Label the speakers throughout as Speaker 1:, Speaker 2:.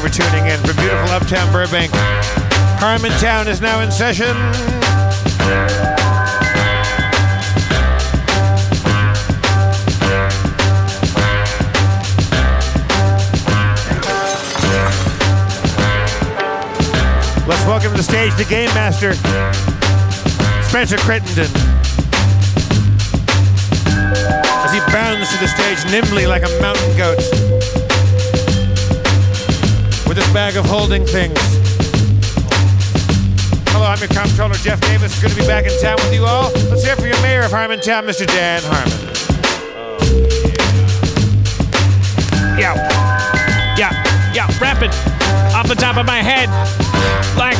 Speaker 1: for tuning in from beautiful uptown Burbank. Harmontown is now in session. Let's welcome to the stage the game master, Spencer Crittenden. As he bounds to the stage nimbly like a mountain goat with his bag of holding things. Hello, I'm your comptroller, Jeff Davis. Good to be back in town with you all. Let's hear from your mayor of Harmontown, Mr. Dan Harmon.
Speaker 2: Yeah. Yeah. Yeah. Rapping off the top of my head like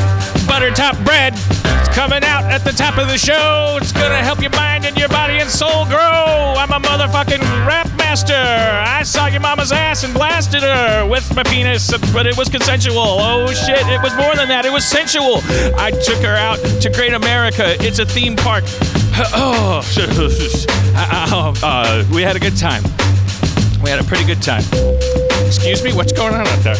Speaker 2: butter top bread. It's coming out at the top of the show. It's going to help your mind and your body and soul grow. I'm a motherfucking rap master. I saw your mama's ass and blasted her with my penis, but it was consensual. Oh shit, it was more than that. It was sensual. I took her out to Great America. It's a theme park. Oh, uh, uh, we had a good time. We had a pretty good time. Excuse me, what's going on out there?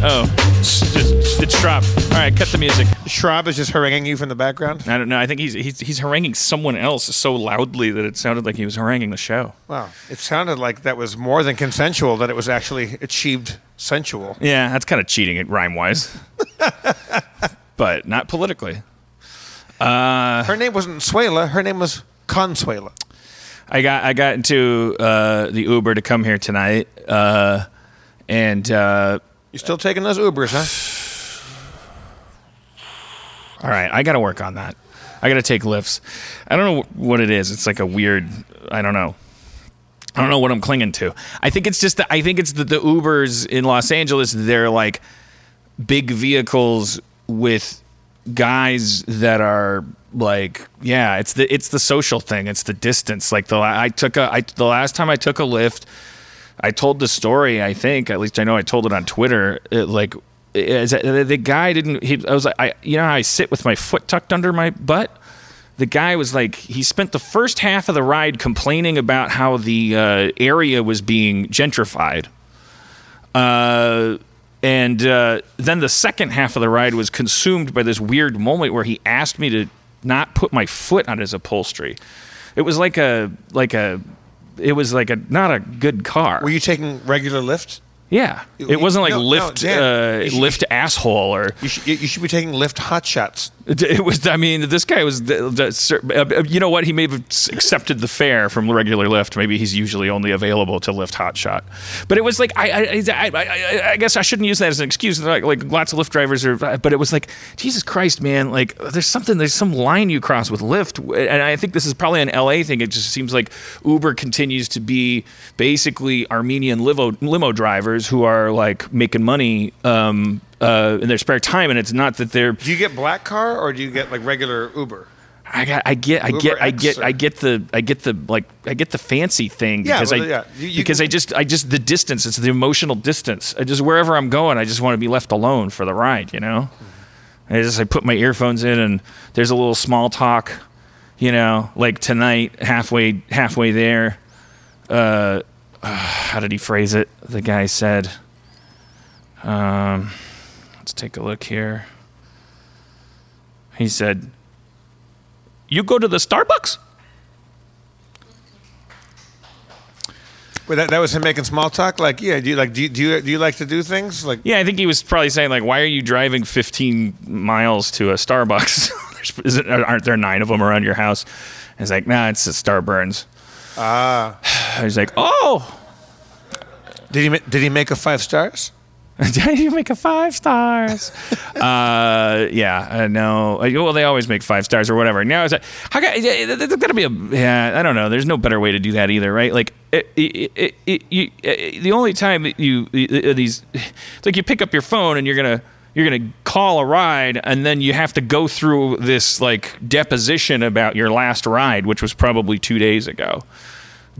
Speaker 2: Oh, it's just it's Schraub. All right, cut the music.
Speaker 1: Schraub is just haranguing you from the background.
Speaker 2: I don't know. I think he's he's, he's haranguing someone else so loudly that it sounded like he was haranguing the show.
Speaker 1: Wow, it sounded like that was more than consensual, that it was actually achieved sensual.
Speaker 2: Yeah, that's kind of cheating, rhyme wise, but not politically.
Speaker 1: Her name wasn't Suela, her name was Consuela.
Speaker 2: I got I got into uh, the Uber to come here tonight, uh, and uh,
Speaker 1: You still taking those Ubers, huh?
Speaker 2: All right, I got to work on that. I got to take lifts. I don't know wh- what it is. It's like a weird. I don't know. I don't know what I'm clinging to. I think it's just that. I think it's that the Ubers in Los Angeles. They're like big vehicles with guys that are like yeah it's the it's the social thing it's the distance like the la- i took a I, the last time i took a lift I told the story. I think, at least I know I told it on Twitter. It, like, is the guy didn't. He, I was like, I, you know, how I sit with my foot tucked under my butt. The guy was like, he spent the first half of the ride complaining about how the uh, area was being gentrified. Uh, and uh, then the second half of the ride was consumed by this weird moment where he asked me to not put my foot on his upholstery. It was like a like a it was like a not a good car.
Speaker 1: Were you taking regular Lyft?
Speaker 2: Yeah,
Speaker 1: You-
Speaker 2: it wasn't like
Speaker 1: no, no,
Speaker 2: lift,
Speaker 1: Dan, you
Speaker 2: uh,
Speaker 1: should-
Speaker 2: lift asshole or
Speaker 1: You, sh- you, you should be taking Lyft hot shots.
Speaker 2: it was. I mean, this guy was. the- the cer- uh, uh, You know what? He may have s- accepted the fare from regular lift. Maybe he's usually only available to lift hot shot. But it was like I, I, I, I, I- I guess I shouldn't use that as an excuse. Like, like lots of lift drivers are. uh, But it was like Jesus Christ, man. Like there's something. There's some line you cross with Lyft, and I think this is probably an LA thing. It just seems like Uber continues to be basically Armenian limo, limo drivers who are like making money. Um, uh, in their spare time, and it's not that they're
Speaker 1: Do you get black car or do you get like regular Uber?
Speaker 2: I got, I get, I
Speaker 1: Uber
Speaker 2: get, I
Speaker 1: X
Speaker 2: get,
Speaker 1: or-
Speaker 2: I get the, I get the like, I get the fancy thing
Speaker 1: Yeah,
Speaker 2: because
Speaker 1: well,
Speaker 2: I,
Speaker 1: yeah. You- you
Speaker 2: because
Speaker 1: can-
Speaker 2: I just, I just the distance. It's the emotional distance. I just wherever I'm going, I just want to be left alone for the ride. You know, I just I put my earphones in and there's a little small talk. You know, like tonight, halfway, halfway there. Uh, how did he phrase it? The guy said, um, "Let's take a look here." He said. You go to the Starbucks?
Speaker 1: Well, that, that was him making small talk. Like, yeah, do you like do you, do you do you like to do things? Like,
Speaker 2: Yeah, I think he was probably saying like, "Why are you driving 15 miles to a Starbucks? There's- Isn't, aren't there nine of them around your house?" And he's like, "Nah, it's a Starburns." Ah. He's like, "Oh,
Speaker 1: did he ma- did he make a five stars?
Speaker 2: did you make a five stars?" uh, yeah, uh, no. Uh, Well, they always make five stars or whatever. Now it's like, how ca- yeah, yeah, there's gotta be a yeah. I don't know. There's no better way to do that either, right? Like, it, it, it, it, you, it, the only time that you uh, these, it's like you pick up your phone and you're gonna you're gonna call a ride and then you have to go through this like deposition about your last ride, which was probably two days ago.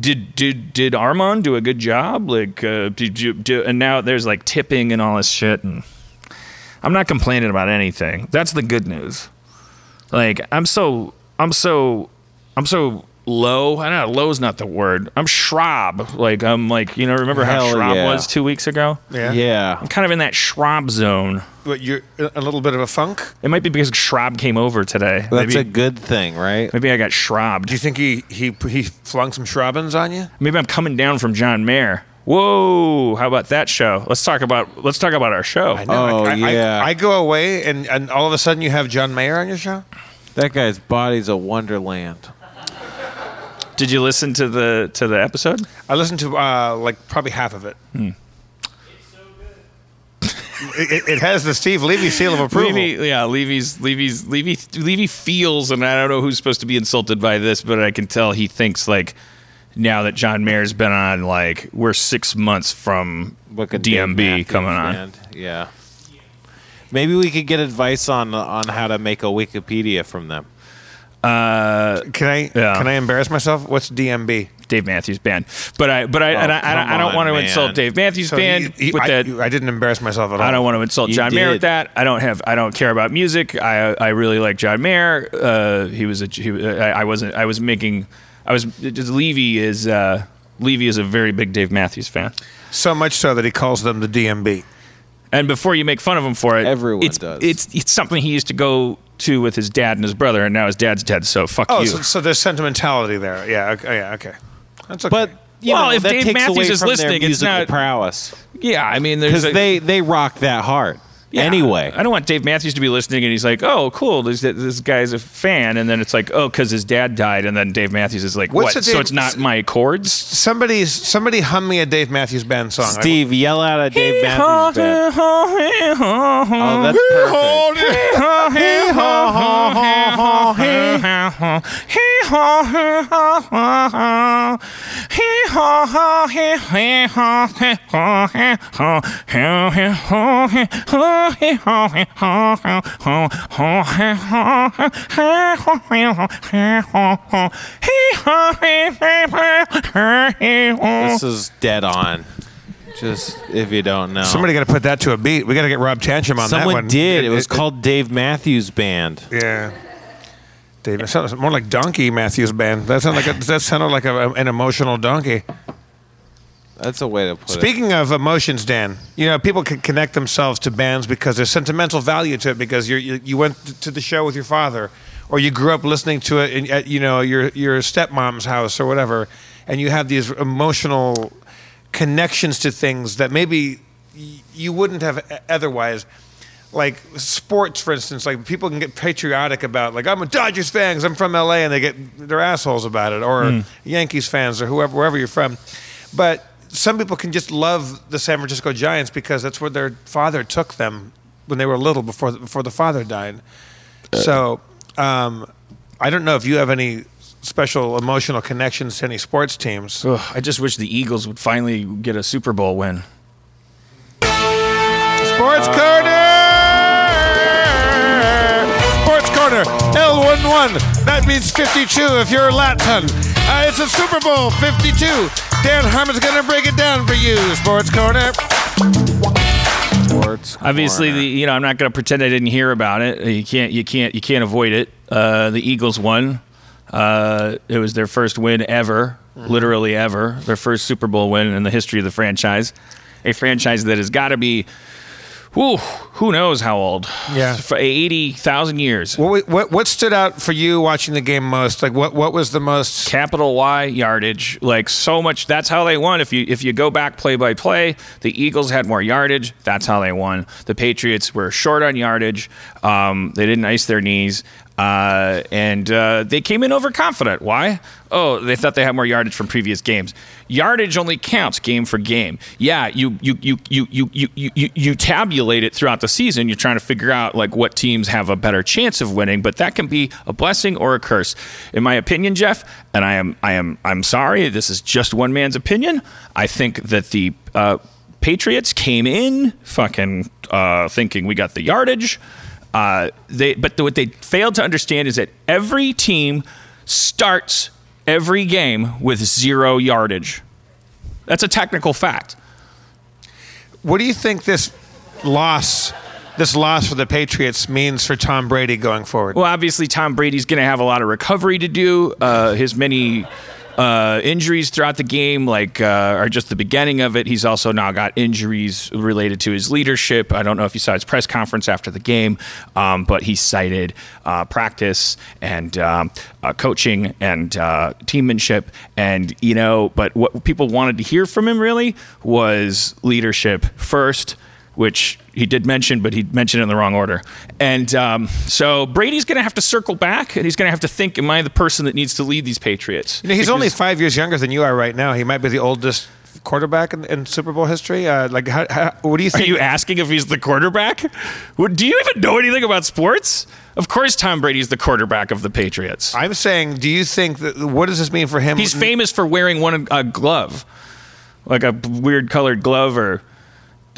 Speaker 2: Did did did Armand do a good job? Like, uh, did you do? And now there's like tipping and all this shit and. I'm not complaining about anything. That's the good news. Like I'm so I'm so I'm so low. I don't know. Low's not the word. I'm schrob. Like I'm like you know. Remember how
Speaker 3: Hell
Speaker 2: schrob
Speaker 3: yeah.
Speaker 2: was two weeks ago?
Speaker 1: Yeah.
Speaker 3: Yeah.
Speaker 2: I'm kind of in that schrob zone.
Speaker 1: What, you're a little bit of a funk.
Speaker 2: It might be because schrob came over today.
Speaker 3: That's
Speaker 2: maybe,
Speaker 3: a good thing, right?
Speaker 2: maybe I got
Speaker 1: Do you
Speaker 2: schrobbed.
Speaker 1: think he he he flung some shrobbins on you?
Speaker 2: Maybe I'm coming down from John Mayer. Whoa! How about that show? Let's talk about let's talk about our show.
Speaker 3: Oh,
Speaker 1: I, I-
Speaker 3: yeah.
Speaker 1: I, go away, and, and all of a sudden you have John Mayer on your show.
Speaker 3: That guy's body's a wonderland.
Speaker 2: Did you listen to the to the episode?
Speaker 1: I listened to uh, like probably half of it.
Speaker 2: Hmm.
Speaker 1: it, it, it has the Steve Levy seal of approval.
Speaker 2: Levy, yeah, Levy's Levy's Levy Levy feels, and I don't know who's supposed to be insulted by this, but I can tell he thinks like now that John Mayer's been on, like we're six months from
Speaker 3: Look at Dave
Speaker 2: DMB
Speaker 3: Matthews
Speaker 2: coming on.
Speaker 3: Band. Yeah. Maybe we could get advice on on how to make a Wikipedia from them.
Speaker 1: Can I
Speaker 2: Yeah.
Speaker 1: can I embarrass myself? What's DMB?
Speaker 2: Dave Matthews Band, but I but I and I, I, don't-
Speaker 3: come
Speaker 2: I don't
Speaker 3: on,
Speaker 2: want to
Speaker 3: man.
Speaker 2: insult Dave Matthews
Speaker 1: So
Speaker 2: Band
Speaker 1: he- he-
Speaker 2: with
Speaker 1: I,
Speaker 2: that.
Speaker 1: I didn't embarrass myself at all.
Speaker 2: I don't want to insult
Speaker 3: You
Speaker 2: John Mayer with
Speaker 3: did.
Speaker 2: that. I don't have. I don't care about music. I I really like John Mayer. Uh, he was a. He, I, I wasn't. I was making. I was. Levy is. Uh, Levy is a very big Dave Matthews fan.
Speaker 1: so much so that he calls them the DMB.
Speaker 2: And before you make fun of him for it,
Speaker 3: Everyone
Speaker 2: it's,
Speaker 3: does.
Speaker 2: It's it's something he used to go to with his dad and his brother, and now his dad's dead. So fuck
Speaker 1: Oh,
Speaker 2: you.
Speaker 1: so, so there's sentimentality there. Yeah. Okay, yeah. Okay. That's okay.
Speaker 3: But you
Speaker 2: Well,
Speaker 3: know,
Speaker 2: if
Speaker 3: that
Speaker 2: Dave
Speaker 3: takes
Speaker 2: Matthews
Speaker 3: away
Speaker 2: is
Speaker 3: from
Speaker 2: listening,
Speaker 3: their
Speaker 2: it's
Speaker 3: musical
Speaker 2: not-
Speaker 3: prowess
Speaker 2: yeah, I mean, there's
Speaker 3: because
Speaker 2: a-
Speaker 3: they they rock that hard.
Speaker 2: yeah.
Speaker 3: Anyway,
Speaker 2: I don't want Dave Matthews to be listening, and he's like, "Oh, cool, this, this guy's a fan," and then it's like, "Oh, because his dad died," and then Dave Matthews is like,
Speaker 1: What's
Speaker 2: "What?"
Speaker 1: the
Speaker 2: So
Speaker 1: Dave-
Speaker 2: it's not my chords.
Speaker 1: somebody's somebody hum me a Dave Matthews Band song. I-
Speaker 3: Steve, yell out at Dave Matthews Band. Oh, that's perfect. This is dead on. Just if you don't know,
Speaker 1: Somebody got to put that to a beat. We got to get Rob Tantrum on that
Speaker 3: someone
Speaker 1: one.
Speaker 3: did. It, was called Dave Matthews Band.
Speaker 1: Yeah. Dave, it sounds more like Donkey Matthews Band. That sounded like a, that sounded like a, an emotional donkey.
Speaker 3: That's a way to put it.
Speaker 1: Speaking of emotions, Dan, you know people can connect themselves to bands because there's sentimental value to it. Because you're, you you went to the show with your father, or you grew up listening to it in, at you know your your stepmom's house or whatever, and you have these emotional connections to things that maybe y- you wouldn't have o- otherwise. Like sports, for instance, like people can get patriotic about, like I'm a Dodgers fan 'cause I'm from LA, and they get their assholes about it, or Yankees fans, or whoever, wherever you're from. But some people can just love the San Francisco Giants because that's where their father took them when they were little before the, before the father died. So um, I don't know if you have any special emotional connections to any sports teams.
Speaker 2: Ugh, I just wish the Eagles would finally get a Super Bowl win.
Speaker 1: Sports Corner! Sports Corner, L11. That means 52 if you're Latin. Uh, it's a Super Bowl 52. Dan Harmon's going to break it down for you, Sports Corner.
Speaker 3: Sports
Speaker 2: Obviously,
Speaker 3: corner.
Speaker 2: the, you know I'm not going to pretend I didn't hear about it. You can't, you can't, you can't avoid it. Uh, the Eagles won. Uh, it was their first win ever, literally ever. Their first Super Bowl win in the history of the franchise. A franchise that has got to be, whew, who knows how old?
Speaker 1: Yeah.
Speaker 2: For eighty thousand years.
Speaker 1: What, wa- what what stood out for you watching the game most? Like what what was the most?
Speaker 2: capital Y yardage, like so much. That's how they won. If you if you go back play by play, the Eagles had more yardage. That's how they won. The Patriots were short on yardage. Um, they didn't ice their knees. Uh, and uh, they came in overconfident. Why? Oh, they thought they had more yardage from previous games. Yardage only counts game for game. Yeah, you you you you you you you, you, you tabulate it throughout the season. You're trying to figure out like what teams have a better chance of winning, but that can be a blessing or a curse, in my opinion, Jeff. And I am I am I'm sorry. This is just one man's opinion. I think that the uh, Patriots came in fucking uh, thinking we got the yardage. Uh, they but what they failed to understand is that every team starts every game with zero yardage. That's a technical fact.
Speaker 1: What do you think this loss this loss for the Patriots means for Tom Brady going forward?
Speaker 2: Well, obviously, Tom Brady's going to have a lot of recovery to do. Uh, his many uh, injuries throughout the game, like, uh, are just the beginning of it. He's also now got injuries related to his leadership. I don't know if you saw his press conference after the game, um, but he cited uh, practice and um, uh, coaching and uh, teammanship, and you know. But what people wanted to hear from him really was leadership first which he did mention, but he mentioned it in the wrong order. And um, so Brady's going to have to circle back, and he's going to have to think, "Am I the person that needs to lead these Patriots?"
Speaker 1: You know, he's
Speaker 2: Because-
Speaker 1: only five years younger than you are right now. He might be the oldest quarterback in, in Super Bowl history. Uh, like, how, how, what do you
Speaker 2: Are
Speaker 1: think?
Speaker 2: you asking if he's the quarterback? What, do you even know anything about sports? Of course, Tom Brady's the quarterback of the Patriots.
Speaker 1: I'm saying, do you think that what does this mean for him?
Speaker 2: He's famous for wearing one a glove, like a weird colored glove, or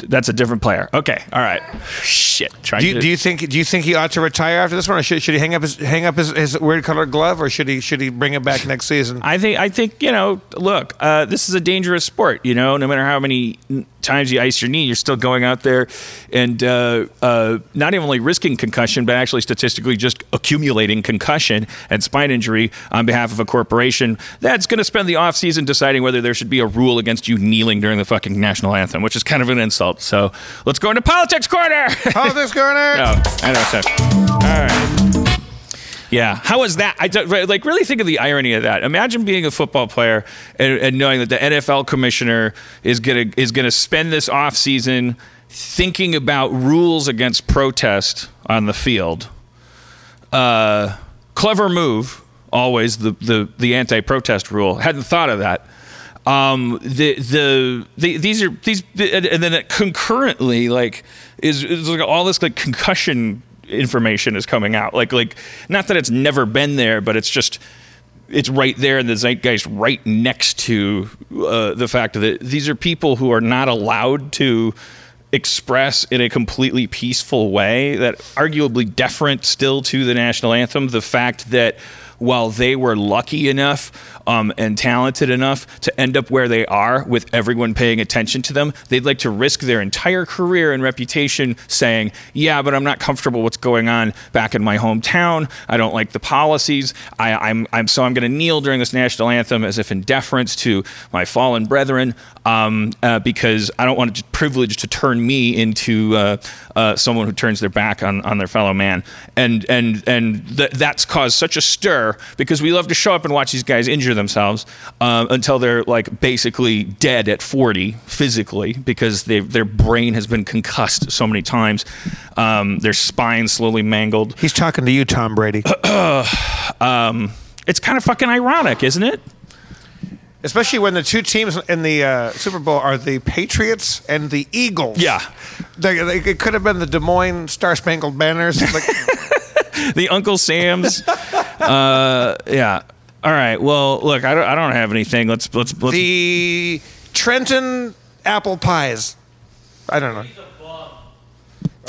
Speaker 2: that's a different player. Okay, all right. Shit. Trying
Speaker 1: Do you,
Speaker 2: to-
Speaker 1: do you think do you think he ought to retire after this one, or should, should he hang up his hang up his, his weird colored glove, or should he should he bring it back next season?
Speaker 2: I think I think you know. Look, uh, this is a dangerous sport. You know, no matter how many n- times you ice your knee, you're still going out there and uh, uh, not even only risking concussion, but actually statistically just accumulating concussion and spine injury on behalf of a corporation that's going to spend the off season deciding whether there should be a rule against you kneeling during the fucking national anthem, which is kind of an insult. So let's go into politics corner.
Speaker 1: How's this corner?
Speaker 2: Oh, I know, Seth. All right. Yeah. How was that? I don't, right, like really think of the irony of that. Imagine being a football player and, and knowing that the NFL commissioner is gonna is gonna spend this off season thinking about rules against protest on the field. Uh, clever move. Always the the the anti-protest rule. Hadn't thought of that. Um, the, the the these are these and and then concurrently like is, is like all this like concussion information is coming out like like not that it's never been there but it's just it's right there in the zeitgeist right next to uh, the fact that these are people who are not allowed to express in a completely peaceful way that arguably deferent still to the national anthem the fact that while they were lucky enough um, and talented enough to end up where they are with everyone paying attention to them they'd like to risk their entire career and reputation saying yeah but i'm not comfortable what's going on back in my hometown i don't like the policies I, I'm, I'm so i'm going to kneel during this national anthem as if in deference to my fallen brethren um, uh, because i don't want to privilege to turn me into uh, uh, someone who turns their back on, on their fellow man and and and th- that's caused such a stir because we love to show up and watch these guys injure themselves um, until they're like basically dead at 40 physically because they their brain has been concussed so many times um, their spine slowly mangled
Speaker 1: He's talking to you, Tom Brady.
Speaker 2: it's kind of fucking ironic isn't it
Speaker 1: Especially when the two teams in the uh, Super Bowl are the Patriots and the Eagles.
Speaker 2: Yeah.
Speaker 1: They, they, it could have been the Des Moines Star Spangled Banners. Like,
Speaker 2: the Uncle Sam's. uh, yeah. All right. Well, look, I don't, I don't have anything. Let's let's let's.
Speaker 1: the Trenton Apple Pies. I don't know.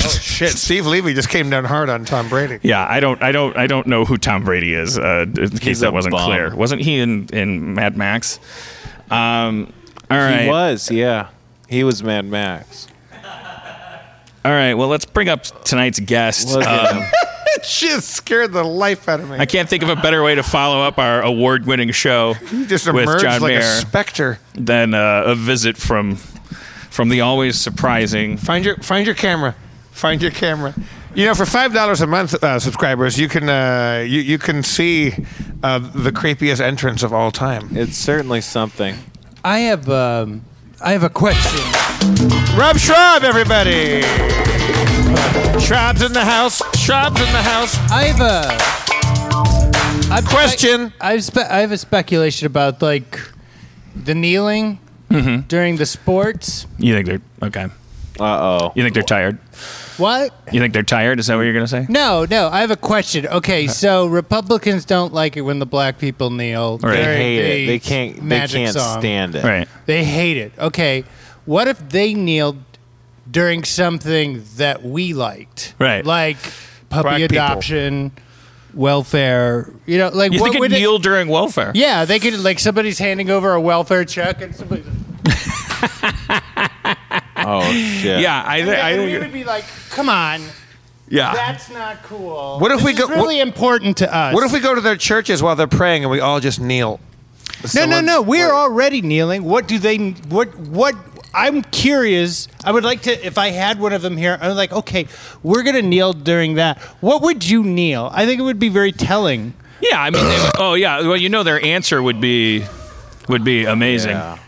Speaker 1: Oh shit! Steve Levy just came down hard on Tom Brady.
Speaker 2: yeah, I don't, I don't, I don't know who Tom Brady is. Uh, in case
Speaker 3: He's a
Speaker 2: that wasn't
Speaker 3: bum.
Speaker 2: clear, wasn't he in, in Mad Max? Um, all right,
Speaker 3: He was, yeah. He was Mad Max.
Speaker 2: all right. Well, let's bring up tonight's guest.
Speaker 3: Look at
Speaker 2: Um,
Speaker 3: him.
Speaker 1: It just scared the life out of me.
Speaker 2: I can't think of a better way to follow up our award-winning show
Speaker 1: He just
Speaker 2: with
Speaker 1: emerged
Speaker 2: John
Speaker 1: like a
Speaker 2: Mayer
Speaker 1: specter.
Speaker 2: than uh, a visit from from the always surprising
Speaker 1: Find your find your camera. Find your camera. You know, for five dollars a month, uh, subscribers, you can uh, you you can see uh, the creepiest entrance of all time.
Speaker 3: It's certainly something.
Speaker 4: I have um, I have a question.
Speaker 1: Rob Schraub, everybody. Schraub's in the house. Schraub's in the house.
Speaker 4: I have a I've
Speaker 1: Question.
Speaker 4: I, have spe- I have a speculation about like the kneeling during the sports.
Speaker 2: You think they're okay?
Speaker 3: Uh oh.
Speaker 2: You think they're tired?
Speaker 4: What?
Speaker 2: You think they're tired? Is that what you're gonna say?
Speaker 4: No, no. I have a question. Okay, so Republicans don't like it when the black people kneel.
Speaker 2: Right.
Speaker 3: They
Speaker 4: during
Speaker 3: hate it.
Speaker 4: the
Speaker 3: They can't. They
Speaker 4: Magic
Speaker 3: can't
Speaker 4: song.
Speaker 3: stand it.
Speaker 2: Right.
Speaker 4: They hate it. Okay, what if they kneeled during something that we liked?
Speaker 2: Right.
Speaker 4: Like puppy
Speaker 1: Black people.
Speaker 4: adoption, welfare. You know, like
Speaker 2: You
Speaker 4: what
Speaker 2: think
Speaker 4: would
Speaker 2: it
Speaker 4: it-
Speaker 2: kneel during welfare?
Speaker 4: Yeah, they could like somebody's handing over a welfare check and somebody.
Speaker 3: Oh shit.
Speaker 2: yeah, I, thi- I,
Speaker 4: And we
Speaker 2: think-
Speaker 4: would be like, come on,
Speaker 2: yeah.
Speaker 4: that's not cool.
Speaker 1: Ah. What if
Speaker 4: This
Speaker 1: we
Speaker 4: is
Speaker 1: go-
Speaker 4: really important to us.
Speaker 1: What if we go to their churches while they're praying and we all just kneel?
Speaker 4: No, no, no. We're already kneeling. What do they? What? What? I'm curious. I would like to, if I had one of them here, I'm like, okay, we're gonna kneel during that. What would you kneel? I think it would be very telling.
Speaker 2: Yeah, I mean, they- oh yeah. Well, you know, their answer would be would be amazing.
Speaker 3: Yeah.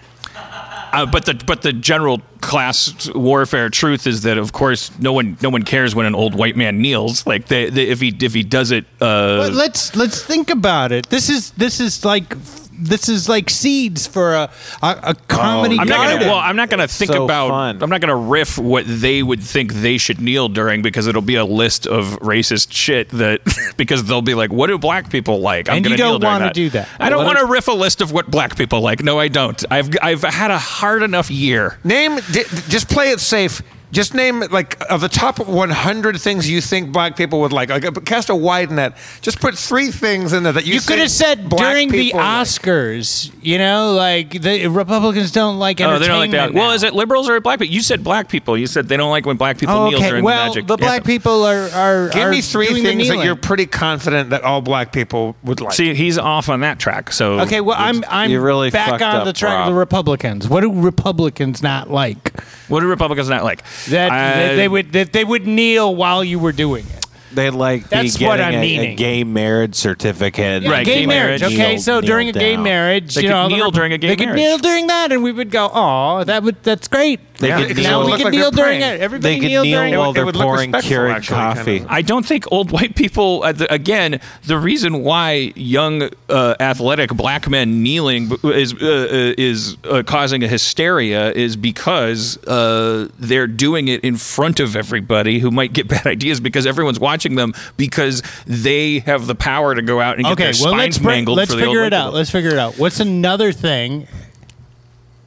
Speaker 2: Uh, but the but the general class warfare truth is that of course no one no one cares when an old white man kneels like they, they, if he if he does it uh,
Speaker 4: But let's let's think about it. This is this is like this is like seeds for a a, a comedy
Speaker 2: Oh, I'm not gonna,
Speaker 4: garden.
Speaker 2: well, I'm not going to think
Speaker 3: so
Speaker 2: about.
Speaker 3: fun.
Speaker 2: I'm not going to riff what they would think they should kneel during because it'll be a list of racist shit that because they'll be like, "What do black people like?" I'm
Speaker 4: And you
Speaker 2: gonna
Speaker 4: don't
Speaker 2: kneel during
Speaker 4: wanna
Speaker 2: that.
Speaker 4: do that.
Speaker 2: I don't
Speaker 3: Well,
Speaker 2: want to riff a list of what black people like. No, I don't. I've I've had a hard enough year.
Speaker 1: Name, d- d- just play it safe. Just name like of the top 100 things you think black people would like. Like uh, cast a wide net. Just put three things in there that you.
Speaker 4: you could have said during the Oscars, you know, like the Republicans don't like
Speaker 2: Oh,
Speaker 4: entertainment.
Speaker 2: they don't like that. Well, is it liberals or black people? You said black people. You said they don't like when black people
Speaker 4: Oh,
Speaker 2: kneel
Speaker 4: okay.
Speaker 2: during
Speaker 4: Well,
Speaker 2: the magic.
Speaker 4: the black
Speaker 2: anthem.
Speaker 4: people are are.
Speaker 1: Give
Speaker 4: are
Speaker 1: me three
Speaker 4: doing the
Speaker 1: things that
Speaker 4: kneeling.
Speaker 1: you're pretty confident that all black people would like.
Speaker 2: See, he's off on that track. So
Speaker 4: Okay, well, I'm I'm
Speaker 3: you really
Speaker 4: back
Speaker 3: fucked
Speaker 4: on
Speaker 3: up,
Speaker 4: the track
Speaker 3: Rob.
Speaker 4: of the Republicans. What do Republicans not like?
Speaker 2: what do Republicans not like?
Speaker 4: That,
Speaker 2: Uh,
Speaker 4: that they would that they would kneel while you were doing it.
Speaker 3: They like
Speaker 4: That's
Speaker 3: be getting
Speaker 4: what I'm
Speaker 3: a, a
Speaker 4: meaning.
Speaker 3: gay marriage certificate.
Speaker 2: Yeah, Right,
Speaker 4: gay,
Speaker 2: gay
Speaker 4: marriage.
Speaker 2: marriage.
Speaker 4: Okay,
Speaker 3: Kneel-
Speaker 4: so
Speaker 3: kneel
Speaker 4: during a gay
Speaker 3: down.
Speaker 4: marriage,
Speaker 2: They
Speaker 4: you
Speaker 2: could
Speaker 4: know, the
Speaker 2: kneel
Speaker 4: Rep-
Speaker 2: during a gay
Speaker 4: they could
Speaker 2: marriage.
Speaker 4: kneel during that, and we would go, oh, that would that's great.
Speaker 3: They
Speaker 2: Yeah,
Speaker 3: could
Speaker 2: because it
Speaker 4: now
Speaker 1: would
Speaker 3: kneel.
Speaker 4: we
Speaker 1: look
Speaker 4: can
Speaker 1: like
Speaker 4: kneel
Speaker 1: they're
Speaker 4: during
Speaker 1: praying.
Speaker 4: it.
Speaker 3: they
Speaker 4: Everybody
Speaker 3: could
Speaker 4: kneel, during
Speaker 3: kneel
Speaker 4: it.
Speaker 3: while
Speaker 1: it
Speaker 3: they're
Speaker 1: would look
Speaker 3: pouring
Speaker 1: respectful,
Speaker 3: Keurig
Speaker 1: actually,
Speaker 3: coffee.
Speaker 1: kinda.
Speaker 2: I don't think old white people. uh, the- Again, the reason why young, uh, athletic black men kneeling b- is uh, uh, is uh, causing a hysteria is because uh, they're doing it in front of everybody who might get bad ideas because everyone's watching them because they have the power to go out and get
Speaker 4: Okay,
Speaker 2: their
Speaker 4: well
Speaker 2: spines
Speaker 4: let's bring-
Speaker 2: mangled.
Speaker 4: let's
Speaker 2: for the old
Speaker 4: figure
Speaker 2: white
Speaker 4: it out.
Speaker 2: people.
Speaker 4: Let's figure it out. What's another thing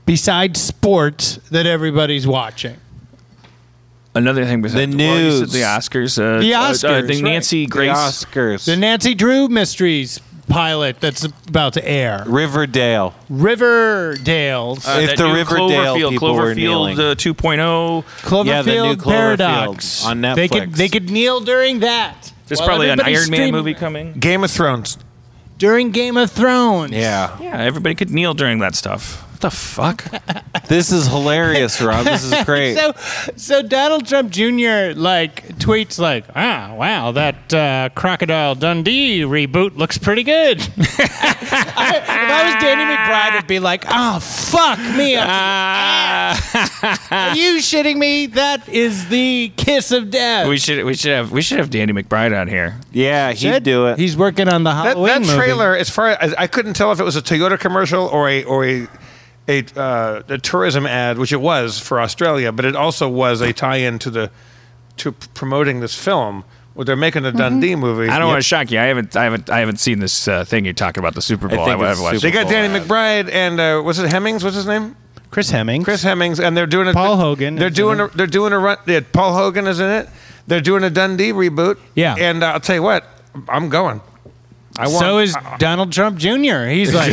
Speaker 4: besides sports that everybody's watching?
Speaker 2: Another thing besides
Speaker 3: The
Speaker 2: well, you said
Speaker 3: news.
Speaker 2: the Oscars, uh,
Speaker 4: The
Speaker 2: uh, uh,
Speaker 4: Oscars,
Speaker 2: the
Speaker 4: right.
Speaker 2: Nancy
Speaker 3: The
Speaker 2: Grace.
Speaker 3: Oscars.
Speaker 4: The Nancy Drew mysteries pilot that's about to air.
Speaker 3: Riverdale.
Speaker 4: Riverdale's
Speaker 2: uh,
Speaker 3: If
Speaker 2: that
Speaker 3: the
Speaker 2: new
Speaker 3: Riverdale
Speaker 2: Cloverfield,
Speaker 3: people were
Speaker 2: Cloverfield
Speaker 3: kneeling.
Speaker 2: uh, 2.0.
Speaker 4: Cloverfield,
Speaker 3: yeah, the new Cloverfield
Speaker 4: Paradox
Speaker 3: on Netflix.
Speaker 4: They could they could kneel during that.
Speaker 2: There's
Speaker 4: While
Speaker 2: probably an
Speaker 4: everybody's
Speaker 2: Iron Man
Speaker 4: streaming
Speaker 2: movie
Speaker 4: it.
Speaker 2: coming.
Speaker 1: Game of Thrones.
Speaker 4: during Game of Thrones.
Speaker 3: Yeah.
Speaker 2: Yeah, everybody could kneel during that stuff. What the fuck?
Speaker 3: This is hilarious, Rob. This is great.
Speaker 4: So, so Donald Trump Jr. like tweets like, "Ah, wow, that uh, Crocodile Dundee reboot looks pretty good." I, if I was Danny McBride, I'd be like, "Oh, fuck me!" up to the ass. Are you shitting me? That is the kiss of death.
Speaker 2: we should we should have we should have Danny McBride on here.
Speaker 3: yeah, he'd
Speaker 4: Should.
Speaker 3: do it.
Speaker 4: He's working on the
Speaker 1: That,
Speaker 4: Halloween
Speaker 1: that
Speaker 4: movie.
Speaker 1: trailer, as far as I couldn't tell if it was a Toyota commercial or a or a a, uh, a tourism ad, which it was for Australia, but it also was a tie-in to the to p- promoting this film. Where they're making a Dundee
Speaker 4: Mm-hmm.
Speaker 1: movie.
Speaker 2: I don't
Speaker 1: Yeah.
Speaker 2: want to shock you. I haven't I haven't I haven't seen this uh, thing you're talking about the Super Bowl. I,
Speaker 3: think it's
Speaker 2: haven't watched
Speaker 1: They
Speaker 3: Super-
Speaker 2: it.
Speaker 1: got
Speaker 3: Bowl
Speaker 1: Danny
Speaker 3: ad.
Speaker 1: McBride and uh, what's his Hemmings? What's his name?
Speaker 4: Chris Hemmings.
Speaker 1: Chris Hemmings, and they're doing a
Speaker 4: Paul Hogan
Speaker 1: They're
Speaker 4: is
Speaker 1: doing
Speaker 4: in
Speaker 1: a, they're doing a run. Yeah, Paul Hogan is in it. They're doing a Dundee reboot.
Speaker 4: Yeah.
Speaker 1: and uh, I'll tell you what, I'm going. I want.
Speaker 4: So is uh, Donald Trump Jr. He's like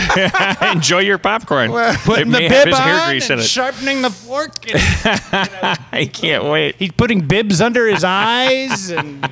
Speaker 2: Enjoy your popcorn.
Speaker 4: putting the
Speaker 2: may have
Speaker 4: bib
Speaker 2: his hair
Speaker 4: on
Speaker 2: grease in
Speaker 4: and
Speaker 2: it.
Speaker 4: sharpening the fork. and-
Speaker 2: I can't wait.
Speaker 4: He's putting bibs under his eyes, and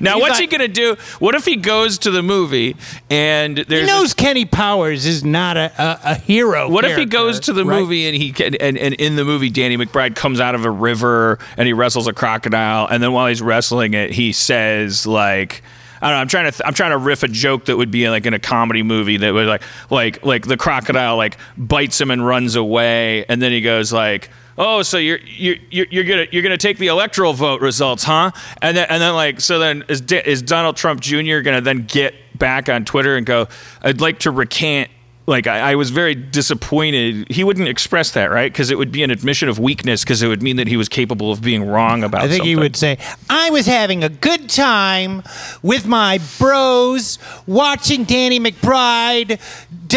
Speaker 2: Now
Speaker 4: He's
Speaker 2: what's
Speaker 4: not-
Speaker 2: he gonna do? What if he goes to the movie and there's a-
Speaker 4: he knows Kenny Powers is not a, a, a hero.
Speaker 2: What if he goes
Speaker 4: Oh, character,
Speaker 2: to the
Speaker 4: right?
Speaker 2: movie and he can, and, and in the movie Danny McBride comes out of a river and he wrestles a crocodile and then while he's wrestling it he says like I don't know, I'm trying to th- I'm trying to riff a joke that would be like in a comedy movie that was like like like the crocodile like bites him and runs away and then he goes like Oh, so you're you're you're you're gonna you're gonna take the electoral vote results, huh? And then and then like so then is D- is Donald Trump Jr. gonna then get back on Twitter and go, I'd like to recant like I, I was very disappointed. He wouldn't express that, right? Because it would be an admission of weakness. Because it would mean that he was capable of being wrong about.
Speaker 4: I think he
Speaker 2: something.
Speaker 4: would say, "I was having a good time with my bros watching Danny McBride,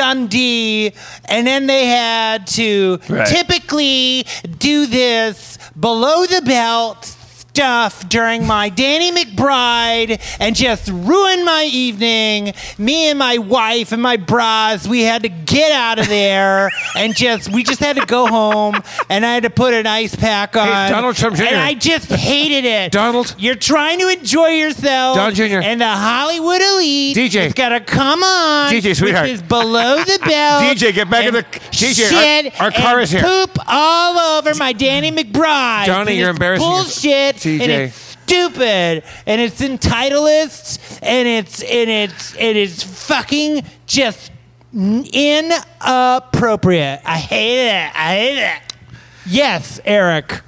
Speaker 4: Dundee, and then they had to
Speaker 2: Right.
Speaker 4: typically do this below the belt." stuff during my Danny McBride and just ruined my evening. Me and my wife and my bras, we had to get out of there and just we just had to go home and I had to put an ice pack on.
Speaker 1: Donald Trump Jr..
Speaker 4: And I just hated it.
Speaker 1: Donald.
Speaker 4: You're trying to enjoy yourself.
Speaker 1: Donald Jr..
Speaker 4: And the Hollywood elite
Speaker 1: DJ.
Speaker 4: has got to come on.
Speaker 1: DJ, sweetheart.
Speaker 4: Which is below the belt.
Speaker 1: DJ, get back in
Speaker 4: and
Speaker 1: the- DJ, our-
Speaker 4: Shit
Speaker 1: our car
Speaker 4: and
Speaker 1: is here.
Speaker 4: Poop all over my Danny McBride.
Speaker 1: Johnny,
Speaker 4: And
Speaker 1: you're
Speaker 4: it's
Speaker 1: embarrassing yourself.
Speaker 4: Bullshit. And
Speaker 1: TJ.
Speaker 4: it's stupid. And it's entitled. And it's and it's it is fucking just inappropriate. I hate it. I hate it. Yes, Eric.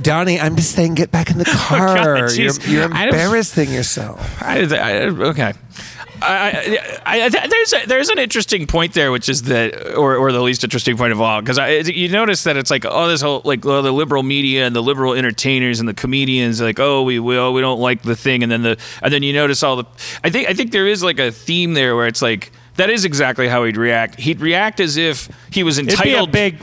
Speaker 1: Donnie, I'm just saying, get back in the car. you're,
Speaker 2: jeez.
Speaker 1: you're
Speaker 2: I don't-
Speaker 1: embarrassing yourself.
Speaker 2: I, I, okay. I, I, I, there's a, there's an interesting point there, which is that, or, or the least interesting point of all, because you notice that it's like all this whole like all the liberal media and the liberal entertainers and the comedians, like oh we will we don't like the thing, and then the and then you notice all the I think I think there is like a theme there where it's like that is exactly how he'd react. He'd react as if he was
Speaker 4: It'd be a
Speaker 2: entitled
Speaker 4: big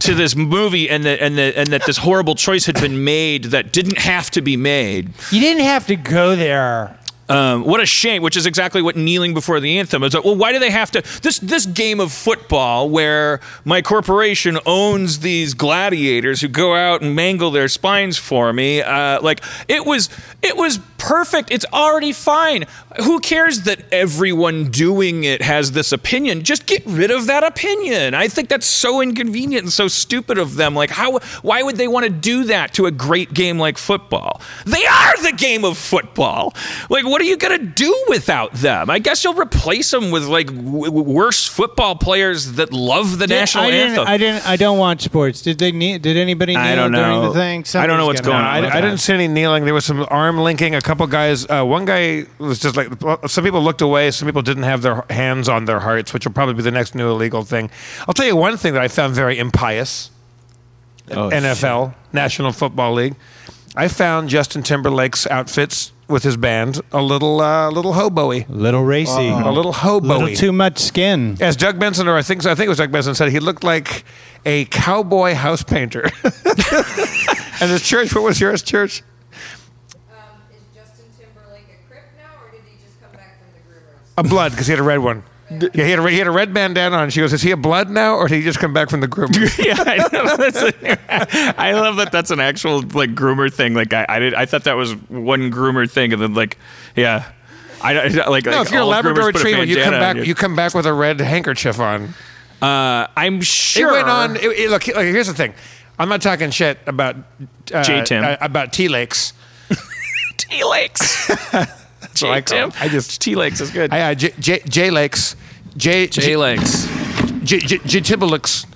Speaker 2: to this movie and that and that and that this horrible choice had been made that didn't have to be made.
Speaker 4: You didn't have to go there.
Speaker 2: Um, what a shame! Which is exactly what kneeling before the anthem is. Like, well, why do they have to this this game of football where my corporation owns these gladiators who go out and mangle their spines for me? Uh, like it was it was perfect. It's already fine. Who cares that everyone doing it has this opinion? Just get rid of that opinion. I think that's so inconvenient and so stupid of them. Like how why would they want to do that to a great game like football? They are the game of football. Like what are you going to do without them? I guess you'll replace them with like w- w- worse football players that love the national
Speaker 4: I
Speaker 2: anthem.
Speaker 4: Didn't, I didn't. I don't watch sports. Did they? Kneel, did anybody kneel
Speaker 2: I don't
Speaker 4: during
Speaker 2: know.
Speaker 4: the thing?
Speaker 2: I don't know what's going
Speaker 1: I,
Speaker 2: on.
Speaker 1: I didn't see any kneeling. There was some arm linking. A couple guys. Uh, one guy was just like. Some people looked away. Some people didn't have their hands on their hearts, which will probably be the next new illegal thing. I'll tell you one thing that I found very impious.
Speaker 3: Oh,
Speaker 1: NFL National Football League. I found Justin Timberlake's outfits with his band a little uh, little hoboy,
Speaker 4: Little racy.
Speaker 1: a little hoboy.
Speaker 4: Little too much skin.
Speaker 1: As Doug Benson, or I think I think it was Doug Benson, said he looked like a cowboy house painter. and his church, what was yours, church?
Speaker 5: Um, is Justin Timberlake a Crip now, or did he just come back from the groomers?
Speaker 1: A blood, because he had a red one. Yeah, he had a, red- he had a red bandana on. She goes, "Is he a blood now, or did he just come back from the group?"
Speaker 2: yeah, I, know. That's a- I love that. That's an actual like groomer thing. Like I, I did. I thought that was one groomer thing, and then like, yeah, I don't- like.
Speaker 1: no,
Speaker 2: like
Speaker 1: if you're a
Speaker 2: all
Speaker 1: Labrador
Speaker 2: groomers put
Speaker 1: Retriever, you come
Speaker 2: bandana on
Speaker 1: back. You come back with a red handkerchief on.
Speaker 2: uh, I'm sure.
Speaker 1: It went on. It, it- look, like, here's the thing. I'm not talking shit about uh,
Speaker 2: J-Tim.
Speaker 1: uh, about T Lakes.
Speaker 2: T Lakes.
Speaker 1: what I call
Speaker 2: Tim.
Speaker 1: him. I just-
Speaker 2: T Lakes is good.
Speaker 1: I, uh, J, J, J Lakes. J
Speaker 2: J Lakes.
Speaker 1: J, J, J Tibalix.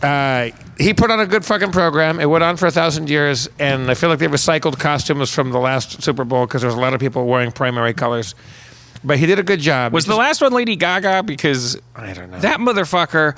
Speaker 1: Uh, he put on a good fucking program. It went on for a thousand years, and I feel like they recycled costumes from the last Super Bowl because there was a lot of people wearing primary colors. But he did a good job.
Speaker 2: Was the last one Lady Gaga? Because
Speaker 1: I don't know.
Speaker 2: that motherfucker.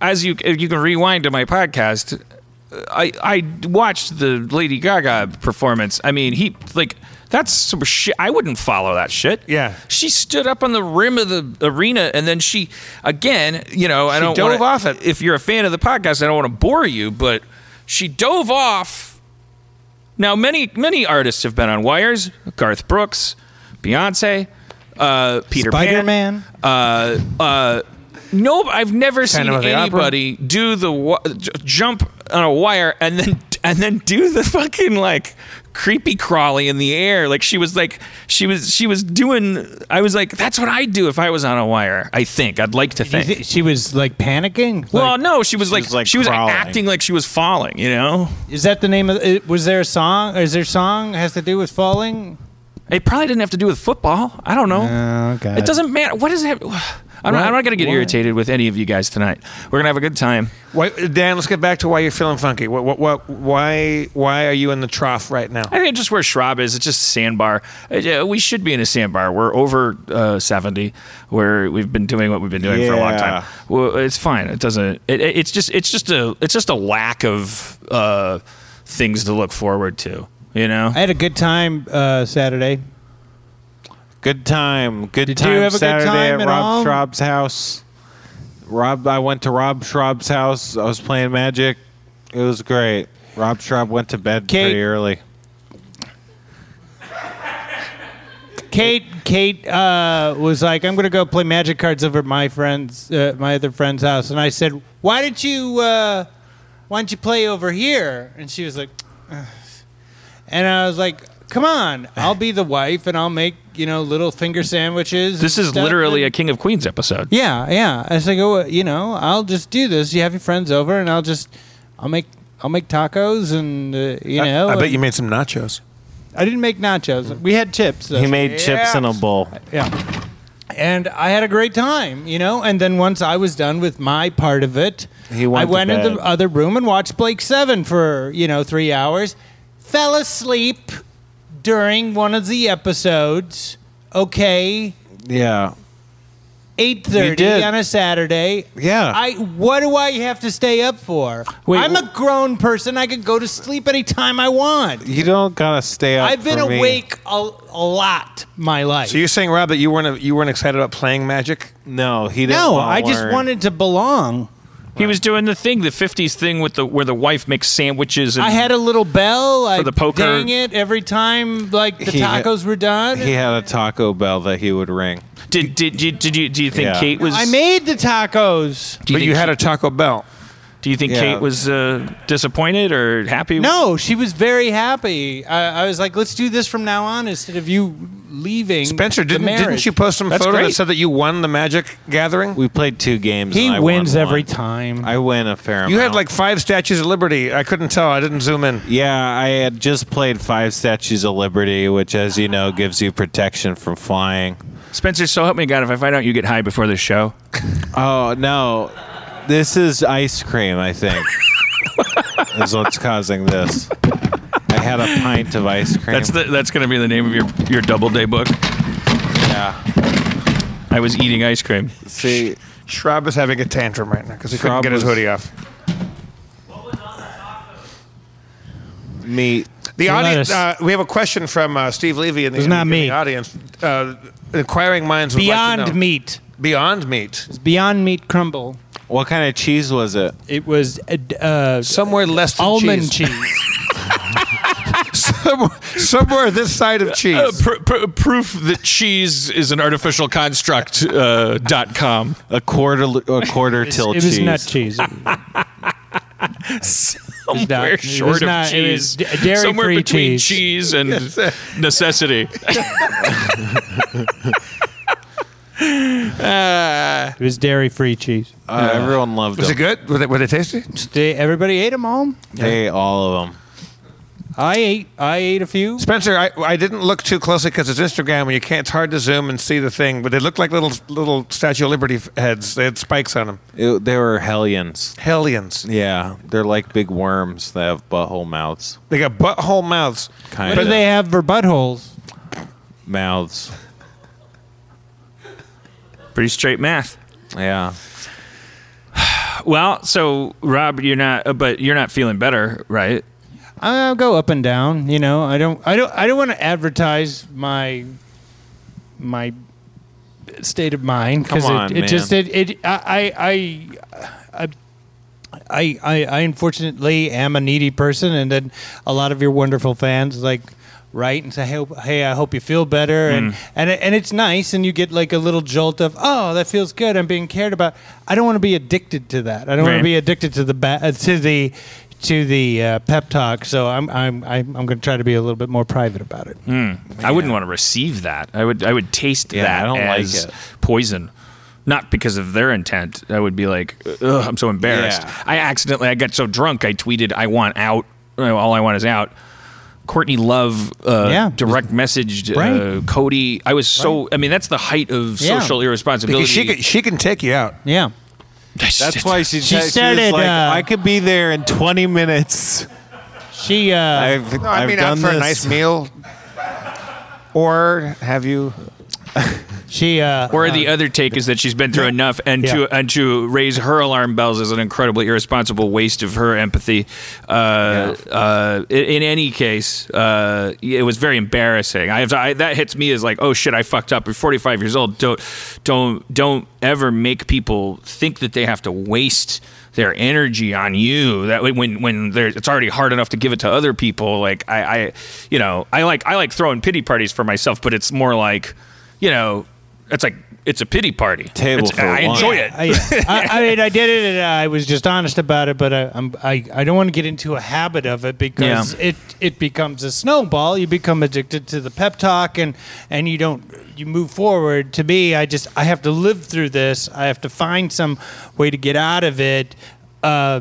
Speaker 2: As you you can rewind to my podcast, uh, I I watched the Lady Gaga performance. I mean, he like that's some shit. I wouldn't follow that shit.
Speaker 1: Yeah.
Speaker 2: she stood up on the rim of the arena, and then she again. You know, I
Speaker 1: She
Speaker 2: don't
Speaker 1: dove
Speaker 2: wanna-
Speaker 1: off it.
Speaker 2: If you're a fan of the podcast, I don't want to bore you, but she dove off. Now, many many artists have been on wires. Garth Brooks, Beyonce, uh, Peter Pan.
Speaker 4: Spider-Man.
Speaker 2: Uh, uh, no, I've never
Speaker 1: Phantom of
Speaker 2: seen
Speaker 1: the Opera.
Speaker 2: anybody do the wa- j- jump on a wire and then and then do the fucking like creepy crawly in the air. Like she was like she was she was doing. I was like, that's what I'd do if I was on a wire. I think I'd like to
Speaker 4: Do you
Speaker 2: think.
Speaker 4: thi- she was like panicking. Like,
Speaker 2: well, no, she was like,
Speaker 3: was, like,
Speaker 2: she was
Speaker 3: crawling.
Speaker 2: acting like she was falling. You know,
Speaker 4: is that the name of? It, was there a song? Is there a song has to do with falling?
Speaker 2: it probably didn't have to do with football. I don't know.
Speaker 4: Oh God!
Speaker 2: It doesn't matter. What does it? Have? I'm not, I'm not going to get
Speaker 4: What?
Speaker 2: irritated with any of you guys tonight. We're going to have a good time.
Speaker 1: Why, Dan, let's get back to why you're feeling funky. What, what, what, why, why are you in the trough right now?
Speaker 2: I think just where Schwab is, it's just sandbar. Uh, yeah, We should be in a sandbar. We're over uh, seventy. Where we've been doing what we've been doing for a long time.
Speaker 3: Yeah.
Speaker 2: Well, it's fine. It doesn't. It, it- it's just. It's just a. It's just a lack of uh, things to look forward to. You know.
Speaker 4: I had a good time uh, Saturday.
Speaker 3: Good time. Good
Speaker 4: Did you
Speaker 3: time
Speaker 4: have a good
Speaker 3: Saturday
Speaker 4: time
Speaker 3: at
Speaker 4: at
Speaker 3: Rob
Speaker 4: all?
Speaker 3: Schraub's house. Rob I went to Rob Schraub's house. I was playing Magic. It was great. Rob Schraub went to bed
Speaker 4: Kate-
Speaker 3: pretty early.
Speaker 4: Kate Kate uh, was like, I'm gonna go play magic cards over at my friends, uh, my other friend's house, and I said, Why don't you uh, Why don't you play over here? And she was like, "Ugh." and I was like, Come on, I'll be the wife, and I'll make you know little finger sandwiches.
Speaker 2: This
Speaker 4: and
Speaker 2: is
Speaker 4: stuff,
Speaker 2: literally
Speaker 4: and-
Speaker 2: a King of Queens episode.
Speaker 4: Yeah, yeah. I was like, oh, you know, I'll just do this. You have your friends over, and I'll just, I'll make, I'll make tacos, and uh, you know,
Speaker 1: I bet you
Speaker 4: and-
Speaker 1: made some nachos.
Speaker 4: I didn't make nachos. We had chips. Though.
Speaker 3: He made chips in a bowl.
Speaker 4: yeah. And I had a great time, you know. And then once I was done with my part of it,
Speaker 3: He went
Speaker 4: I
Speaker 3: to
Speaker 4: went in
Speaker 3: bed.
Speaker 4: the other room and watched Blake Seven for you know three hours. Fell asleep during one of the episodes. Okay,
Speaker 3: Yeah.
Speaker 4: eight
Speaker 3: You
Speaker 4: thirty
Speaker 3: did.
Speaker 4: on a Saturday.
Speaker 3: Yeah.
Speaker 4: I what do I have to stay up for?
Speaker 2: Wait,
Speaker 4: I'm a
Speaker 2: wh-
Speaker 4: grown person. I could go to sleep anytime I want.
Speaker 3: You don't gotta stay up.
Speaker 4: I've been
Speaker 3: for me.
Speaker 4: awake a, a lot my life.
Speaker 1: So you're saying, Rob, that you weren't you weren't excited about playing Magic?
Speaker 3: No, he didn't.
Speaker 4: no,
Speaker 3: wanna
Speaker 4: I just
Speaker 3: learn.
Speaker 4: wanted to belong.
Speaker 2: He was doing the thing, the '50s thing with the where the wife makes sandwiches. And
Speaker 4: I had a little bell. I
Speaker 2: the poker-
Speaker 4: dang it every time like the
Speaker 3: He had-
Speaker 4: tacos were done.
Speaker 3: He had a Taco Bell that he would ring.
Speaker 2: Did did did, did you do you think
Speaker 3: Yeah.
Speaker 2: Kate was?
Speaker 4: I made the tacos.
Speaker 2: Do you
Speaker 1: but
Speaker 2: think
Speaker 1: you had
Speaker 2: she-
Speaker 1: a Taco Bell.
Speaker 2: Do you think
Speaker 3: Yeah.
Speaker 2: Kate was uh, disappointed or happy?
Speaker 4: No, she was very happy. I, I was like, let's do this from now on instead of you leaving.
Speaker 1: Spencer,
Speaker 4: the
Speaker 1: didn't didn't
Speaker 4: marriage.
Speaker 1: you post some
Speaker 2: That's
Speaker 1: photo that
Speaker 2: great.
Speaker 1: said that you won the Magic Gathering?
Speaker 3: We played two games.
Speaker 4: He
Speaker 3: and I won
Speaker 4: wins every
Speaker 3: one.
Speaker 4: time.
Speaker 3: I win a fair amount.
Speaker 1: You had like five statues of liberty. I couldn't tell. I didn't zoom in.
Speaker 3: Yeah, I had just played Five Statues of Liberty, which, as you know, gives you protection from flying.
Speaker 2: Spencer, so help me God, if I find out you get high before this show,
Speaker 3: Oh no, this is ice cream. I think is what's causing this. I had a pint of ice cream.
Speaker 2: that's the that's gonna be the name of your your double day book.
Speaker 3: yeah.
Speaker 2: I was eating ice cream.
Speaker 3: See,
Speaker 1: Schraub is having a tantrum right now because he couldn't
Speaker 3: Schraub
Speaker 1: get his
Speaker 3: was-
Speaker 1: hoodie off.
Speaker 3: meat.
Speaker 1: The
Speaker 4: Well,
Speaker 1: audience. Uh,
Speaker 4: that
Speaker 1: we have a question from uh, Steve Levy in the,
Speaker 4: It's not
Speaker 1: in
Speaker 4: me.
Speaker 1: the audience. Uh, inquiring minds. Would like to
Speaker 4: Beyond
Speaker 1: know.
Speaker 4: meat.
Speaker 1: Beyond meat.
Speaker 4: It's Beyond meat crumble.
Speaker 3: What kind of cheese was it?
Speaker 4: It was uh, d- uh,
Speaker 1: Somewhere less than
Speaker 4: almond
Speaker 1: cheese.
Speaker 4: cheese.
Speaker 1: somewhere, somewhere this side of cheese.
Speaker 2: proof that cheese is an artificial construct. Uh, dot com.
Speaker 3: A quarter, a quarter till
Speaker 4: it
Speaker 3: cheese.
Speaker 4: was nut cheese. It was not-
Speaker 2: We're
Speaker 4: it was
Speaker 2: short
Speaker 4: not-
Speaker 2: of
Speaker 4: it
Speaker 2: cheese.
Speaker 4: was d- dairy-free
Speaker 2: Somewhere between
Speaker 4: cheese.
Speaker 2: cheese, and necessity.
Speaker 4: It was dairy free cheese.
Speaker 3: Uh, everyone loved
Speaker 1: Was it
Speaker 3: them.
Speaker 1: good? Were they, were they tasty?
Speaker 4: They, everybody ate them all.
Speaker 3: They ate all of them.
Speaker 4: I ate. I ate a few.
Speaker 1: Spencer, I, I didn't look too closely because it's Instagram and you can't. It's hard to zoom and see the thing, but they look like little little Statue of Liberty f- heads. They had spikes on them.
Speaker 3: It, they were hellions.
Speaker 1: Hellions.
Speaker 3: Yeah, they're like big worms that have butthole mouths.
Speaker 1: They got butthole mouths.
Speaker 3: Kind
Speaker 4: What do
Speaker 3: of
Speaker 4: they have for buttholes?
Speaker 3: mouths.
Speaker 2: Pretty straight math.
Speaker 3: Yeah.
Speaker 2: Well, so Rob, you're not, uh, but you're not feeling better, right?
Speaker 4: I'll go up and down. You know, I don't. I don't. I don't want to advertise my my state of mind because
Speaker 3: Come on,
Speaker 4: it, it
Speaker 3: man.
Speaker 4: just it. it I, I I I I I unfortunately am a needy person, and then a lot of your wonderful fans like write and say, "Hey, hey I hope you feel better," and
Speaker 3: Mm.
Speaker 4: and it, and it's nice, and you get like a little jolt of, "Oh, that feels good. I'm being cared about." I don't want to be addicted to that. I don't want
Speaker 2: Right.
Speaker 4: to be addicted to the ba- uh, to the to the uh, pep talk. So I'm I'm I'm, I'm going to try to be a little bit more private about it.
Speaker 3: Mm.
Speaker 2: I wouldn't want to receive that. I would, I would taste
Speaker 3: Yeah,
Speaker 2: that
Speaker 3: I don't like
Speaker 2: as
Speaker 3: it.
Speaker 2: poison. Not because of their intent. I would be like, Ugh, I'm so embarrassed.
Speaker 3: Yeah.
Speaker 2: I accidentally, I got so drunk, I tweeted, "I want out. Uh, All I want is out." Courtney Love, uh,
Speaker 4: Yeah.
Speaker 2: direct messaged uh,
Speaker 4: Right.
Speaker 2: Cody. I was so. I mean, that's the height of
Speaker 4: Yeah.
Speaker 2: social irresponsibility.
Speaker 1: Because she can, she can take you out.
Speaker 4: Yeah.
Speaker 3: That's why she, she,
Speaker 4: started,
Speaker 3: was like,
Speaker 4: uh,
Speaker 3: I could be there in 20 minutes.
Speaker 4: She uh,
Speaker 3: I've,
Speaker 1: No, I
Speaker 3: I've
Speaker 1: mean,
Speaker 3: done
Speaker 1: out for
Speaker 3: this.
Speaker 1: a nice meal. Or have you?
Speaker 4: She uh,
Speaker 2: Or the other take is that she's been through enough, and
Speaker 4: Yeah.
Speaker 2: to and to raise her alarm bells is an incredibly irresponsible waste of her empathy. Uh, uh, i- in any case, uh, it was very embarrassing. I, have, I that hits me as like, oh shit, I fucked up. You're 45 years old. Don't don't don't ever make people think that they have to waste their energy on you that way when when there's it's already hard enough to give it to other people like I, I you know i like i like throwing pity parties for myself but it's more like you know it's like it's a pity party.
Speaker 3: Table
Speaker 2: It's-
Speaker 3: for
Speaker 2: I
Speaker 3: one.
Speaker 2: enjoy it.
Speaker 4: I, I, I mean, I did it, and I was just honest about it. But I, I'm, I, I don't want to get into a habit of it because
Speaker 2: Yeah.
Speaker 4: it, it becomes a snowball. You become addicted to the pep talk, and and you don't you move forward. To me, I just I have to live through this. I have to find some way to get out of it, uh,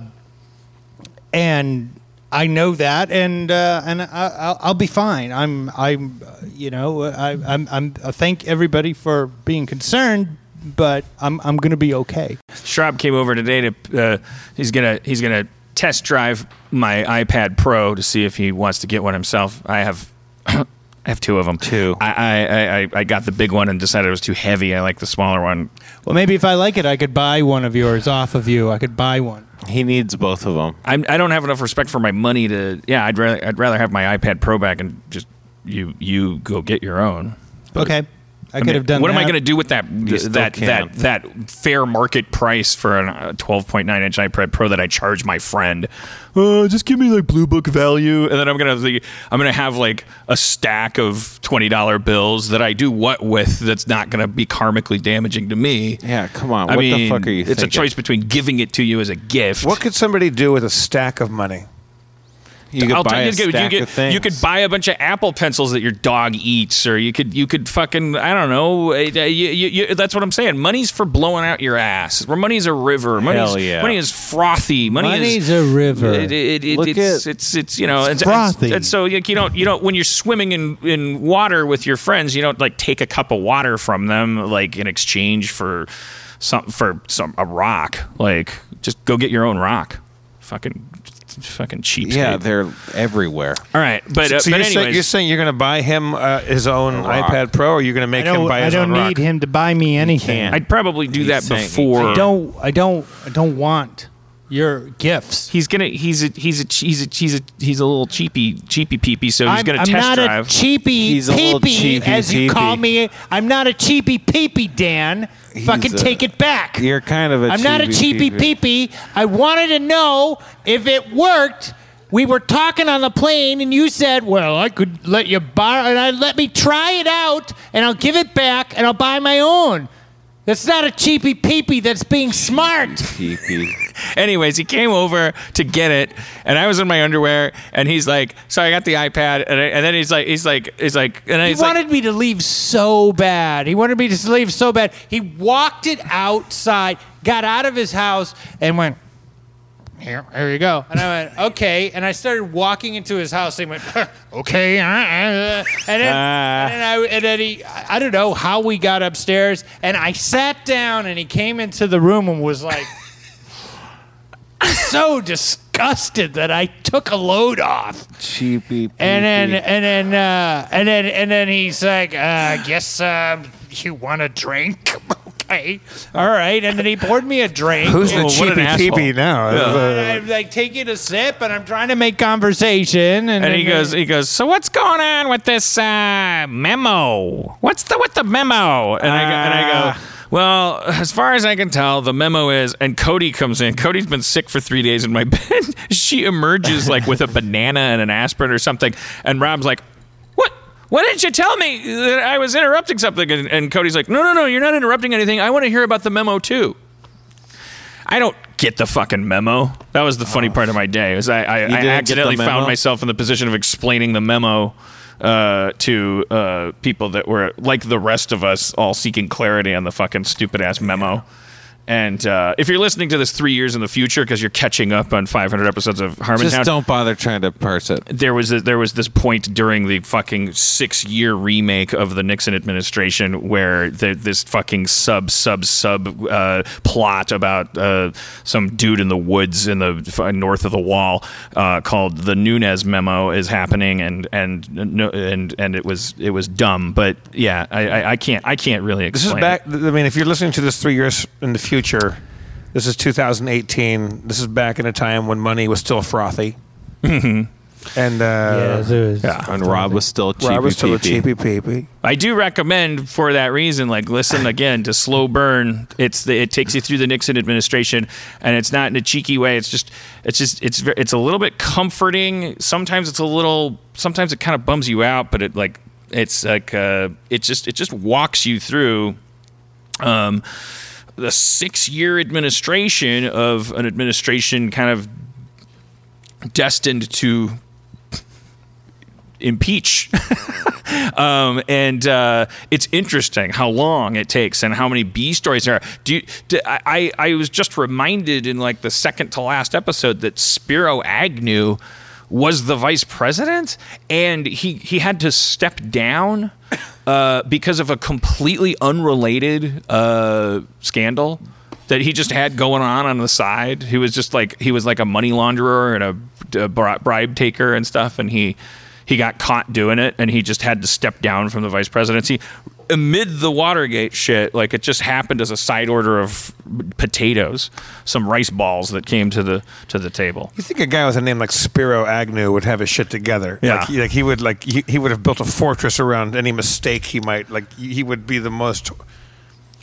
Speaker 4: and I know that, and uh, and I, I'll, I'll be fine. I'm I'm, uh, you know, I, I'm I'm I thank everybody for being concerned. But I'm I'm gonna be okay.
Speaker 2: Schraub came over today to uh, he's gonna he's gonna test drive my iPad Pro to see if he wants to get one himself. I have I have two of them.
Speaker 3: Two.
Speaker 2: I, I- I I I got the big one and decided it was too heavy. I like the smaller one.
Speaker 4: Well, maybe if I like it, I could buy one of yours off of you. I could buy one.
Speaker 3: He needs both of them.
Speaker 2: I'm, I don't have enough respect for my money to yeah. I'd rather I'd rather have my iPad Pro back and just you you go get your own.
Speaker 4: okay, I, could
Speaker 2: mean,
Speaker 4: have done.
Speaker 2: What
Speaker 4: that.
Speaker 2: am I going to do with that
Speaker 3: still
Speaker 2: that that
Speaker 3: can't.
Speaker 2: that fair market price for a 12.9 inch iPad Pro that I charge my friend? Uh, just give me like Blue Book value, and then I'm gonna think, I'm gonna have like a stack of twenty dollar bills that I do what with that's not gonna be karmically damaging to me.
Speaker 3: Yeah, come on.
Speaker 2: I
Speaker 3: what
Speaker 2: mean,
Speaker 3: the fuck are you
Speaker 2: It's
Speaker 3: thinking?
Speaker 2: a choice between giving it to you as a gift.
Speaker 1: What could somebody do with a stack of money?
Speaker 3: You could
Speaker 2: I'll
Speaker 3: buy
Speaker 2: tell you,
Speaker 3: a
Speaker 2: you, could- you,
Speaker 3: stack
Speaker 2: could-
Speaker 3: of things.
Speaker 2: you could buy a bunch of Apple pencils that your dog eats, or you could you could fucking I don't know. uh, You, you, you, that's what I'm saying. Money's for blowing out your ass. Money's a river. Money's,
Speaker 3: Hell yeah.
Speaker 2: Money is frothy. Money is
Speaker 4: Money's a river.
Speaker 2: It, it, it,
Speaker 3: Look
Speaker 2: it's,
Speaker 3: at-
Speaker 2: it's it's you know it's,
Speaker 4: frothy.
Speaker 2: It's, and so like, you don't you don't when you're swimming in in water with your friends, you don't like take a cup of water from them like in exchange for some for some a rock. Like just go get your own rock. Fucking fucking cheap.
Speaker 3: Yeah, they're everywhere.
Speaker 2: All right, but uh,
Speaker 1: so
Speaker 2: but
Speaker 1: you're,
Speaker 2: anyways,
Speaker 1: saying, you're saying you're going to buy him uh, his own
Speaker 3: rock.
Speaker 1: iPad Pro, or you're going to
Speaker 4: I
Speaker 1: make him
Speaker 4: don't.
Speaker 1: buy
Speaker 4: I
Speaker 1: his
Speaker 4: don't
Speaker 1: own rock?
Speaker 4: need him to buy me anything.
Speaker 3: can't.
Speaker 2: I'd probably do that
Speaker 3: saying he
Speaker 2: before.
Speaker 4: I don't. I don't. I don't want your gifts.
Speaker 2: He's gonna. He's a. He's a. He's a. He's a. He's a little cheapy. Cheapy peepee. So he's
Speaker 4: I'm,
Speaker 2: gonna
Speaker 4: I'm
Speaker 2: test
Speaker 4: not
Speaker 2: drive.
Speaker 4: a cheapy
Speaker 3: He's a little
Speaker 4: peepee,
Speaker 3: cheapy
Speaker 4: as you call
Speaker 3: peepee.
Speaker 4: me. I'm not a cheapy peepee, Dan. Fucking
Speaker 3: a-
Speaker 4: take it back.
Speaker 3: You're kind of a.
Speaker 4: I'm not a cheapy peepee. I wanted to know if it worked. We were talking on the plane, and you said, "Well, I could let you borrow, and I let me try it out, and I'll give it back, and I'll buy my own." That's not a cheapy peepee. That's being smart.
Speaker 3: peepee.
Speaker 2: Anyways, he came over to get it, and I was in my underwear, and he's like, "So I got the iPad," and, I, and then he's like, "He's like, he's like," and I
Speaker 4: He
Speaker 2: he's like,
Speaker 4: wanted me to leave so bad. He wanted me to leave so bad. He walked it outside, got out of his house, and went, here, here you go. And I went, okay. And I started walking into his house. And he went, okay. uh, uh, uh." And then,
Speaker 2: Ah.
Speaker 4: and then, I, and then he, I I don't know how we got upstairs. And I sat down and he came into the room and was like, so disgusted that I took a load off.
Speaker 3: Cheapy.
Speaker 4: And then and then uh, and then and then he's like, uh, I guess um, you want a drink? okay, all right. And then he poured me a drink.
Speaker 1: Who's
Speaker 2: Oh,
Speaker 1: the
Speaker 2: what an
Speaker 1: cheapy
Speaker 2: asshole.
Speaker 1: peepee now?
Speaker 4: And I'm like taking a sip, and I'm trying to make conversation. And,
Speaker 2: and he
Speaker 4: then-
Speaker 2: goes, he goes. So what's going on with this uh, memo? What's the what the memo? And I go, and I go.
Speaker 4: Ah.
Speaker 2: Well, as far as I can tell, the memo is, and Cody comes in. Cody's been sick for three days in my bed. she emerges like with a banana and an aspirin or something, and Rob's like, "What? Why didn't you tell me that I was interrupting something?" And, and Cody's like, "No, no, no, you're not interrupting anything. I want to hear about the memo too." I don't get the fucking memo. Oh, That was the funny part of my day. Was I, I, I
Speaker 3: Oh, didn't get the
Speaker 2: accidentally found
Speaker 3: memo?
Speaker 2: myself in the position of explaining the memo uh, to uh, people that were like the rest of us, all seeking clarity on the fucking stupid ass memo. And uh, if you're listening to this three years in the future because you're catching up on 500 episodes of Harmontown,
Speaker 3: Just don't bother trying to parse it.
Speaker 2: there was there was this point during the fucking six year remake of the Nixon administration where the, this fucking sub sub sub uh, plot about uh, some dude in the woods in the f- north of the wall uh, called the Nunes memo is happening and and no, and and it was it was dumb but yeah I, I, I can't I can't really
Speaker 1: This is
Speaker 2: explain
Speaker 1: back.
Speaker 2: it.
Speaker 1: I mean, if you're listening to this three years in the future, this is 2018. This is back in a time when money was still frothy.
Speaker 2: Mm-hmm.
Speaker 1: And uh,
Speaker 3: And Rob was still cheap.
Speaker 1: Rob was still a cheapy peepy.
Speaker 2: I do recommend for that reason, like listen again to Slow Burn. It's the, it takes you through the Nixon administration, and it's not in a cheeky way. It's just it's just it's ver- it's a little bit comforting. Sometimes it's a little sometimes it kind of bums you out, but it like it's like uh, it just it just walks you through um, the six year administration of an administration kind of destined to impeach um, and uh, it's interesting how long it takes and how many B stories there are. Do, you, do I, I I was just reminded in like the second to last episode that Spiro Agnew was the vice president, and he he had to step down uh, because of a completely unrelated uh, scandal. That he just had going on on the side. He was just like he was like a money launderer and a, a bri- bribe taker and stuff. And he he got caught doing it and he just had to step down from the vice presidency amid the Watergate shit. Like it just happened as a side order of potatoes, some rice balls that came to the to the table.
Speaker 1: You think a guy with a name like Spiro Agnew would have his shit together?
Speaker 2: Yeah.
Speaker 1: like, he- like he would like he, he would have built a fortress around any mistake he might like. He would be the most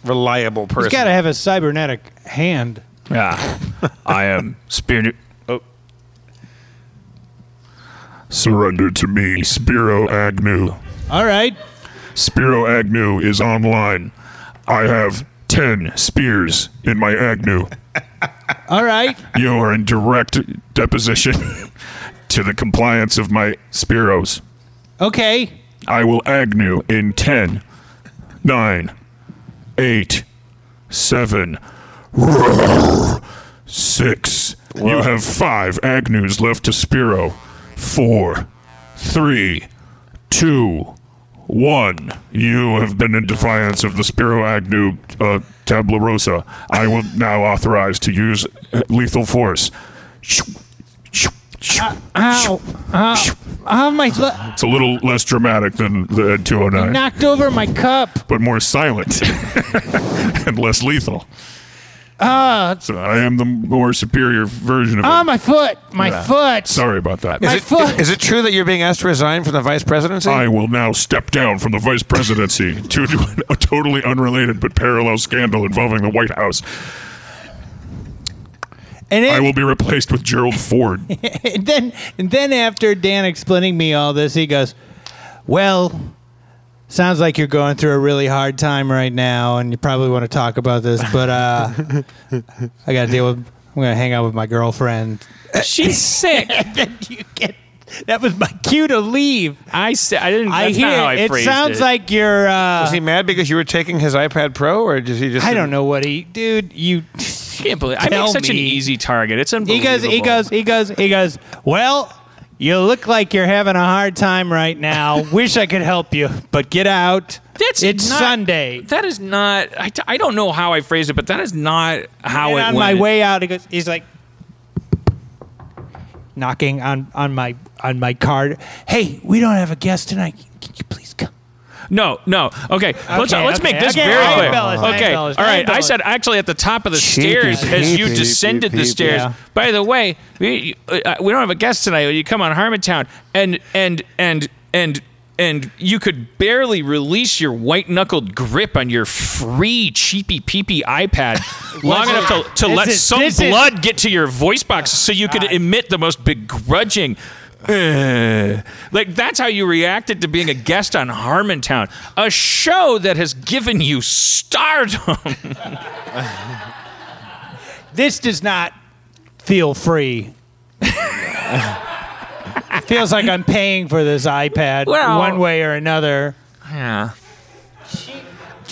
Speaker 1: reliable person.
Speaker 4: He's got to have a cybernetic hand.
Speaker 2: Yeah, I am spirit. Oh,
Speaker 6: Surrender to me, Spiro Agnew.
Speaker 4: All right.
Speaker 6: Spiro Agnew is online. I have 10 spears in my Agnew.
Speaker 4: All right.
Speaker 6: You are in direct deposition to the compliance of my Spiros.
Speaker 4: Okay.
Speaker 6: I will Agnew in 10, 9, 8, 7, 6. You have 5 Agnews left to Spiro. 4, 3, 2, 1. You have been in defiance of the Spiro Agnew uh, tabula rosa. I will now authorize to use uh, lethal force.
Speaker 4: Ow. Ow. Ow, my. le-
Speaker 6: It's a little less dramatic than the oh Ed 209.
Speaker 4: knocked over my cup.
Speaker 6: but more silent and less lethal. Ah, so I am the more superior version of
Speaker 4: Ah,
Speaker 6: it.
Speaker 4: my foot. My foot.
Speaker 6: Sorry about that.
Speaker 4: My
Speaker 1: Is it-
Speaker 4: foot.
Speaker 1: Is it true that you're being asked to resign from the vice presidency?
Speaker 6: I will now step down from the vice presidency due to a totally unrelated but parallel scandal involving the White House.
Speaker 4: and,
Speaker 6: I
Speaker 4: it,
Speaker 6: will be replaced with Gerald Ford.
Speaker 4: and then, and then after Dan explaining me all this, he goes, "Well, sounds like you're going through a really hard time right now, and you probably want to talk about this, but uh, I got to deal with. I'm gonna hang out with my girlfriend.
Speaker 2: she's sick.
Speaker 4: And then you get. That was my cue to leave.
Speaker 2: I said I didn't.
Speaker 4: I
Speaker 2: that's
Speaker 4: hear
Speaker 2: not how I
Speaker 4: it. It
Speaker 2: phrased
Speaker 4: sounds
Speaker 2: it.
Speaker 4: like you're.
Speaker 1: Was
Speaker 4: Uh,
Speaker 1: he mad because you were taking his iPad Pro, or did he just?
Speaker 4: I don't know what he, dude. You.
Speaker 2: I can't believe I
Speaker 4: Tell
Speaker 2: make such an
Speaker 4: me.
Speaker 2: easy target. It's
Speaker 4: He
Speaker 2: unbelievable.
Speaker 4: goes, he goes, he goes, he goes, well, you look like you're having a hard time right now. Wish I could help you, but get out.
Speaker 2: That's
Speaker 4: it's
Speaker 2: not-
Speaker 4: Sunday.
Speaker 2: That is not. I, I don't know how I phrased it, but that is not how
Speaker 4: and
Speaker 2: it
Speaker 4: on
Speaker 2: went.
Speaker 4: my way out, he goes, he's like knocking on, on my on my card. Hey, we don't have a guest tonight. Can you please come?
Speaker 2: No, no. Okay, let's
Speaker 4: Okay,
Speaker 2: let's make
Speaker 4: okay,
Speaker 2: this
Speaker 4: okay,
Speaker 2: very
Speaker 4: I
Speaker 2: clear.
Speaker 4: embellished, I
Speaker 2: okay, all
Speaker 4: embellished, I
Speaker 2: right. I
Speaker 4: embellished.
Speaker 2: said actually at the top of the stairs as you descended the stairs.
Speaker 4: Yeah.
Speaker 2: By the way, we, uh, we don't have a guest tonight. Will You come on Harmontown, and and and and and you could barely release your white knuckled grip on your free cheapy peepee iPad long enough to, to
Speaker 4: This
Speaker 2: let
Speaker 4: is-
Speaker 2: some
Speaker 4: this is-
Speaker 2: blood get to your voice box so you could emit the most begrudging. "Eh." Like that's how you reacted to being a guest on Harmontown, a show that has given you stardom.
Speaker 4: This does not feel free. It feels like I'm paying for this iPad
Speaker 2: Well-
Speaker 4: one way or another.
Speaker 2: Yeah.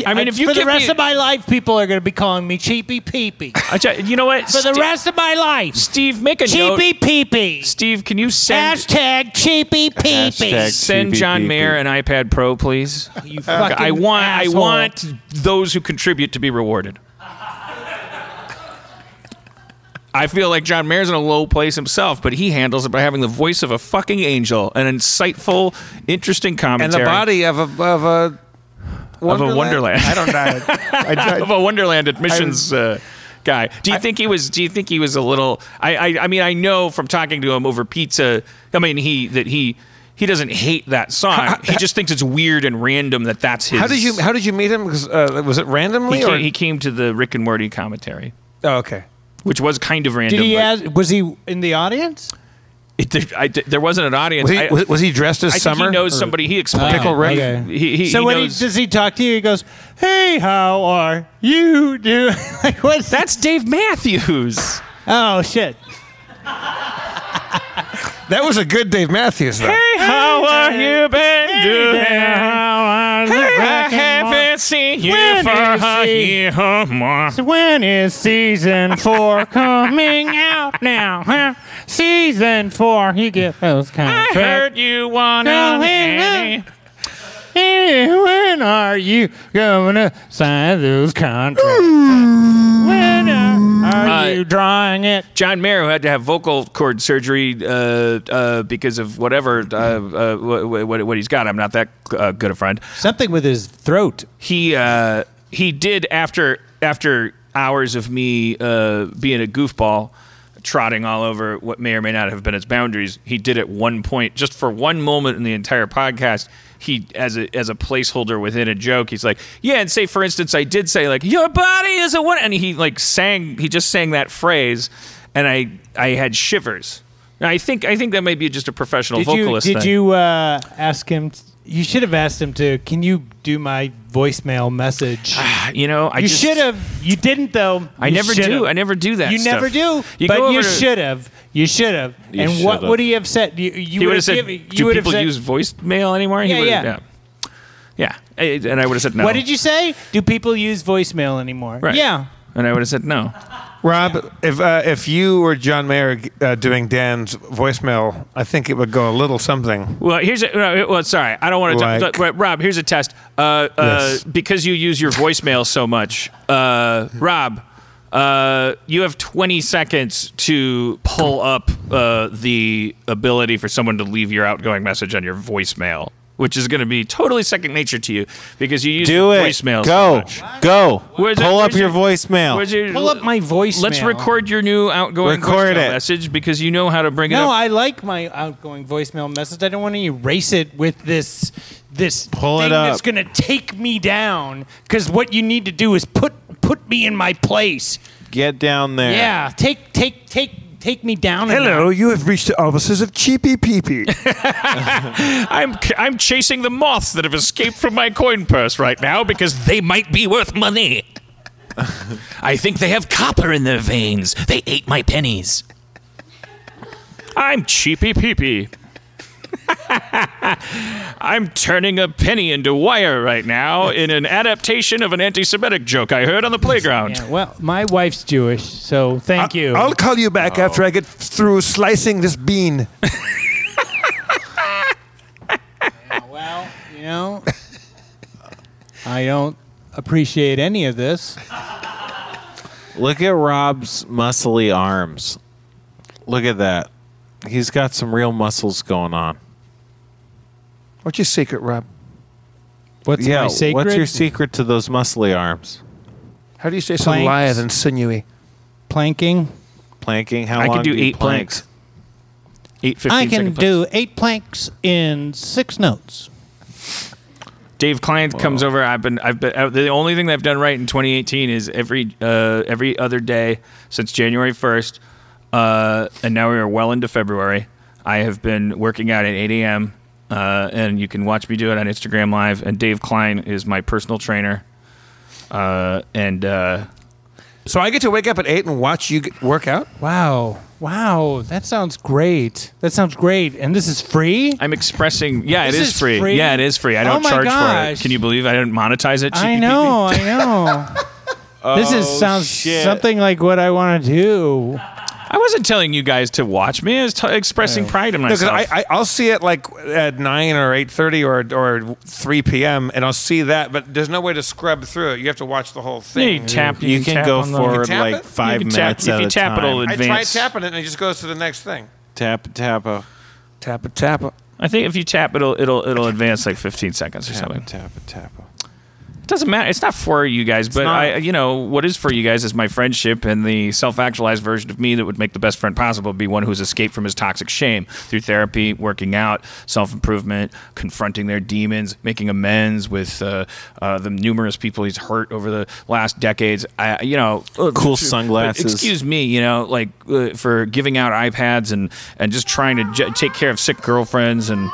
Speaker 2: I mean, if you
Speaker 4: for the
Speaker 2: give
Speaker 4: rest
Speaker 2: me-
Speaker 4: of my life, people are going to be calling me Cheapy Peepy.
Speaker 2: I ju- you know what?
Speaker 4: For the
Speaker 2: Ste-
Speaker 4: rest of my life,
Speaker 2: Steve, make a note.
Speaker 4: Cheapy Peepy.
Speaker 2: Steve, can you send
Speaker 4: Hashtag Cheapy
Speaker 3: Hashtag-
Speaker 4: Peepy.
Speaker 2: send
Speaker 3: TBPP.
Speaker 2: John Mayer an iPad Pro, please?
Speaker 4: You fucking
Speaker 2: I want I
Speaker 4: asshole.
Speaker 2: want those who contribute to be rewarded. I feel like John Mayer's in a low place himself, but he handles it by having the voice of a fucking angel, an insightful, interesting
Speaker 1: and
Speaker 2: commentary,
Speaker 1: the body of a of a
Speaker 2: Of a wonderland.
Speaker 1: I don't know. I,
Speaker 2: of a Wonderland admissions uh, guy. Do you think he was? Do you think he was a little? I, I I mean I know from talking to him over pizza. I mean he that he he doesn't hate that song. He just thinks it's weird and random that that's his.
Speaker 1: how did you how did you meet him? 'Cause, uh, was it randomly
Speaker 2: He
Speaker 1: or
Speaker 2: came, he came to the Rick and Morty commentary,
Speaker 1: oh, okay?
Speaker 2: which was kind of random.
Speaker 4: Did he
Speaker 2: but
Speaker 4: ask, was he in the audience?
Speaker 2: it- there, I- there wasn't an audience.
Speaker 1: Was he,
Speaker 2: I,
Speaker 1: was, was he dressed
Speaker 2: I
Speaker 1: as
Speaker 2: think
Speaker 1: summer?
Speaker 2: he knows
Speaker 1: or-
Speaker 2: somebody. He explained.
Speaker 1: Pickle
Speaker 2: it.
Speaker 1: Rick?
Speaker 4: Ah, Okay.
Speaker 2: He, he,
Speaker 4: so
Speaker 2: he
Speaker 4: when
Speaker 2: knows,
Speaker 4: he, does he talk to you? He goes, "Hey, how are you doing?" like what's
Speaker 2: that's Dave Matthews.
Speaker 4: Oh shit!
Speaker 1: That was a good Dave Matthews though.
Speaker 2: How are you been doing?
Speaker 4: How are
Speaker 2: I haven't seen you
Speaker 4: When
Speaker 2: for
Speaker 4: is
Speaker 2: a
Speaker 4: he?
Speaker 2: year or more.
Speaker 4: When is season four coming out now? Huh? Season four, you get those
Speaker 2: I
Speaker 4: kind of.
Speaker 2: heard you want
Speaker 4: No,
Speaker 2: an
Speaker 4: he-
Speaker 2: Annie.
Speaker 4: Hey, when are you gonna sign those contracts? When are, are
Speaker 2: Uh,
Speaker 4: you drawing it?
Speaker 2: John Mayer, who had to have vocal cord surgery uh, uh, because of whatever uh, uh, what, what, what he's got. I'm not that uh, good a friend.
Speaker 4: Something with his throat.
Speaker 2: he uh, he did after after hours of me uh, being a goofball trotting all over what may or may not have been its boundaries he did at one point just for one moment in the entire podcast he as a as a placeholder within a joke he's like yeah and say for instance i did say like your body is a one and he like sang he just sang that phrase and i i had shivers and i think i think that may be just a professional
Speaker 4: Did you
Speaker 2: vocalist
Speaker 4: did
Speaker 2: thing.
Speaker 4: you uh, ask him? you should have asked him to. Can you do my voicemail message?
Speaker 2: you know i
Speaker 4: you
Speaker 2: just-
Speaker 4: should have. You didn't though.
Speaker 2: I
Speaker 4: You
Speaker 2: never
Speaker 4: should
Speaker 2: do.
Speaker 4: have.
Speaker 2: I never do that
Speaker 4: You
Speaker 2: stuff.
Speaker 4: never do.
Speaker 2: You go
Speaker 4: but you
Speaker 2: over to-
Speaker 4: should have. You should have.
Speaker 3: You
Speaker 4: and what
Speaker 3: should have.
Speaker 4: would he have said? You, you
Speaker 2: he
Speaker 4: would
Speaker 2: would have said,
Speaker 4: given- you
Speaker 2: "Do
Speaker 4: would have
Speaker 2: people
Speaker 4: said-
Speaker 2: use voicemail anymore?" He
Speaker 4: Yeah,
Speaker 2: would've-
Speaker 4: yeah.
Speaker 2: yeah, yeah. I- And I would have said no.
Speaker 4: What did you say? Do people use voicemail anymore?
Speaker 2: Right.
Speaker 4: Yeah.
Speaker 2: And I would have said no.
Speaker 1: Rob, if uh, if you were John Mayer uh, doing Dan's voicemail, I think it would go a little something.
Speaker 2: Well, here's a, no, well, sorry, I don't want to.
Speaker 1: Like-
Speaker 2: talk, but Rob, here's a test. Uh, uh,
Speaker 1: Yes.
Speaker 2: Because you use your voicemail so much, uh, Rob, uh, you have 20 seconds to pull up uh, the ability for someone to leave your outgoing message on your voicemail, which is going to be totally second nature to you because you use
Speaker 3: Do it.
Speaker 2: voicemail. so
Speaker 3: Go.
Speaker 2: much.
Speaker 3: Go.
Speaker 2: Where's it-
Speaker 3: Pull up
Speaker 2: where's
Speaker 3: your
Speaker 2: it-
Speaker 3: voicemail.
Speaker 2: Where's your-
Speaker 4: Pull up my voicemail.
Speaker 2: Let's record your new outgoing
Speaker 3: Record
Speaker 2: voicemail
Speaker 3: it.
Speaker 2: message because you know how to bring it
Speaker 4: No,
Speaker 2: up.
Speaker 4: I like my outgoing voicemail message. I don't want to erase it with this this
Speaker 3: Pull it
Speaker 4: thing that's
Speaker 3: up.
Speaker 4: going to take me down cuz what you need to do is put put me in my place.
Speaker 3: Get down there.
Speaker 4: Yeah, take take take take me down a notch.
Speaker 1: you have reached the offices of Cheapy Peepy.
Speaker 2: I, am I'm chasing the moths that have escaped from my coin purse right now because they might be worth money. I think they have copper in their veins. They ate my pennies. I'm cheapy peepy. I'm turning a penny into wire right now in an adaptation of an anti-Semitic joke I heard on the playground.
Speaker 4: Yeah, well, my wife's Jewish, so thank
Speaker 2: Uh,
Speaker 4: you.
Speaker 1: I'll call you back
Speaker 2: Oh.
Speaker 1: after I get through slicing this bean.
Speaker 4: well, you know, uh, I don't appreciate any of this.
Speaker 3: Look at Rob's muscly arms. Look at that. He's got some real muscles going on.
Speaker 1: What's your secret, Rob?
Speaker 4: What's
Speaker 3: yeah.
Speaker 4: my sacred?
Speaker 3: What's your secret to those muscly arms?
Speaker 1: How do you stay so
Speaker 4: Planks.
Speaker 1: lithe and sinewy?
Speaker 4: planking?
Speaker 3: Planking. How
Speaker 2: I
Speaker 3: long
Speaker 2: could do
Speaker 3: you
Speaker 2: eight
Speaker 3: plank?
Speaker 2: planks. Eight fifteen.
Speaker 4: I can
Speaker 2: second planks.
Speaker 4: do eight planks in six notes.
Speaker 2: Dave Klein comes over. I've been, I've been. uh, The only thing that I've done right in 2018 is every uh, every other day since January 1st, uh, and now we are well into February. I have been working out at 8 a.m. Uh, and you can watch me do it on Instagram Live. And Dave Klein is my personal trainer. Uh, and uh,
Speaker 1: So I get to wake up at eight and watch you get- work out.
Speaker 4: Wow. Wow. That sounds great. That sounds great. And this is free?
Speaker 2: I'm expressing. Yeah,
Speaker 4: This
Speaker 2: it is,
Speaker 4: is
Speaker 2: free.
Speaker 4: free?
Speaker 2: Yeah, it is free. I
Speaker 4: Oh
Speaker 2: don't
Speaker 4: my
Speaker 2: charge for
Speaker 4: gosh.
Speaker 2: it. Can you believe I didn't monetize it?
Speaker 4: I
Speaker 2: GPP?
Speaker 4: know. I know. this is sounds
Speaker 3: Oh, shit.
Speaker 4: something like what I want to do.
Speaker 2: I wasn't telling you guys to watch me. I was t- expressing pride in
Speaker 1: Because
Speaker 2: myself.
Speaker 1: I, I I'll see it like at nine or eight thirty or or three p.m. and I'll see that, but there's no way to scrub through it. You have to watch the whole
Speaker 2: Yeah, you
Speaker 1: thing.
Speaker 2: tap.
Speaker 3: You, can,
Speaker 2: tap
Speaker 3: go
Speaker 2: on the-
Speaker 3: forward
Speaker 1: tap
Speaker 3: like
Speaker 1: it?
Speaker 3: five
Speaker 2: You can tap-
Speaker 3: minutes
Speaker 2: if
Speaker 3: at
Speaker 2: you
Speaker 3: a
Speaker 2: tap,
Speaker 3: time.
Speaker 2: it'll
Speaker 1: I try
Speaker 2: advance.
Speaker 1: tapping it and it just goes to the next thing.
Speaker 3: tap oh, tapo.
Speaker 1: Tap it, tap it.
Speaker 2: I think if you tap, it'll it'll it'll advance like 15 seconds or
Speaker 3: Tap
Speaker 2: something.
Speaker 3: tap tapo.
Speaker 2: It doesn't matter. It's not for you guys, but
Speaker 3: not.
Speaker 2: I, you know, what is for you guys is my friendship and the self-actualized version of me that would make the best friend possible be one who's escaped from his toxic shame through therapy, working out, self-improvement, confronting their demons, making amends with uh, uh, the numerous people he's hurt over the last decades. I, you know, uh,
Speaker 3: Cool
Speaker 2: excuse-
Speaker 3: sunglasses.
Speaker 2: Excuse me, you know, like uh, for giving out iPads and and just trying to j- take care of sick girlfriends and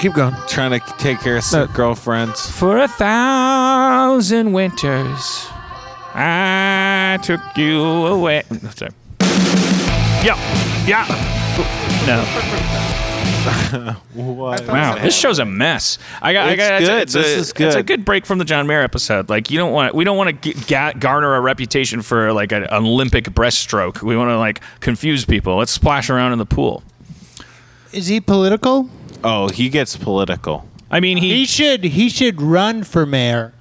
Speaker 1: Keep going.
Speaker 3: Trying to take care of sick girlfriends.
Speaker 2: For a thousand winters, I took you away. Sorry.
Speaker 6: Yeah, yeah.
Speaker 2: No. Wow. This show's a mess. I got. I
Speaker 3: It's
Speaker 2: got.
Speaker 3: good.
Speaker 2: a,
Speaker 3: This is
Speaker 2: It's a
Speaker 3: good.
Speaker 2: good break from the John Mayer episode. Like you don't want. We don't want to g- ga- garner a reputation for like an Olympic breaststroke. We want to like confuse people. Let's splash around in the pool.
Speaker 4: Is he political?
Speaker 3: Oh, he gets political.
Speaker 2: I mean,
Speaker 4: He
Speaker 2: he.
Speaker 4: should he should run for mayor.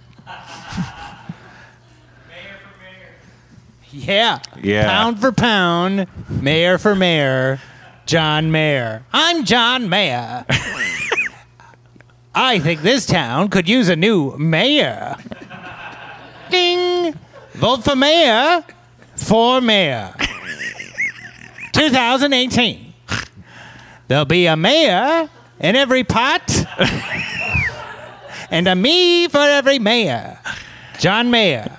Speaker 4: Yeah.
Speaker 3: Yeah.
Speaker 4: Pound for pound, mayor for mayor, John Mayer. I'm John Mayer. I think this town could use a new mayor. Ding. Vote for mayor, for mayor. 2018. There'll be a mayor in every pot and a me for every mayor. John Mayer.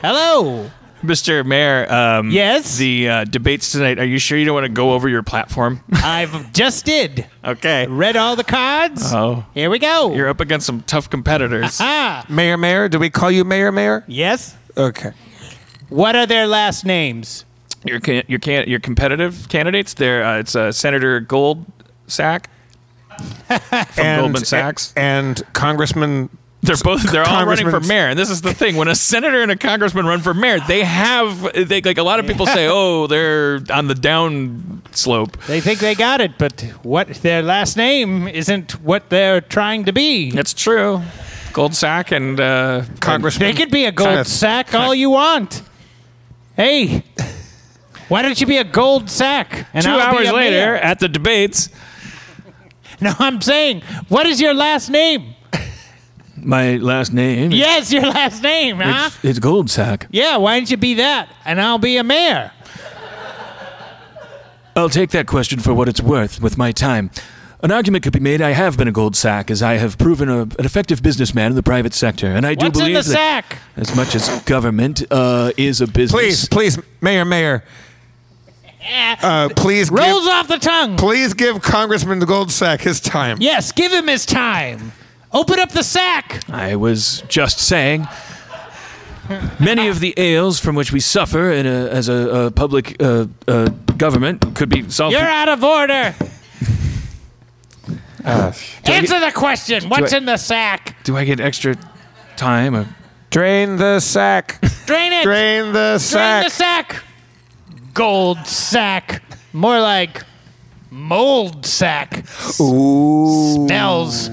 Speaker 4: Hello.
Speaker 2: Mr. Mayor, um,
Speaker 4: Yes?
Speaker 2: the uh, debates tonight. Are you sure you don't want to go over your platform?
Speaker 4: I've just did.
Speaker 2: okay.
Speaker 4: Read all the cards.
Speaker 1: Uh-huh.
Speaker 2: Oh.
Speaker 4: Here we go.
Speaker 2: You're up against some tough competitors.
Speaker 4: ah.
Speaker 1: Mayor, mayor. Do we call you mayor, mayor?
Speaker 4: Yes.
Speaker 1: Okay.
Speaker 4: What are their last names?
Speaker 2: your can, your can, your competitive candidates. There, uh, it's uh, Senator Goldsack from Goldman Sachs.
Speaker 1: and Congressman.
Speaker 2: They're both they're all running for
Speaker 1: Congressman's-
Speaker 2: mayor, and this is the thing: when a senator and a congressman run for mayor, they have they like a lot of people say, "Oh, they're on the down slope."
Speaker 4: They think they got it, but what their last name isn't what they're trying to be.
Speaker 2: That's true. Goldsack and uh,
Speaker 1: Congressman.
Speaker 4: They could be a gold
Speaker 1: Smith.
Speaker 4: sack all you want. Hey, why don't you be a gold sack? And
Speaker 2: 2
Speaker 4: I'll be
Speaker 2: hours
Speaker 4: a
Speaker 2: later
Speaker 4: mayor?
Speaker 2: at the debates,
Speaker 4: No, I'm saying, what is your last name?
Speaker 2: my last name.
Speaker 4: Yes, your last name, huh?
Speaker 2: It's, it's Goldsack.
Speaker 4: Yeah, why don't you be that? And I'll be a mayor.
Speaker 7: I'll take that question for what it's worth with my time. An argument could be made I have been a gold sack, as I have proven a, an effective businessman in the private sector, and I do
Speaker 4: What's in
Speaker 7: believe
Speaker 4: the
Speaker 7: that
Speaker 4: sack?
Speaker 7: as much as government uh, is a business.
Speaker 1: please, please, mayor, mayor. Uh, please,
Speaker 4: Rolls
Speaker 1: give,
Speaker 4: off the tongue.
Speaker 1: please give Congressman Goldsack his time.
Speaker 4: Yes, give him his time. Open up the sack.
Speaker 7: I was just saying. Many of the ails from which we suffer in a, as a, a public uh, uh, government could be solved.
Speaker 4: You're out of order. Answer the question. What's
Speaker 7: I-
Speaker 4: in the sack?
Speaker 7: do I get extra time? Or
Speaker 1: Drain the sack.
Speaker 4: Drain it.
Speaker 1: Drain the
Speaker 4: Drain
Speaker 1: sack.
Speaker 4: the sack. Gold sack. More like mold sack. Ooh. Smells.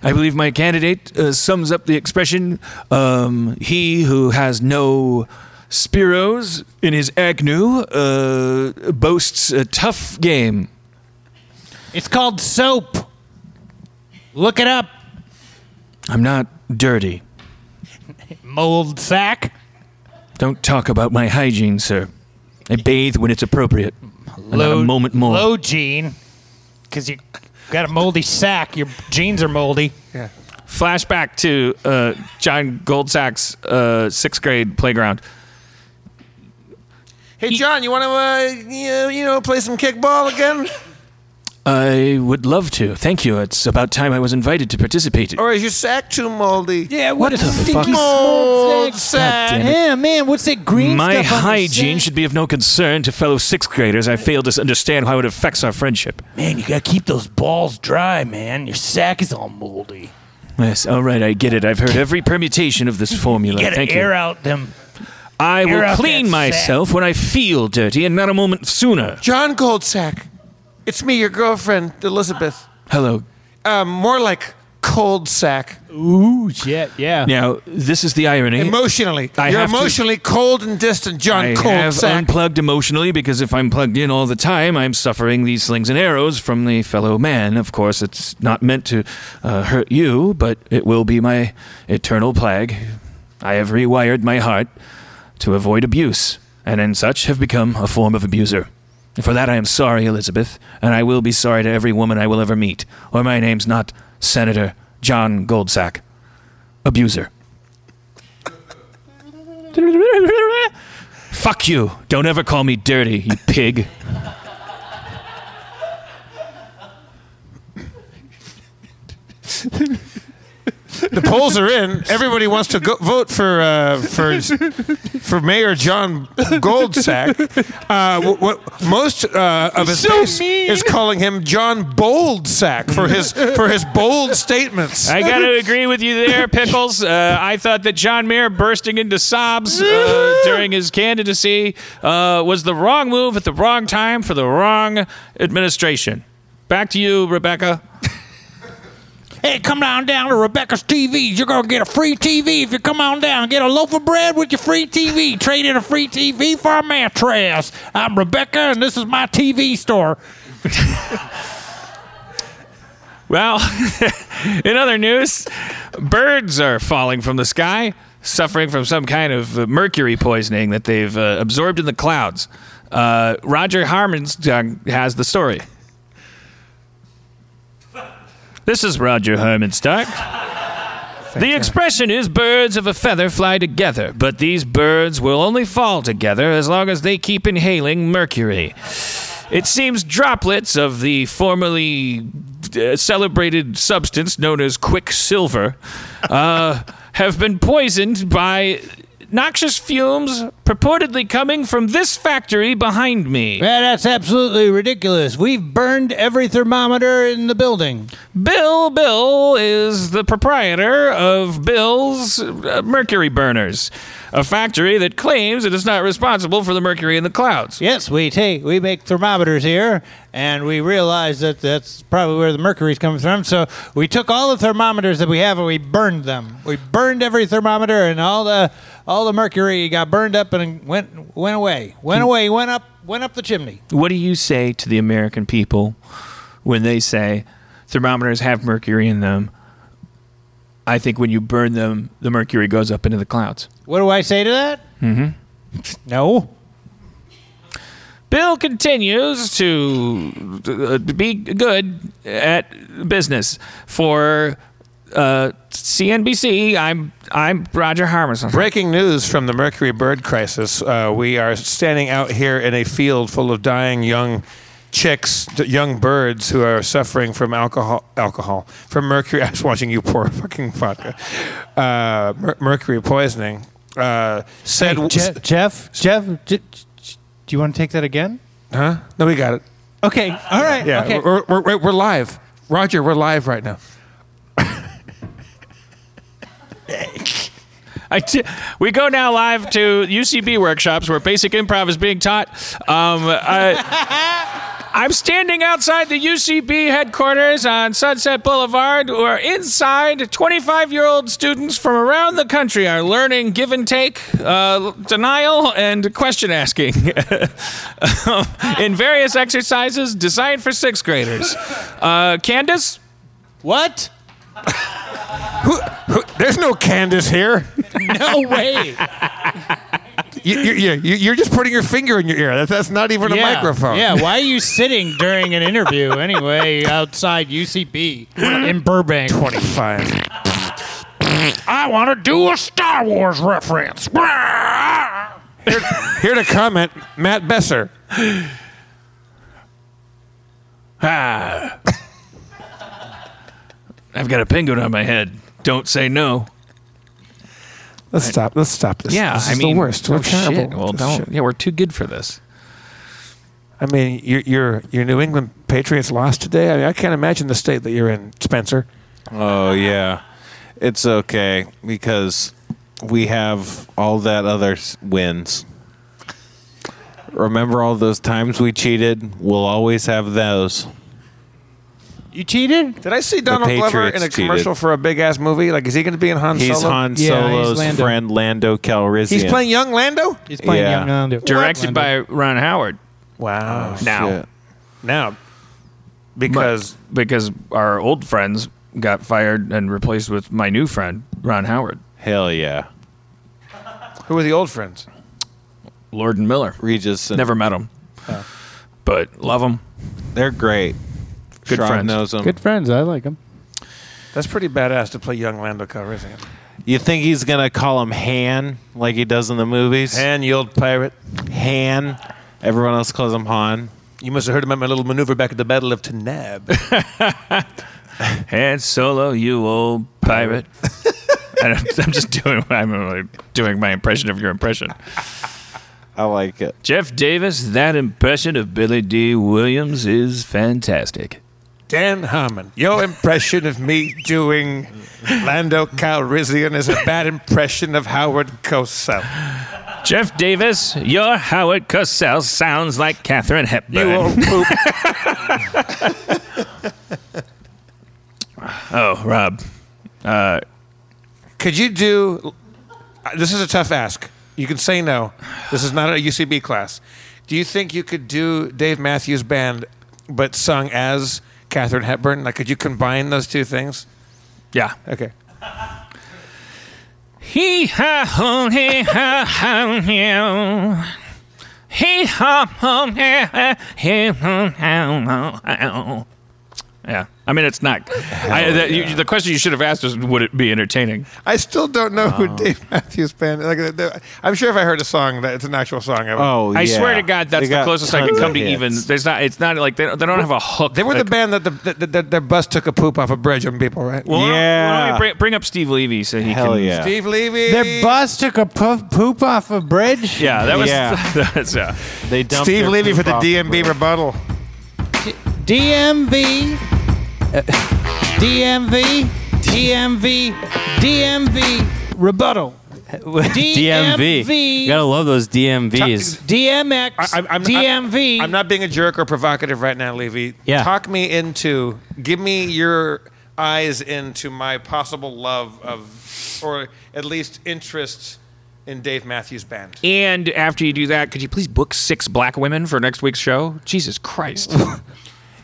Speaker 7: I believe my candidate uh, sums up the expression um, he who has no spiros in his agnew uh, boasts a tough game.
Speaker 4: It's called soap. Look it up.
Speaker 7: I'm not dirty.
Speaker 4: Mold sack.
Speaker 7: Don't talk about my hygiene, sir. I bathe when it's appropriate. Not a moment more.
Speaker 4: Low jean, because you got a moldy sack. Your jeans are moldy.
Speaker 2: Flashback to uh, John Goldsack's uh, sixth grade playground.
Speaker 1: Hey, John, you want to, uh, you, you know, play some kickball again?
Speaker 7: I would love to. Thank you. It's about time I was invited to participate.
Speaker 1: Or is your sack too moldy?
Speaker 4: Yeah, what,
Speaker 7: What
Speaker 4: a
Speaker 7: the fuck?
Speaker 4: stinky
Speaker 1: Mold
Speaker 4: small
Speaker 1: sack.
Speaker 4: sack. Yeah, man, what's that green
Speaker 7: My
Speaker 4: stuff on the
Speaker 7: hygiene
Speaker 4: sack?
Speaker 7: should be of no concern to fellow sixth graders. I fail to understand how it affects our friendship.
Speaker 4: Man, you gotta keep those balls dry, man. Your sack is all moldy.
Speaker 7: Yes, all right, I get it. I've heard every permutation of this formula.
Speaker 4: You gotta
Speaker 7: Thank
Speaker 4: air
Speaker 7: you.
Speaker 4: out them.
Speaker 7: I
Speaker 4: air
Speaker 7: will
Speaker 4: out
Speaker 7: clean
Speaker 4: that sack.
Speaker 7: myself when I feel dirty and not a moment sooner.
Speaker 1: John Goldsack, it's me, your girlfriend, Elizabeth.
Speaker 7: Hello.
Speaker 1: Um, more like cold sack.
Speaker 4: Ooh, shit, yeah.
Speaker 7: Now, this is the irony.
Speaker 1: Emotionally,
Speaker 7: I
Speaker 1: you're
Speaker 7: have to-
Speaker 1: emotionally cold and distant, John
Speaker 7: I have
Speaker 1: Goldsack.
Speaker 7: unplugged emotionally because if I'm plugged in all the time, I'm suffering these slings and arrows from the fellow man. Of course, it's not meant to uh, hurt you, but it will be my eternal plague. I have rewired my heart to avoid abuse, and in such have become a form of abuser. For that I am sorry, Elizabeth, and I will be sorry to every woman I will ever meet, or my name's not Senator John Goldsack. Abuser. Fuck you. Don't ever call me dirty, you pig.
Speaker 1: the polls are in. Everybody wants to go, vote for uh, for for Mayor John Goldsack. Uh, what, what most uh, of his base is calling him John Boldsack for his for his bold statements.
Speaker 2: I got to agree with you there, Pickles. Uh, I thought that John Mayer bursting into sobs uh, during his candidacy uh, was the wrong move at the wrong time for the wrong administration. Back to you, Rebecca.
Speaker 4: Hey, come on down to Rebecca's TVs. You're gonna get a free TV if you come on down. Get a loaf of bread with your free TV. Trade in a free TV for a mattress. I'm Rebecca, and this is my TV store.
Speaker 2: Well, in other news, birds are falling from the sky, suffering from some kind of uh, mercury poisoning that they've uh, absorbed in the clouds. Uh, Roger Harmons uh, has the story. This is Roger Hermanstock. The expression is birds of a feather fly together, but these birds will only fall together as long as they keep inhaling mercury. It seems droplets of the formerly uh, celebrated substance known as quicksilver uh, have been poisoned by noxious fumes purportedly coming from this factory behind me.
Speaker 4: Yeah, that's absolutely ridiculous. We've burned every thermometer in the building.
Speaker 2: Bill Bill is the proprietor of Bill's uh, Mercury Burners, a factory that claims it is not responsible for the mercury in the clouds.
Speaker 4: Yes, we take we make thermometers here, and we realized that that's probably where the mercury's coming from. So we took all the thermometers that we have and we burned them. We burned every thermometer, and all the all the mercury got burned up and went went away. Went away. Went up. Went up the chimney.
Speaker 2: What do you say to the American people when they say thermometers have mercury in them? I think when you burn them, the mercury goes up into the clouds.
Speaker 4: What do I say to that? Mm-hmm. No.
Speaker 2: Bill continues to uh, be good at business for uh, CNBC. I'm I'm Roger Harmison.
Speaker 1: Breaking news from the Mercury bird crisis. Uh, we are standing out here in a field full of dying young chicks, d- young birds who are suffering from alcohol, alcohol, from mercury. I was watching you pour fucking vodka. Uh, mer- mercury poisoning. Uh, said,
Speaker 4: Jeff. Jeff. Jeff. J- j- do you want to take that again?
Speaker 1: huh? No, we got it.
Speaker 4: Okay. All right.
Speaker 1: Yeah,
Speaker 4: Okay.
Speaker 1: we're, we're, we're, we're live. Roger, we're live right now.
Speaker 2: I t- we go now live to UCB workshops where basic improv is being taught. Um, I, I'm standing outside the UCB headquarters on Sunset Boulevard, where inside 25 year old students from around the country are learning give and take, uh, denial, and question asking in various exercises designed for sixth graders. Uh, Candace?
Speaker 4: What?
Speaker 1: There's no Candace here.
Speaker 4: No way.
Speaker 1: You, you, you, you- you're just putting your finger in your ear. That, that's not even a microphone.
Speaker 4: Yeah, why are you sitting during an interview anyway outside UCB in Burbank?
Speaker 1: 25.
Speaker 6: I want to do a Star Wars reference.
Speaker 1: Here to comment, Matt Besser.
Speaker 7: Ah. I've got a penguin on my head. Don't say no.
Speaker 1: Let's stop. Let's stop this.
Speaker 2: Yeah,
Speaker 1: this
Speaker 2: I
Speaker 1: is
Speaker 2: mean,
Speaker 1: the worst. We're
Speaker 2: oh,
Speaker 1: terrible.
Speaker 2: Shit. Well,
Speaker 1: This
Speaker 2: don't.
Speaker 1: shit.
Speaker 2: Yeah, we're too good for this.
Speaker 1: I mean, your your your New England Patriots lost today. I mean, I can't imagine the state that you're in, Spencer.
Speaker 3: Oh yeah, it's okay because we have all that other s- wins. Remember all those times we cheated? We'll always have those.
Speaker 4: You cheated?
Speaker 1: Did I see Donald Glover in
Speaker 3: Patriots
Speaker 1: a commercial
Speaker 3: cheated.
Speaker 1: for a big ass movie? Like, is he going to be in Han
Speaker 3: He's
Speaker 1: Solo?
Speaker 3: Han
Speaker 4: Yeah, he's
Speaker 3: Solo's
Speaker 4: Lando.
Speaker 3: friend, Lando Calrissian.
Speaker 1: He's playing young Lando.
Speaker 4: He's playing
Speaker 3: Yeah.
Speaker 4: Young Lando.
Speaker 2: Directed by Ron Howard.
Speaker 1: Wow.
Speaker 2: Now.
Speaker 3: Shit.
Speaker 1: now, Oh, because
Speaker 2: because our old friends got fired and replaced with my new friend Ron Howard,
Speaker 3: Hell yeah,
Speaker 1: who are the old friends?
Speaker 2: Lord and Miller.
Speaker 3: Regis. And
Speaker 2: Never met him, but love him.
Speaker 3: They're great.
Speaker 2: Good
Speaker 3: Sean
Speaker 2: friends.
Speaker 3: knows them.
Speaker 4: Good friends. I like him.
Speaker 1: That's pretty badass to play young Lando Calrissian.
Speaker 3: You think he's gonna call him Han like he does in the movies?
Speaker 1: And you old pirate,
Speaker 3: Han. Everyone else calls him Han.
Speaker 1: you must have heard about my little maneuver back at the Battle of Tanab.
Speaker 2: Han Solo, you old pirate. And I'm, I'm just doing. I'm like doing my impression of your impression.
Speaker 3: I like it.
Speaker 2: Jeff Davis, that impression of Billy D. Williams is fantastic.
Speaker 1: Dan Harmon, your impression of me doing Lando Calrissian is a bad impression of Howard Cosell.
Speaker 2: Jeff Davis, your Howard Cosell sounds like Catherine Hepburn.
Speaker 1: You old poop.
Speaker 2: oh, Rob.
Speaker 1: Could you do? This is a tough ask. You can say no. This is not a UCB class. Do you think you could do Dave Matthews Band, but sung as Catherine Hepburn? Like, could you combine those two things?
Speaker 2: Yeah.
Speaker 1: Okay.
Speaker 2: Hee ha ho hee ha ho meow. Hee ha ho meow, hee ho meow, meow, meow. Yeah, I mean it's not. I, the, you, the question you should have asked is, would it be entertaining?
Speaker 1: I still don't know
Speaker 3: Oh.
Speaker 1: who Dave Matthews Band. Like, uh, there- I'm sure if I heard a song that it's an actual song. I would.
Speaker 3: Oh,
Speaker 2: I
Speaker 3: yeah.
Speaker 2: swear to God, that's
Speaker 3: They
Speaker 2: the
Speaker 3: got
Speaker 2: closest I can
Speaker 3: tons
Speaker 2: come
Speaker 3: of
Speaker 2: to even.
Speaker 3: hits.
Speaker 2: There's not. It's not like they don't, they don't have a hook.
Speaker 1: They were the
Speaker 2: Like,
Speaker 1: band that the, the, the, their bus took a poop off a bridge on people, right?
Speaker 2: Well, why don't- Why don't
Speaker 3: Yeah.
Speaker 2: we bring, bring up Steve Levy so he
Speaker 3: Hell
Speaker 2: can.
Speaker 3: yeah.
Speaker 1: Steve Levy.
Speaker 4: Their bus took a puff, poop off a bridge.
Speaker 2: Yeah, that was.
Speaker 3: Yeah.
Speaker 2: that's, yeah.
Speaker 3: They dumped
Speaker 1: Steve
Speaker 3: their
Speaker 1: Levy for
Speaker 3: poop
Speaker 1: the
Speaker 3: off
Speaker 1: DMB
Speaker 3: bridge.
Speaker 1: rebuttal.
Speaker 4: DMV. uh, DMV. DMV. DMV. Rebuttal. DMV.
Speaker 8: DMV. You gotta love those DMVs.
Speaker 4: DMX.
Speaker 1: I- I'm- I'm-
Speaker 4: DMV.
Speaker 1: I'm not being a jerk or provocative right now, Levy.
Speaker 8: Yeah.
Speaker 1: Talk me into, give me your eyes into my possible love of, or at least interest in Dave Matthews Band.
Speaker 2: And after you do that, could you please book six black women for next week's show? Jesus Christ.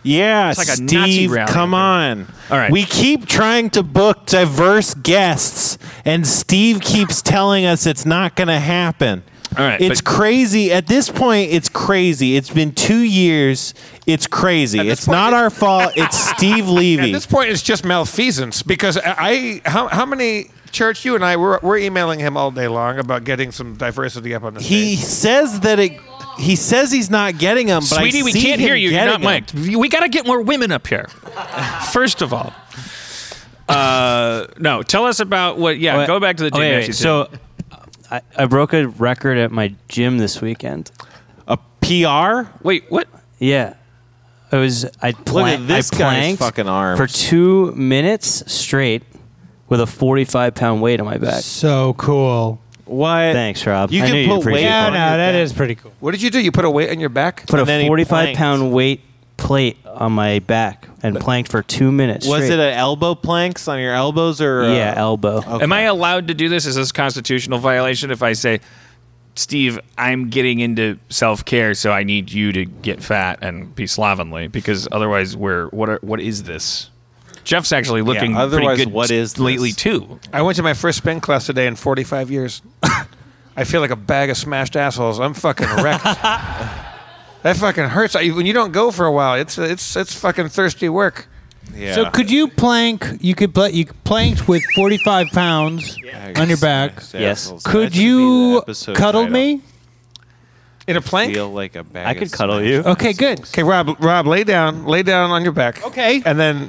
Speaker 3: Yeah,
Speaker 2: like a Nazi
Speaker 3: Steve,
Speaker 2: rally.
Speaker 3: come on.
Speaker 2: All right.
Speaker 3: We keep trying to book diverse guests, and Steve keeps telling us it's not going to happen.
Speaker 2: All right,
Speaker 3: It's
Speaker 2: but-
Speaker 3: crazy. At this point, it's crazy. It's been two years. It's crazy.
Speaker 1: this
Speaker 3: It's
Speaker 1: point-
Speaker 3: not our fault. It's Steve
Speaker 1: At
Speaker 3: Levy.
Speaker 1: this point, it's just malfeasance because I, I- how, how many church you and I were we're emailing him all day long about getting some diversity up on the
Speaker 3: he
Speaker 1: stage.
Speaker 3: says that it. He says he's not getting them, but
Speaker 2: Sweetie,
Speaker 3: I
Speaker 2: we
Speaker 3: see
Speaker 2: can't hear
Speaker 3: him
Speaker 2: you. You're not
Speaker 3: getting 'em.
Speaker 2: mic'd. We got to get more women up here. First of all. Uh, no, tell us about what, yeah,
Speaker 8: But-
Speaker 2: go back to the
Speaker 8: oh,
Speaker 2: gym.
Speaker 8: wait,
Speaker 2: match
Speaker 8: wait,
Speaker 2: you
Speaker 8: So I, I broke a record at my gym this weekend.
Speaker 3: A PR?
Speaker 2: did. wait, what?
Speaker 8: Yeah. I was I
Speaker 3: Look
Speaker 8: plan-
Speaker 3: at this
Speaker 8: I
Speaker 3: guy's
Speaker 8: planked
Speaker 3: fucking arms.
Speaker 8: for two minutes straight with a 45 pound weight on my back.
Speaker 4: so cool.
Speaker 3: what?
Speaker 8: Thanks, Rob.
Speaker 3: You
Speaker 8: I
Speaker 3: can
Speaker 8: knew you'd
Speaker 3: put
Speaker 8: appreciate that.
Speaker 3: weight
Speaker 4: Yeah,
Speaker 3: on
Speaker 4: no,
Speaker 3: your
Speaker 4: that
Speaker 3: back.
Speaker 4: is pretty cool.
Speaker 1: What did you do? You put a weight on your back?
Speaker 8: Put
Speaker 3: And then
Speaker 8: a
Speaker 3: he
Speaker 8: 45
Speaker 3: planked.
Speaker 8: pound weight plate on my back and planked for two minutes.
Speaker 3: Was
Speaker 8: straight.
Speaker 3: it an elbow planks on your elbows or?
Speaker 8: yeah,
Speaker 3: uh,
Speaker 8: elbow.
Speaker 2: Am I allowed to do this? Is this a constitutional violation if I say, Steve, I'm getting into self care, so I need you to get fat and be slovenly because otherwise, we're what? Are, what is this? Jeff's actually looking
Speaker 3: otherwise,
Speaker 2: pretty good
Speaker 3: what is
Speaker 2: lately
Speaker 3: this?
Speaker 2: too.
Speaker 1: I went to my first spin class today in 45 years. I feel like a bag of smashed assholes. I'm fucking wrecked. that fucking hurts. I, when you don't go for a while, it's it's it's fucking thirsty work.
Speaker 3: Yeah.
Speaker 4: So could you plank? You could pla you planked with 45 pounds on your back.
Speaker 8: Yes.
Speaker 4: Could you cuddle me?
Speaker 1: In a plank?
Speaker 3: feel like a bag.
Speaker 8: I
Speaker 3: of
Speaker 8: could cuddle
Speaker 3: smash-
Speaker 8: you.
Speaker 4: Okay, good.
Speaker 1: Okay, Rob, Rob, lay down, lay down on your back.
Speaker 4: Okay.
Speaker 1: And then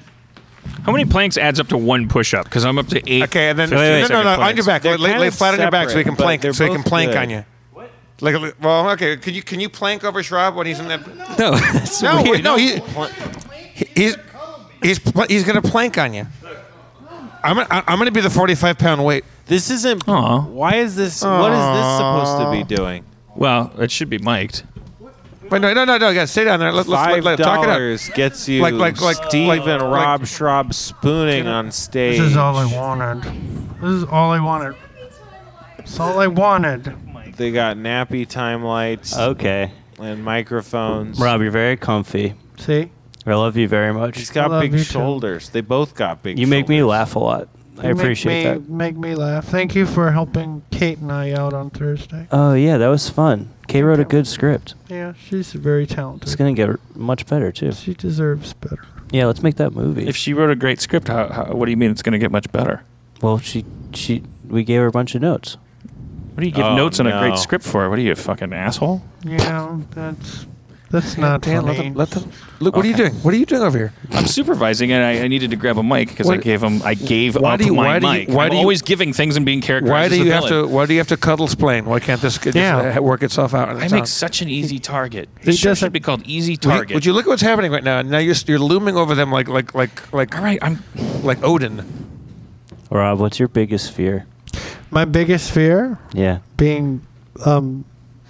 Speaker 2: How many planks adds up to one push up? Because I'm up to eight.
Speaker 1: okay, and then
Speaker 2: Wait, wait,
Speaker 1: no, no, no,
Speaker 2: second
Speaker 1: on your back, lay,
Speaker 3: They're
Speaker 1: lay,
Speaker 3: kind
Speaker 1: lay
Speaker 3: of
Speaker 1: flat on your back so we can
Speaker 3: separate, but
Speaker 1: plank,
Speaker 3: they're
Speaker 1: so we can
Speaker 3: both
Speaker 1: plank
Speaker 3: good.
Speaker 1: on you. What? Like, well, okay. Could you can you plank over Schwab when he's in that?
Speaker 8: No, that's
Speaker 1: No,
Speaker 8: weird.
Speaker 1: wait, no, he, he- he's he's pl- he's gonna plank on you. I'm gonna, I- I'm gonna be the 45 pound weight.
Speaker 3: This isn't.
Speaker 2: Aw.
Speaker 3: Why is this? What is this supposed to be doing?
Speaker 2: Well, it should be mic'd.
Speaker 1: But no, no, no, no, guys, stay down there. Let, let's
Speaker 3: Five
Speaker 1: let, let, talk it out.
Speaker 3: dollars gets you
Speaker 1: Like- like- like-
Speaker 3: Steve
Speaker 1: like-
Speaker 3: and
Speaker 1: like-
Speaker 3: Rob Schraub spooning on stage.
Speaker 9: This is all I wanted. This is all I wanted. It's all I wanted.
Speaker 3: They got nappy time lights
Speaker 4: Oh.
Speaker 8: Okay,
Speaker 3: and microphones.
Speaker 8: Rob, you're very comfy.
Speaker 9: See?
Speaker 8: I love you very
Speaker 3: He's
Speaker 8: much.
Speaker 9: I
Speaker 3: got
Speaker 9: love
Speaker 3: big
Speaker 9: you too.
Speaker 3: shoulders. They both got big.
Speaker 8: You make me
Speaker 3: shoulders.
Speaker 8: laugh a lot. I
Speaker 9: You make
Speaker 8: appreciate
Speaker 9: me-
Speaker 8: that.
Speaker 9: Make me laugh. Thank you for helping Kate and I out on Thursday.
Speaker 8: Oh yeah, that was fun. Kate wrote a good script.
Speaker 9: Yeah, she's very
Speaker 8: It's
Speaker 9: talented.
Speaker 8: gonna get much better too.
Speaker 9: She deserves better.
Speaker 8: Yeah, let's make that movie.
Speaker 2: If she wrote a great script, how, how, what do you mean it's going to get much better?
Speaker 8: well, she she we gave her a bunch of notes.
Speaker 2: What do you give
Speaker 3: Oh,
Speaker 2: notes on a
Speaker 3: no.
Speaker 2: great script for? What are you, a fucking asshole?
Speaker 9: Yeah, that's that's not
Speaker 1: Dan, let
Speaker 9: funny.
Speaker 1: them, let them. Look, what are you doing? What are you doing over here?
Speaker 2: I'm supervising, and I, I needed to grab a mic because I
Speaker 1: What-
Speaker 2: gave him. I gave
Speaker 1: Why
Speaker 2: up
Speaker 1: do you-
Speaker 2: my
Speaker 1: why do you-
Speaker 2: mic.
Speaker 1: why
Speaker 2: I'm
Speaker 1: do you-
Speaker 2: always giving things and being characterized.
Speaker 1: Why do
Speaker 2: as the
Speaker 1: you have
Speaker 2: villain.
Speaker 1: to? Why do you have to cuddle splain? Why can't this just
Speaker 9: Yeah.
Speaker 1: uh, work itself out? on
Speaker 2: I
Speaker 1: its
Speaker 2: make
Speaker 1: own?
Speaker 2: such an easy target.
Speaker 9: He
Speaker 2: This show
Speaker 9: doesn't-
Speaker 2: should be called Easy
Speaker 1: Would you-
Speaker 2: Target.
Speaker 1: Would you look at what's happening right now? Now you're s- you're looming over them like like like like
Speaker 2: All right, I'm.
Speaker 1: like Odin.
Speaker 8: Rob, what's your biggest fear?
Speaker 9: My biggest fear
Speaker 8: Yeah.
Speaker 9: being um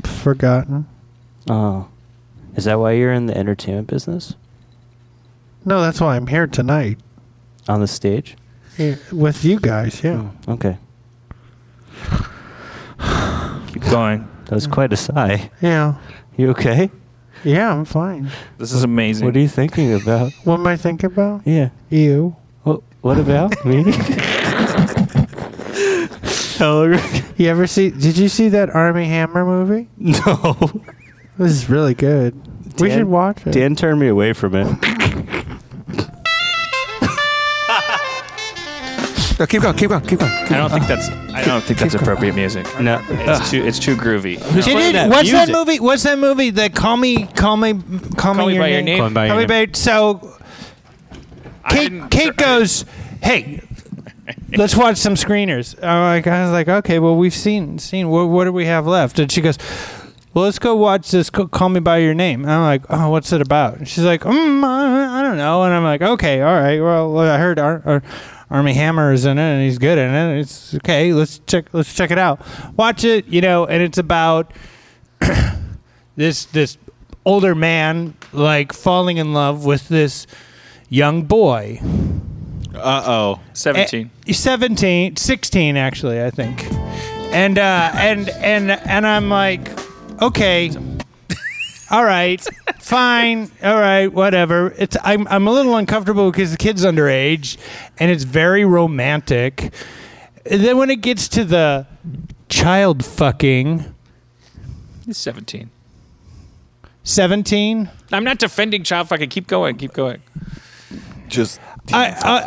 Speaker 9: forgotten.
Speaker 8: Oh, is that why you're in the entertainment business
Speaker 9: No, that's why I'm here tonight
Speaker 8: on the stage?
Speaker 9: here with you guys.
Speaker 3: Hmm.
Speaker 9: Yeah.
Speaker 8: Okay,
Speaker 2: Keep going.
Speaker 8: that
Speaker 4: Mm.
Speaker 8: was quite a sigh.
Speaker 9: Yeah.
Speaker 8: You okay?
Speaker 9: Yeah, I'm fine.
Speaker 2: This is amazing.
Speaker 8: What are you thinking about?
Speaker 9: What am I thinking about?
Speaker 8: Yeah.
Speaker 9: You.
Speaker 8: What What about me? Hello.
Speaker 9: You ever see? Did you see that Army Hammer movie?
Speaker 8: No.
Speaker 9: This is really good. we
Speaker 8: Dan-
Speaker 9: should watch it.
Speaker 8: Dan turned me away from it.
Speaker 1: No, keep going, keep going, keep going.
Speaker 2: I don't think that's. I don't think that's appropriate music.
Speaker 8: No.
Speaker 2: It's too. It's too groovy.
Speaker 4: Did
Speaker 8: playing
Speaker 4: it-
Speaker 8: that
Speaker 4: what's that
Speaker 8: music?
Speaker 4: movie? What's that movie? That call me, call me, call,
Speaker 2: Call
Speaker 4: me,
Speaker 2: Me
Speaker 4: your
Speaker 2: By Your
Speaker 4: name.
Speaker 2: Name. Call Me
Speaker 8: By Your
Speaker 4: call me
Speaker 8: Name.
Speaker 4: by. So Kate,
Speaker 2: didn't-
Speaker 4: Kate goes, hey. Let's watch some screeners. Uh, I'm like, I was like, okay, well, we've seen seen. What, what do we have left? And she goes, well, let's go watch this. Ca- Call me by your name. And I'm like, oh, what's it about? And she's like, mm, I, I don't know. And I'm like, okay, all right. Well, I heard Ar- Ar- Army Hammer is in it, and he's good in it. It's okay. Let's check. Let's check it out. Watch it, you know. And it's about this this older man like falling in love with this young boy
Speaker 3: Uh oh.
Speaker 2: Seventeen.
Speaker 4: Eh, 17 16 actually i think and uh and and and i'm like okay all right fine all right whatever it's i'm, I'm a little uncomfortable because the kid's underage and it's very romantic And then when it gets to the child fucking
Speaker 2: It's Seventeen.
Speaker 4: 17
Speaker 2: I'm not defending child fucking. Keep going. Keep going.
Speaker 3: Just.
Speaker 4: I, I,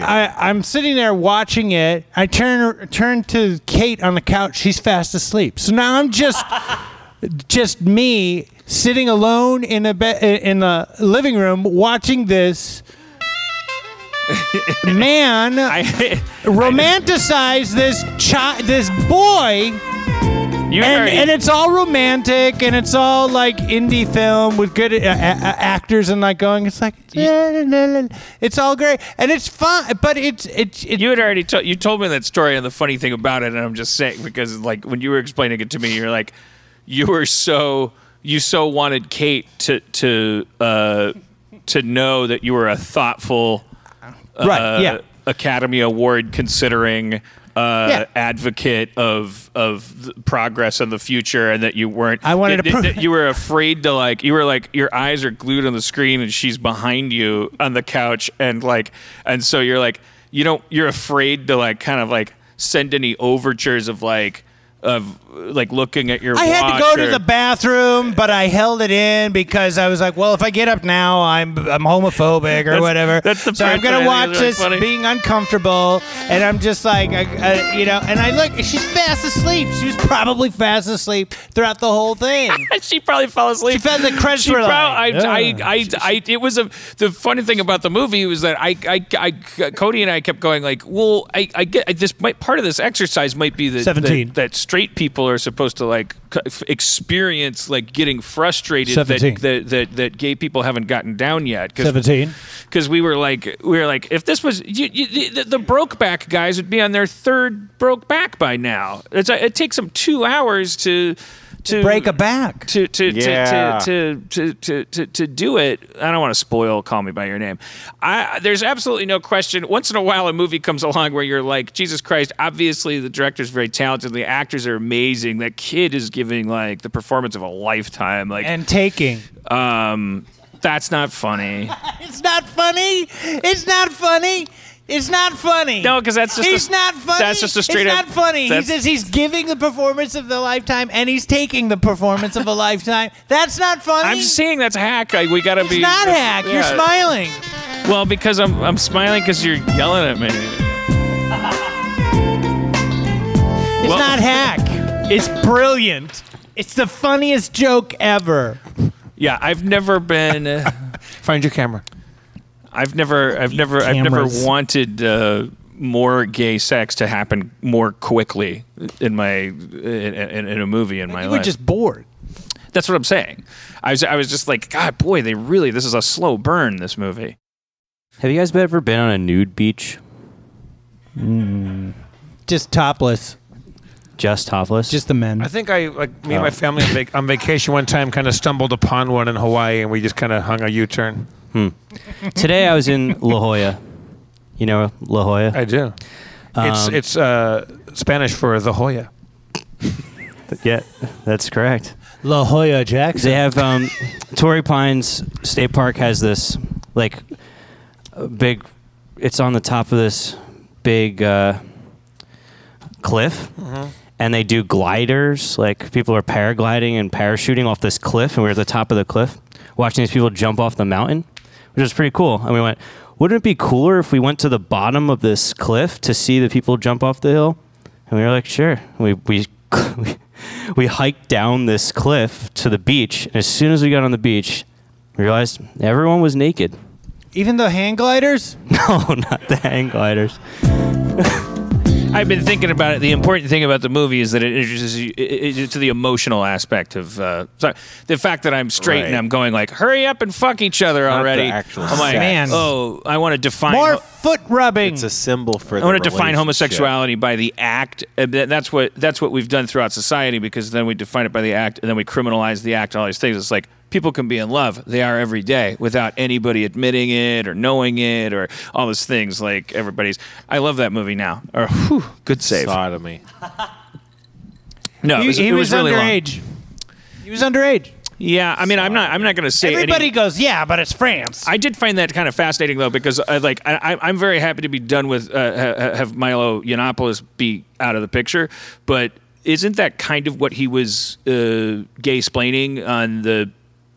Speaker 4: I I'm sitting there watching it. I turn turn to Kate on the couch. She's fast asleep. So now I'm just just me sitting alone in a be- in the living room watching this man
Speaker 2: I.
Speaker 4: romanticize this child this boy
Speaker 2: You
Speaker 4: and,
Speaker 2: already-
Speaker 4: and it's all romantic and it's all like indie film with good uh, uh, actors and like going it's like la, la, la, la. it's all great and it's fun but it's it's it,
Speaker 2: You had already told you told me that story, and the funny thing about it, and I'm just saying because like when you were explaining it to me, you're like, you were so you so wanted Kate to to uh, to know that you were a thoughtful, uh,
Speaker 4: Right, yeah.
Speaker 2: Academy Award considering. Uh,
Speaker 4: Yeah.
Speaker 2: advocate of of the progress and the future and that you weren't
Speaker 4: I wanted
Speaker 2: that-
Speaker 4: to prove-
Speaker 2: that you were afraid to like you were like your eyes are glued on the screen and she's behind you on the couch and like and so you're like you don't you're afraid to like kind of like send any overtures of like of like looking at your
Speaker 4: I had to
Speaker 2: watch
Speaker 4: go
Speaker 2: or-
Speaker 4: to the bathroom, but I held it in because I was like, well, if I get up now, I'm I'm homophobic or
Speaker 2: That's-
Speaker 4: whatever.
Speaker 2: that's the
Speaker 4: so I'm
Speaker 2: part
Speaker 4: gonna
Speaker 2: that I think
Speaker 4: watch
Speaker 2: is really
Speaker 4: this
Speaker 2: funny.
Speaker 4: being uncomfortable, and I'm just like, I, I, you know, and I look, she's fast asleep. She was probably fast asleep throughout the whole thing.
Speaker 2: she probably fell asleep.
Speaker 4: She felt the credits
Speaker 2: She
Speaker 4: were
Speaker 2: prob-
Speaker 4: like,
Speaker 2: I,
Speaker 4: "Ugh."
Speaker 2: I, I, I, it was a. The funny thing about the movie was that I, I, I Cody and I kept going like, well, I, I get I, this. Might, part of this exercise might be that,
Speaker 4: 17.
Speaker 2: that that straight people are supposed to like c- f- experience like getting frustrated
Speaker 4: 17.
Speaker 2: that, that that that gay people haven't gotten down yet. 'Cause- because we were like we were like if this was you, you, the, the Brokeback guys would be on their third Brokeback by now. It's, it takes them two hours to to
Speaker 4: break a back.
Speaker 2: to to,
Speaker 3: Yeah.
Speaker 2: to, to, to, to, to, to do it. I don't want to spoil Call Me by Your Name. I, there's absolutely no question. Once in a while, a movie comes along where you're like, Jesus Christ! Obviously, the director's very talented. The actors are amazing. That kid is giving like the performance of a lifetime. Like,
Speaker 4: and taking.
Speaker 2: um, that's not funny.
Speaker 4: It's not funny. It's not funny. It's not funny.
Speaker 2: No, 'cause that's just a-
Speaker 4: he's not funny.
Speaker 2: that's just a straight
Speaker 4: It's
Speaker 2: up-
Speaker 4: not funny. He
Speaker 2: that's-
Speaker 4: says he's giving the performance of the lifetime and he's taking the performance of a lifetime. That's not funny.
Speaker 2: I'm saying that's hack. I, we gotta
Speaker 4: it's
Speaker 2: be
Speaker 4: not hack. You're
Speaker 2: Yeah.
Speaker 4: smiling.
Speaker 2: Well, because I'm I'm smiling because you're yelling at me.
Speaker 4: It's
Speaker 2: Well-
Speaker 4: not hack. It's brilliant. It's the funniest joke ever.
Speaker 2: Yeah, I've never been.
Speaker 1: Find your camera.
Speaker 2: I've never. I've never. I've never
Speaker 4: Cameras.
Speaker 2: wanted. Uh, more gay sex to happen more quickly in my in, in, in a movie in my
Speaker 4: You
Speaker 2: life.
Speaker 4: were just bored.
Speaker 2: That's what I'm saying. I was I was just like, God, boy, they really. This is a slow burn. This movie.
Speaker 8: Have you guys ever been on a nude beach?
Speaker 4: Just topless.
Speaker 8: Just topless?
Speaker 4: Just the men.
Speaker 1: I think I like me and
Speaker 3: Oh.
Speaker 1: my family on, vac- on vacation one time kind of stumbled upon one in Hawaii and we just kind of hung a U-turn.
Speaker 8: Today I was in La Jolla. You know La Jolla?
Speaker 1: I do. it's
Speaker 8: Um,
Speaker 1: it's uh, Spanish for the Hoya.
Speaker 8: yeah, that's correct.
Speaker 4: La Jolla Jackson.
Speaker 8: They have um, Torrey Pines State Park has this like a big. It's on the top of this big uh, cliff, and they do gliders. Like people are paragliding and parachuting off this cliff, and we are at the top of the cliff, watching these people jump off the mountain, which is pretty cool. And we went, wouldn't it be cooler if we went to the bottom of this cliff to see the people jump off the hill? And we were like, sure. We we we, we hiked down this cliff to the beach, and as soon as we got on the beach, we realized everyone was naked.
Speaker 4: Even the hang gliders?
Speaker 8: No, not the hang gliders.
Speaker 2: I've been thinking about it. The important thing about the movie is that it introduces you it, it, to the emotional aspect of uh, sorry, the fact that I'm straight and
Speaker 3: Right.
Speaker 2: I'm going like, hurry up and fuck each other
Speaker 3: the
Speaker 2: already.
Speaker 3: actual
Speaker 2: I'm like,
Speaker 3: sex.
Speaker 4: Man.
Speaker 2: oh, I want to define.
Speaker 4: More foot rubbing.
Speaker 3: It's a symbol for.
Speaker 2: I want to define homosexuality by the act. Uh, that- That's what that's what we've done throughout society because then we define it by the act and then we criminalize the act. All these things. It's like people can be in love. They are every day without anybody admitting it or knowing it or all those things. Like everybody's. I love that movie now. Or whew, good save.
Speaker 3: Sodomy.
Speaker 2: No, it
Speaker 4: he,
Speaker 2: was,
Speaker 4: he
Speaker 2: it was really long.
Speaker 4: underage. He was underage.
Speaker 2: Yeah, I mean, I'm not. I'm not going to say any-
Speaker 4: Everybody goes, yeah, but it's France.
Speaker 2: I did find that kind of fascinating though, because I, like I, I- I'm very happy to be done with uh, ha- have Milo Yiannopoulos be out of the picture, but isn't that kind of what he was uh, gay splaining on the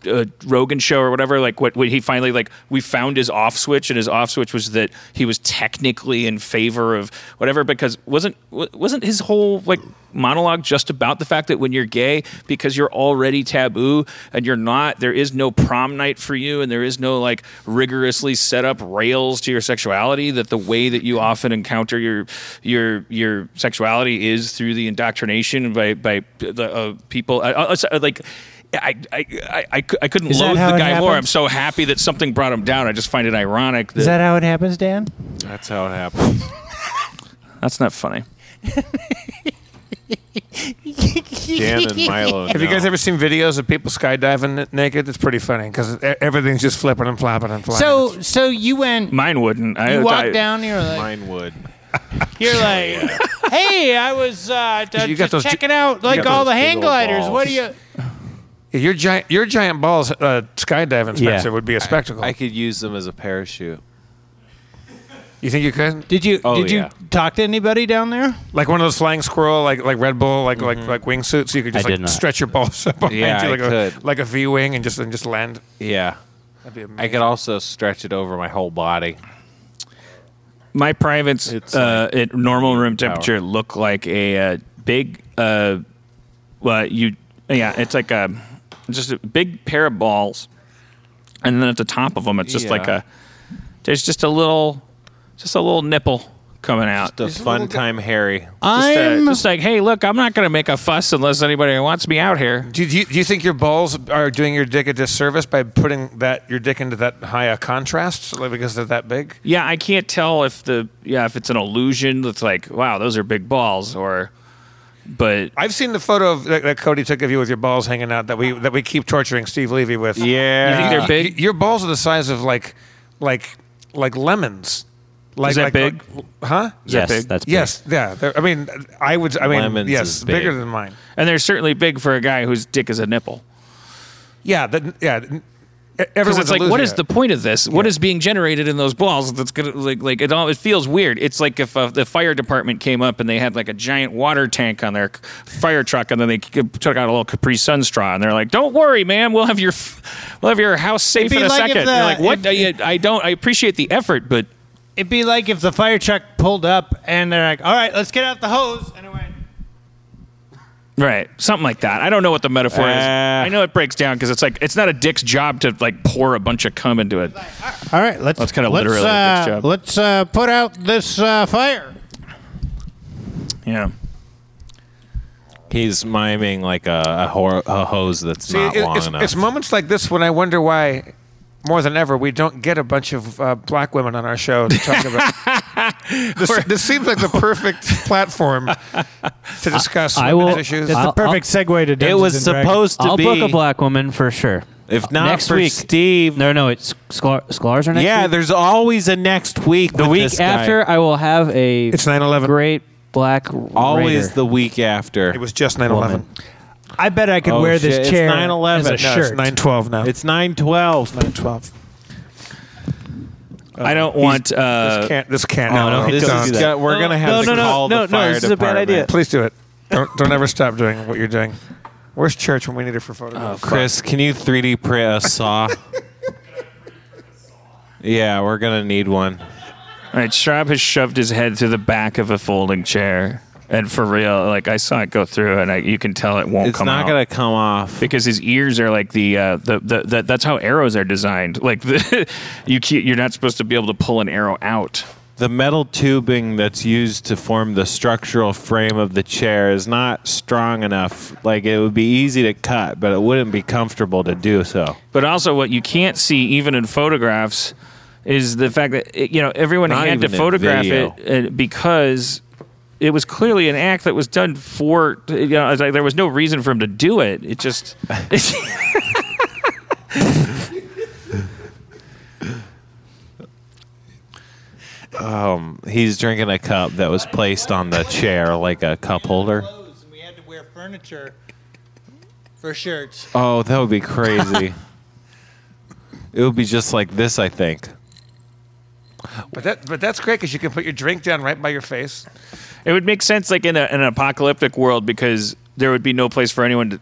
Speaker 2: uh, Rogan show or whatever? Like what when he finally like we found his off switch, and his off switch was that he was technically in favor of whatever because wasn't wa- wasn't his whole like monologue just about the fact that when you're gay because you're already taboo and you're not there is no prom night for you and there is no like rigorously set up rails to your sexuality that the way that you often encounter your your your sexuality is through the indoctrination by by the uh, people uh, uh, uh, like I, I, I, I, cou- I couldn't
Speaker 4: Is that
Speaker 2: loathe
Speaker 4: how
Speaker 2: the
Speaker 4: it
Speaker 2: guy more. I'm
Speaker 4: happens?
Speaker 2: so happy that something brought him down. I just find it ironic. That,
Speaker 4: Is that how it happens, Dan?
Speaker 3: That's how it happens.
Speaker 2: that's not funny.
Speaker 3: Dan and Milo.
Speaker 1: Have you guys ever seen videos of people skydiving n- naked? It's pretty funny because everything's just flipping and flopping and flying.
Speaker 4: So, so you went,
Speaker 2: Mine wouldn't. I,
Speaker 4: you walked
Speaker 2: I-
Speaker 4: down, you're like,
Speaker 3: Mine would. Oh,
Speaker 4: you're like, hey, I was uh, d-
Speaker 1: You got
Speaker 4: just
Speaker 1: those gi-
Speaker 4: checking out like
Speaker 1: got
Speaker 4: all the
Speaker 3: those big
Speaker 4: hang
Speaker 3: old
Speaker 4: gliders. What do you?
Speaker 3: balls.
Speaker 1: your giant your giant balls uh, skydiving, Spencer, would be a spectacle.
Speaker 3: I could use them as a parachute.
Speaker 1: You think you could?
Speaker 4: Did you
Speaker 3: Oh,
Speaker 4: did you
Speaker 3: yeah.
Speaker 4: talk to anybody down there?
Speaker 1: Like one of those flying squirrel, like like Red Bull, like like like wingsuits. You could just
Speaker 8: I did
Speaker 1: like
Speaker 8: not.
Speaker 1: stretch your balls up behind
Speaker 3: Mm-hmm. Yeah,
Speaker 1: you
Speaker 3: I
Speaker 1: like a
Speaker 3: could.
Speaker 1: like a V wing and just and just land.
Speaker 3: Yeah.
Speaker 1: That'd be amazing.
Speaker 3: I could also stretch it over my whole body.
Speaker 2: My privates
Speaker 3: It's
Speaker 2: uh, at normal room
Speaker 3: power.
Speaker 2: temperature look like a uh, big, uh, well, you, yeah, it's like a just a big pair of balls, and then at the top of them, it's just
Speaker 3: Yeah.
Speaker 2: like a there's just a little, just a little nipple coming out.
Speaker 3: The fun time Harry.
Speaker 2: Just, uh,
Speaker 4: I'm
Speaker 2: just like, hey, look, I'm not gonna make a fuss unless anybody wants me out here.
Speaker 1: Do you, do you think your balls are doing your dick a disservice by putting that your dick into that high a contrast like, because they're that big?
Speaker 2: Yeah, I can't tell if the yeah if it's an illusion that's like, wow, those are big balls, or, but
Speaker 1: I've seen the photo of, that, that Cody took of you with your balls hanging out that we that we keep torturing Steve Levy with.
Speaker 3: Yeah.
Speaker 2: you think they're
Speaker 1: Y-
Speaker 2: big?
Speaker 1: your balls are the size of like like like lemons. Like,
Speaker 2: Is that
Speaker 1: like-
Speaker 2: big?
Speaker 1: huh?
Speaker 8: yes,
Speaker 2: big?
Speaker 8: that's big.
Speaker 1: Yes, yeah. they're- I mean, I would. I mean,
Speaker 3: Lemons
Speaker 1: yes,
Speaker 3: is big.
Speaker 1: bigger than mine.
Speaker 2: And they're certainly big for a guy whose dick is a nipple.
Speaker 1: Yeah, the, yeah. n-
Speaker 2: Because
Speaker 1: Everyone's
Speaker 2: it's like, what is the point of this? What is being generated in those balls? That's gonna like like it all. It feels weird. It's like if uh, the fire department came up and they had like a giant water tank on their c- fire truck, and then they c- took out a little Capri Sun straw, and they're like, "Don't worry, ma'am, we'll have your f- we'll have your house safe
Speaker 4: be
Speaker 2: in a
Speaker 4: like if
Speaker 2: second.
Speaker 4: the-
Speaker 2: You're like, "What?
Speaker 4: if-
Speaker 2: I, I don't. I appreciate the effort, but
Speaker 4: It'd be like if the fire truck pulled up and they're like, "All right, let's get out the hose," and it went.
Speaker 2: Right, something like that. I don't know what the metaphor is.
Speaker 3: Ah.
Speaker 2: I know it breaks down because it's like it's not a dick's job to like pour a bunch of cum into it.
Speaker 4: All right, let's.
Speaker 2: That's kinda
Speaker 4: let's,
Speaker 2: literally a good
Speaker 4: uh,
Speaker 2: job.
Speaker 4: Let's uh, put out this uh, fire.
Speaker 2: Yeah.
Speaker 3: He's miming like a, a, hor- a hose that's
Speaker 1: See,
Speaker 3: not
Speaker 1: it-
Speaker 3: long
Speaker 1: it's,
Speaker 3: enough.
Speaker 1: it's moments like this when I wonder why, more than ever, we don't get a bunch of uh, black women on our show to talk about. this, this seems like the perfect platform to discuss
Speaker 8: I
Speaker 1: women's
Speaker 8: will-
Speaker 1: issues. Uh,
Speaker 8: That's the I'll-
Speaker 4: Perfect segue to
Speaker 3: it
Speaker 4: Dungeons
Speaker 3: was
Speaker 4: and Dragons.
Speaker 3: supposed to
Speaker 8: I'll
Speaker 3: be.
Speaker 8: book a black woman for sure.
Speaker 3: If not
Speaker 8: next
Speaker 3: for
Speaker 8: week.
Speaker 3: Steve.
Speaker 8: No, no, it's Sklar, Sklar's are next.
Speaker 3: yeah,
Speaker 8: week.
Speaker 3: there's always a next week.
Speaker 8: the week after I will have a
Speaker 1: it's 9-11.
Speaker 8: great black
Speaker 3: Always
Speaker 8: raider.
Speaker 3: the week after.
Speaker 1: It was just 9-11.
Speaker 4: I bet I could
Speaker 3: Oh,
Speaker 4: wear
Speaker 3: shit,
Speaker 4: this
Speaker 3: it's
Speaker 4: chair
Speaker 3: 9/11.
Speaker 4: as a
Speaker 3: No, it's
Speaker 1: No, it's
Speaker 4: shirt.
Speaker 1: 9-12 now.
Speaker 3: It's 912.
Speaker 1: 9-12.
Speaker 2: I don't want. Uh,
Speaker 1: this can't. This can't.
Speaker 3: No, Oh, no,
Speaker 1: happen.
Speaker 3: this
Speaker 1: Don't
Speaker 3: is
Speaker 1: do that.
Speaker 3: go- we're gonna have
Speaker 8: no,
Speaker 3: to
Speaker 8: no, no,
Speaker 3: call
Speaker 8: no,
Speaker 3: the
Speaker 8: no,
Speaker 3: fire
Speaker 8: this is a bad
Speaker 3: department.
Speaker 8: idea.
Speaker 1: Please do it. Don't, don't ever stop doing what you're doing. Where's church when we need it for photographs?
Speaker 3: Chris, can you 3D print a saw? yeah, we're gonna need one.
Speaker 2: all right, Schraub has shoved his head through the back of a folding chair, and for real, like I saw it go through, and I, you can tell it won't
Speaker 3: It's
Speaker 2: come
Speaker 3: not
Speaker 2: out.
Speaker 3: gonna come off.
Speaker 2: because his ears are like the, uh, the, the, the that's how arrows are designed. Like the, you can't, you're not supposed to be able to pull an arrow out.
Speaker 3: The metal tubing that's used to form the structural frame of the chair is not strong enough. Like it would be easy to cut, but it wouldn't be comfortable to do so.
Speaker 2: But also, what you can't see even in photographs is the fact that it, you know everyone
Speaker 3: Not
Speaker 2: had to
Speaker 3: even in
Speaker 2: photograph
Speaker 3: video.
Speaker 2: it uh, because it was clearly an act that was done for. You know, it's like there was no reason for him to do it. It just.
Speaker 3: He's drinking a cup that was placed on the chair like a cup holder.
Speaker 4: We had to wear furniture for shirts.
Speaker 3: Oh, that would be crazy. it would be just like this, I think.
Speaker 1: But that, but that's great because you can put your drink down right by your face.
Speaker 2: It would make sense, like in, a, in an apocalyptic world, because there would be no place for anyone to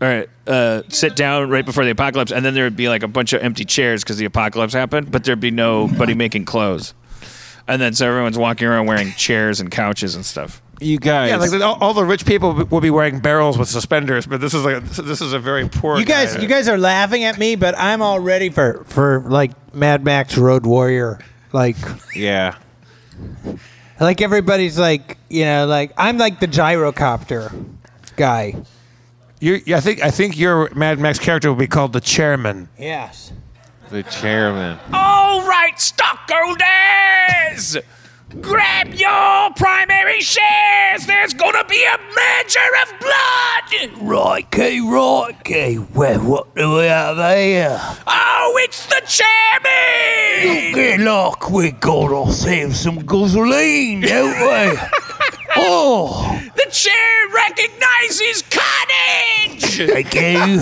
Speaker 2: all right, uh, sit down right before the apocalypse, and then there would be like a bunch of empty chairs because the apocalypse happened, but there'd be nobody making clothes, and then so everyone's walking around wearing chairs and couches and stuff.
Speaker 3: You guys,
Speaker 1: Yeah, like all, all the rich people will be wearing barrels with suspenders, but this is like this is a very poor.
Speaker 4: You guys,
Speaker 1: guy.
Speaker 4: you guys are laughing at me, but I'm all ready for for like Mad Max Road Warrior. Like,
Speaker 3: yeah.
Speaker 4: like everybody's like, you know, like I'm like the gyrocopter guy.
Speaker 1: You're- yeah, I think I think your Mad Max character will be called the Chairman.
Speaker 4: Yes.
Speaker 3: The chairman.
Speaker 2: All right, stockholders, grab your primary shares. There's gonna be a merger of blood.
Speaker 4: Right, K. Right, K. Well, what do we have here?
Speaker 2: Oh, it's the chairman.
Speaker 4: Good luck, we got ourselves some gasoline, don't we? oh,
Speaker 2: The chair recognizes cottage!
Speaker 4: thank you.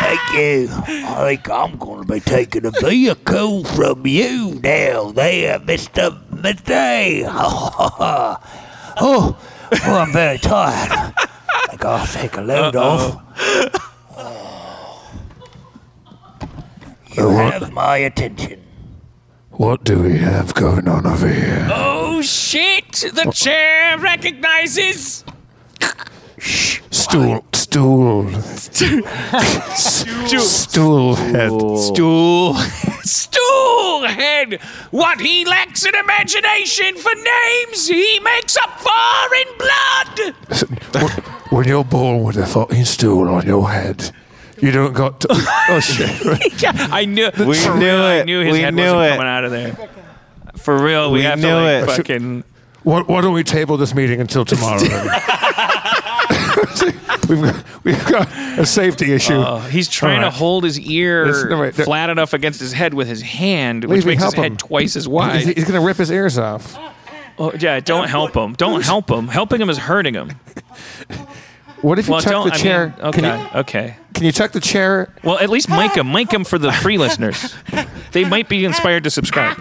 Speaker 10: like you. I think I'm going to be taking a vehicle from you now, there, Mister Midday. oh, oh, I'm very tired. I think I'll take a load off. You have my attention.
Speaker 6: What do we have going on over here?
Speaker 2: Oh shit! The chair recognizes.
Speaker 6: Stool, stool, stool head.
Speaker 2: Stool. Stool head. What he lacks in imagination for names, he makes up for in blood.
Speaker 6: When you're born with a fucking stool on your head, you don't got. To, oh shit!
Speaker 2: I knew.
Speaker 3: We
Speaker 2: for
Speaker 3: knew
Speaker 2: real, I
Speaker 3: it.
Speaker 2: knew his
Speaker 3: We
Speaker 2: head
Speaker 3: knew
Speaker 2: wasn't
Speaker 3: it.
Speaker 2: coming out of there. For real, we,
Speaker 3: We
Speaker 2: have
Speaker 3: knew
Speaker 2: to like,
Speaker 3: it.
Speaker 2: fucking.
Speaker 6: Why, why don't we table this meeting until tomorrow? then? we've, got, we've got a safety issue.
Speaker 2: Oh, he's trying
Speaker 6: All right.
Speaker 2: to hold his ear
Speaker 6: Listen, no, wait, no.
Speaker 2: flat enough against his head with his hand,
Speaker 6: Leave
Speaker 2: which
Speaker 6: me,
Speaker 2: makes his
Speaker 6: help
Speaker 2: head
Speaker 6: him.
Speaker 2: twice as
Speaker 6: he's,
Speaker 2: wide.
Speaker 6: he's gonna rip his ears off.
Speaker 2: Oh, yeah, don't help him. Don't help him. Helping him is hurting him.
Speaker 6: What if you
Speaker 2: Well,
Speaker 6: tuck
Speaker 2: don't.
Speaker 6: the
Speaker 2: I
Speaker 6: chair?
Speaker 2: mean, okay,
Speaker 6: can, you,
Speaker 2: okay.
Speaker 6: can you tuck the chair?
Speaker 2: Well, at least mic him. Mic him for the free listeners. They might be inspired to subscribe.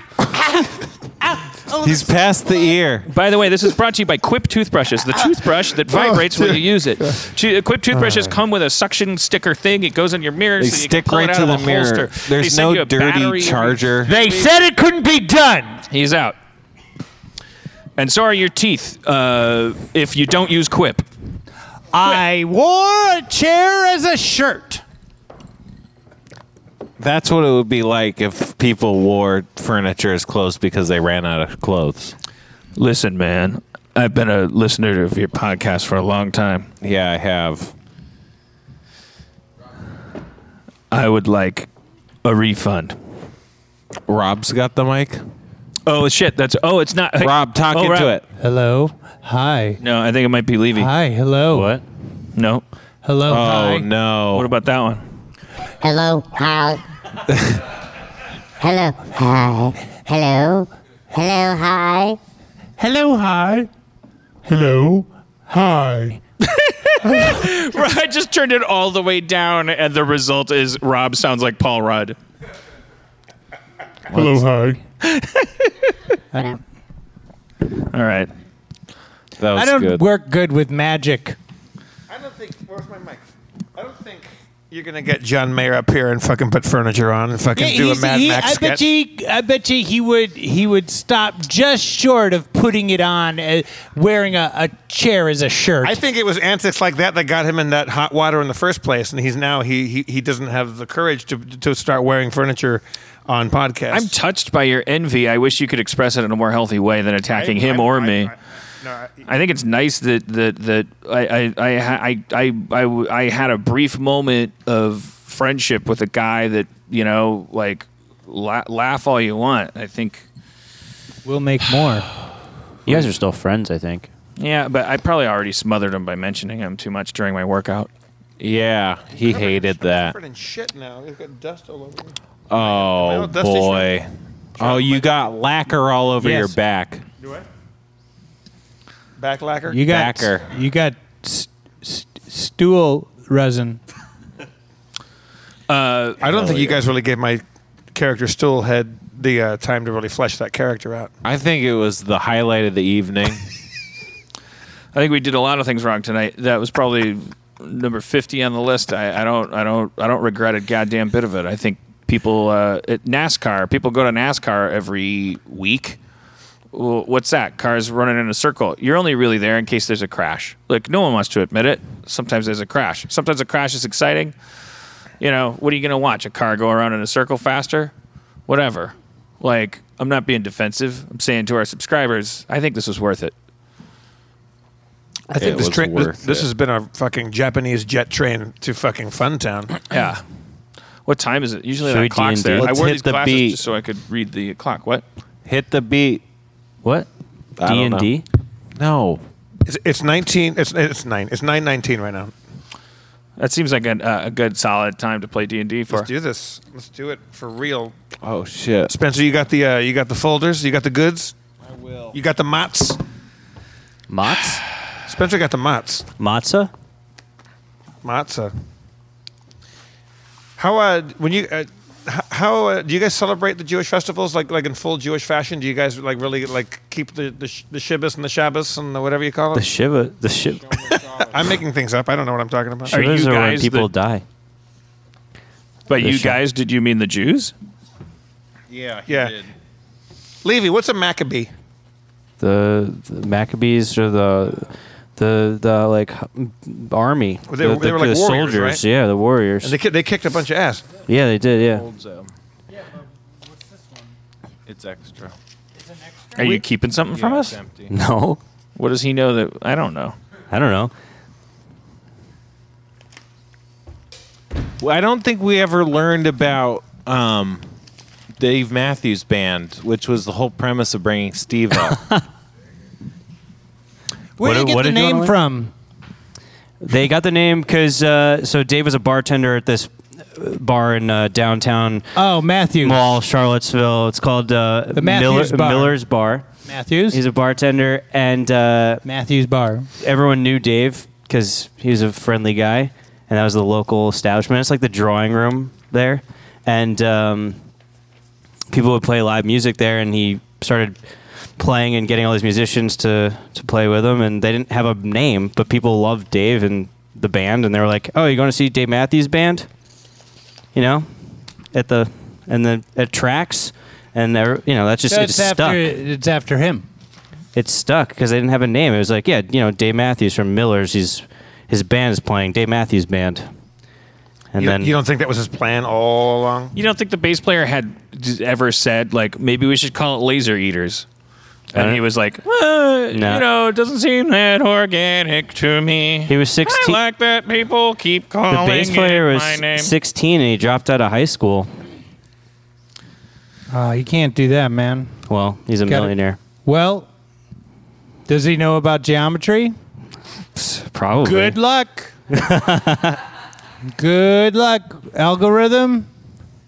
Speaker 3: He's past the ear.
Speaker 2: By the way, this is brought to you by Quip toothbrushes, the toothbrush
Speaker 4: Oh,
Speaker 2: that vibrates when you use it. Chu- Quip toothbrushes come with a suction sticker thing. It goes in your mirror.
Speaker 3: They
Speaker 2: so you
Speaker 3: stick
Speaker 2: can pull
Speaker 3: right
Speaker 2: it out
Speaker 3: to
Speaker 2: of
Speaker 3: the
Speaker 2: a
Speaker 3: mirror.
Speaker 2: holster. They
Speaker 3: There's
Speaker 2: send you
Speaker 3: no
Speaker 2: a battery.
Speaker 3: dirty charger.
Speaker 4: They said it couldn't be done.
Speaker 2: He's out. And so are your teeth uh, if you don't use Quip.
Speaker 4: I wore a chair as a shirt.
Speaker 3: That's what it would be like if people wore furniture as clothes because they ran out of clothes.
Speaker 2: Listen, man, I've been a listener of your podcast for a long time.
Speaker 3: Yeah, I have.
Speaker 2: I would like a refund.
Speaker 3: Rob's got the mic.
Speaker 2: Oh shit! That's oh, it's not
Speaker 3: Rob, talk
Speaker 2: Oh,
Speaker 3: into
Speaker 2: Rob.
Speaker 3: it.
Speaker 4: Hello. Hi.
Speaker 2: No, I think it might be Levy.
Speaker 4: Hi. Hello. What?
Speaker 2: No,
Speaker 4: Hello.
Speaker 3: Oh
Speaker 4: hi.
Speaker 3: no!
Speaker 2: what about that one?
Speaker 10: Hello, hi. Hello, hi. Hello, hello, hi.
Speaker 4: Hello. Hi.
Speaker 6: Hello. Hi.
Speaker 2: I just turned it all the way down, and the result is Rob sounds like Paul Rudd.
Speaker 6: Hello. Hi.
Speaker 2: All right,
Speaker 3: that was
Speaker 4: I don't
Speaker 3: good.
Speaker 4: work good with magic.
Speaker 1: I don't think. Where's my mic? I don't think you're gonna get John Mayer up here and fucking put furniture on and fucking do a
Speaker 4: he's-
Speaker 1: Mad
Speaker 4: he-
Speaker 1: Max
Speaker 4: I
Speaker 1: sketch.
Speaker 4: bet you. I bet you he would. He would stop just short of putting it on, uh, wearing a, a chair as a shirt.
Speaker 1: I think it was antics like that that got him in that hot water in the first place, and he's now he he, he doesn't have the courage to to start wearing furniture on podcasts.
Speaker 2: I'm touched by your envy. I wish you could express it in a more healthy way than attacking him or me.
Speaker 1: no, I-
Speaker 2: I think it's nice that that that I I I I I, I, w- I had a brief moment of friendship with a guy that you know like la- laugh all you want. I think
Speaker 4: we'll make more.
Speaker 8: You guys are still friends, I think.
Speaker 2: yeah, but I probably already smothered him by mentioning him too much during my workout.
Speaker 3: yeah, he hated that.
Speaker 1: covered in shit now. It's got dust all over. it.
Speaker 3: Oh
Speaker 1: dusty shirt.
Speaker 3: boy! Oh, you got lacquer all over
Speaker 4: Yes.
Speaker 3: your back.
Speaker 1: Do I? Back lacquer.
Speaker 4: You got.
Speaker 3: Backer.
Speaker 4: You got st- st- stool resin.
Speaker 1: I don't think you guys really gave my character still had the uh, time to really flesh that character out.
Speaker 3: I think it was the highlight of the evening.
Speaker 2: I think we did a lot of things wrong tonight. That was probably number fifty on the list. I, I don't I don't I don't regret a goddamn bit of it. I think people uh, at NASCAR people go to NASCAR every week. Well, what's that? Cars running in a circle. You're only really there in case there's a crash. Like no one wants to admit it. Sometimes there's a crash. Sometimes a crash is exciting. You know what are you gonna watch? A car go around in a circle faster? Whatever. Like I'm not being defensive. I'm saying to our subscribers, I think this was worth it.
Speaker 1: I think
Speaker 3: It
Speaker 1: this
Speaker 3: was
Speaker 1: train. This,
Speaker 3: worth
Speaker 1: this
Speaker 3: it.
Speaker 1: has been a fucking Japanese jet train to fucking Funtown.
Speaker 2: Yeah. What time is it? Usually
Speaker 8: Should we
Speaker 2: that clock's
Speaker 8: D&D?
Speaker 2: there.
Speaker 3: Let's
Speaker 2: I wore
Speaker 3: hit
Speaker 2: these
Speaker 3: the
Speaker 2: glasses
Speaker 3: beat.
Speaker 2: just so I could read the clock. What?
Speaker 3: Hit the beat.
Speaker 8: What?
Speaker 3: I
Speaker 8: D
Speaker 3: don't
Speaker 8: and D.
Speaker 3: No,
Speaker 1: It's, it's nineteen. It's it's nine. It's nine nineteen right now.
Speaker 2: That seems like an, uh, a good solid time to play D and D for.
Speaker 1: Let's do this. Let's do it for real.
Speaker 3: Oh shit!
Speaker 1: Spencer, you got the uh, you got the folders. You got the goods. I will. You got the mats.
Speaker 8: Mots?
Speaker 1: Spencer got the mats.
Speaker 8: Matza?
Speaker 1: Matzah. uh. How uh, when you uh, h- how uh, do you guys celebrate the Jewish festivals like like in full Jewish fashion? Do you guys like really like keep the the, sh- the Shabbos and the Shabbos and the whatever you call it?
Speaker 8: The Shiva, the Shiva.
Speaker 1: I'm making things up. I don't know what I'm talking about.
Speaker 2: Are you
Speaker 8: Shivas are when
Speaker 2: guys
Speaker 8: people
Speaker 2: the-
Speaker 8: die.
Speaker 2: But
Speaker 8: The
Speaker 2: you
Speaker 8: Shav-
Speaker 2: guys, did you mean the Jews?
Speaker 3: Yeah,
Speaker 1: Yeah. Levy, what's a Maccabee?
Speaker 8: The, the Maccabees or the the the like h- army.
Speaker 1: Well, they were-
Speaker 8: the,
Speaker 1: they were like
Speaker 8: the
Speaker 1: warriors,
Speaker 8: soldiers.
Speaker 1: right?
Speaker 8: Yeah, the warriors.
Speaker 1: And they ki- they kicked a bunch of ass.
Speaker 8: yeah, they did. Yeah.
Speaker 3: It's extra.
Speaker 2: Are you keeping something from us?
Speaker 3: empty.
Speaker 8: No,
Speaker 2: What does he know that I don't know?
Speaker 8: I don't know.
Speaker 3: Well, I don't think we ever learned about um, Dave Matthews Band, which was the whole premise of bringing Steve up.
Speaker 4: Where
Speaker 8: What
Speaker 4: did you
Speaker 8: did-
Speaker 4: get
Speaker 8: what
Speaker 4: the
Speaker 8: did you wanna
Speaker 4: name
Speaker 8: learn?
Speaker 4: from?
Speaker 8: They got the name because uh, so Dave was a bartender at this uh, bar in uh, downtown
Speaker 4: Oh, Matthews.
Speaker 8: Mall, Charlottesville. It's called uh,
Speaker 4: The Matthews Bar.
Speaker 8: Miller's Bar.
Speaker 4: Matthews.
Speaker 8: He's a bartender, and uh,
Speaker 4: Matthews Bar.
Speaker 8: everyone knew Dave because he was a friendly guy, and that was the local establishment. It's like the drawing room there, and um, people would play live music there, and he started playing and getting all these musicians to to play with him, and they didn't have a name, but people loved Dave and the band, and they were like, "Oh, you going to see Dave Matthews Band?" You know, at the and then at tracks. And there- you know that just
Speaker 4: So
Speaker 8: it
Speaker 4: it's
Speaker 8: stuck
Speaker 4: after it's after him.
Speaker 8: it stuck because they didn't have a name. It was like, yeah, you know, Dave Matthews from Miller's. He's his band is playing Dave Matthews Band, and
Speaker 1: You,
Speaker 8: then
Speaker 1: you don't think that was his plan all along?
Speaker 2: You don't think the bass player had d- ever said like maybe we should call it Laser Eaters? And he was like, "Uh, you
Speaker 8: No.
Speaker 2: know, it doesn't seem that organic to me.
Speaker 8: he was
Speaker 2: I
Speaker 8: sixteen.
Speaker 2: like that people keep
Speaker 8: The
Speaker 2: calling
Speaker 8: bass
Speaker 2: it
Speaker 8: player
Speaker 2: my name.
Speaker 8: was sixteen, and he dropped out of high school.
Speaker 4: Oh, you can't do that, man.
Speaker 8: Well, he's a
Speaker 4: Got it.
Speaker 8: millionaire,
Speaker 4: Well, does he know about geometry?
Speaker 8: probably.
Speaker 4: Good luck. Good luck. Algorithm.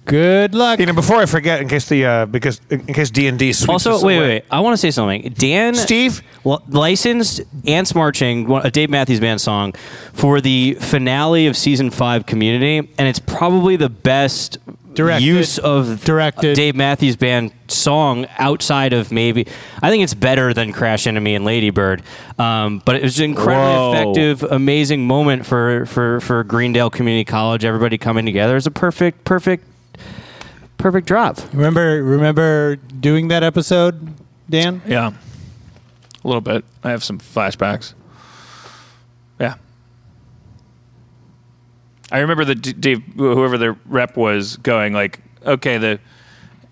Speaker 4: Good luck.
Speaker 1: You know, before I forget, in case the uh, because in, in case D and D
Speaker 8: Also, wait, wait, wait. I want to say something. Dan,
Speaker 1: Steve?
Speaker 8: L- licensed Ants Marching, one- a Dave Matthews Band song, for the finale of season five Community, and it's probably the best
Speaker 4: Directed.
Speaker 8: use of
Speaker 4: Directed.
Speaker 8: Dave Matthews Band song outside of maybe. I think it's better than Crash Enemy and Ladybird, um, but it was an incredibly
Speaker 3: Whoa.
Speaker 8: effective, amazing moment for for for Greendale Community College. Everybody coming together. It's a perfect, perfect, perfect drop.
Speaker 4: Remember, remember doing that episode, Dan?
Speaker 2: yeah, a little bit. I have some flashbacks. Yeah, I remember the D- Dave, whoever the rep was, going like, "Okay, the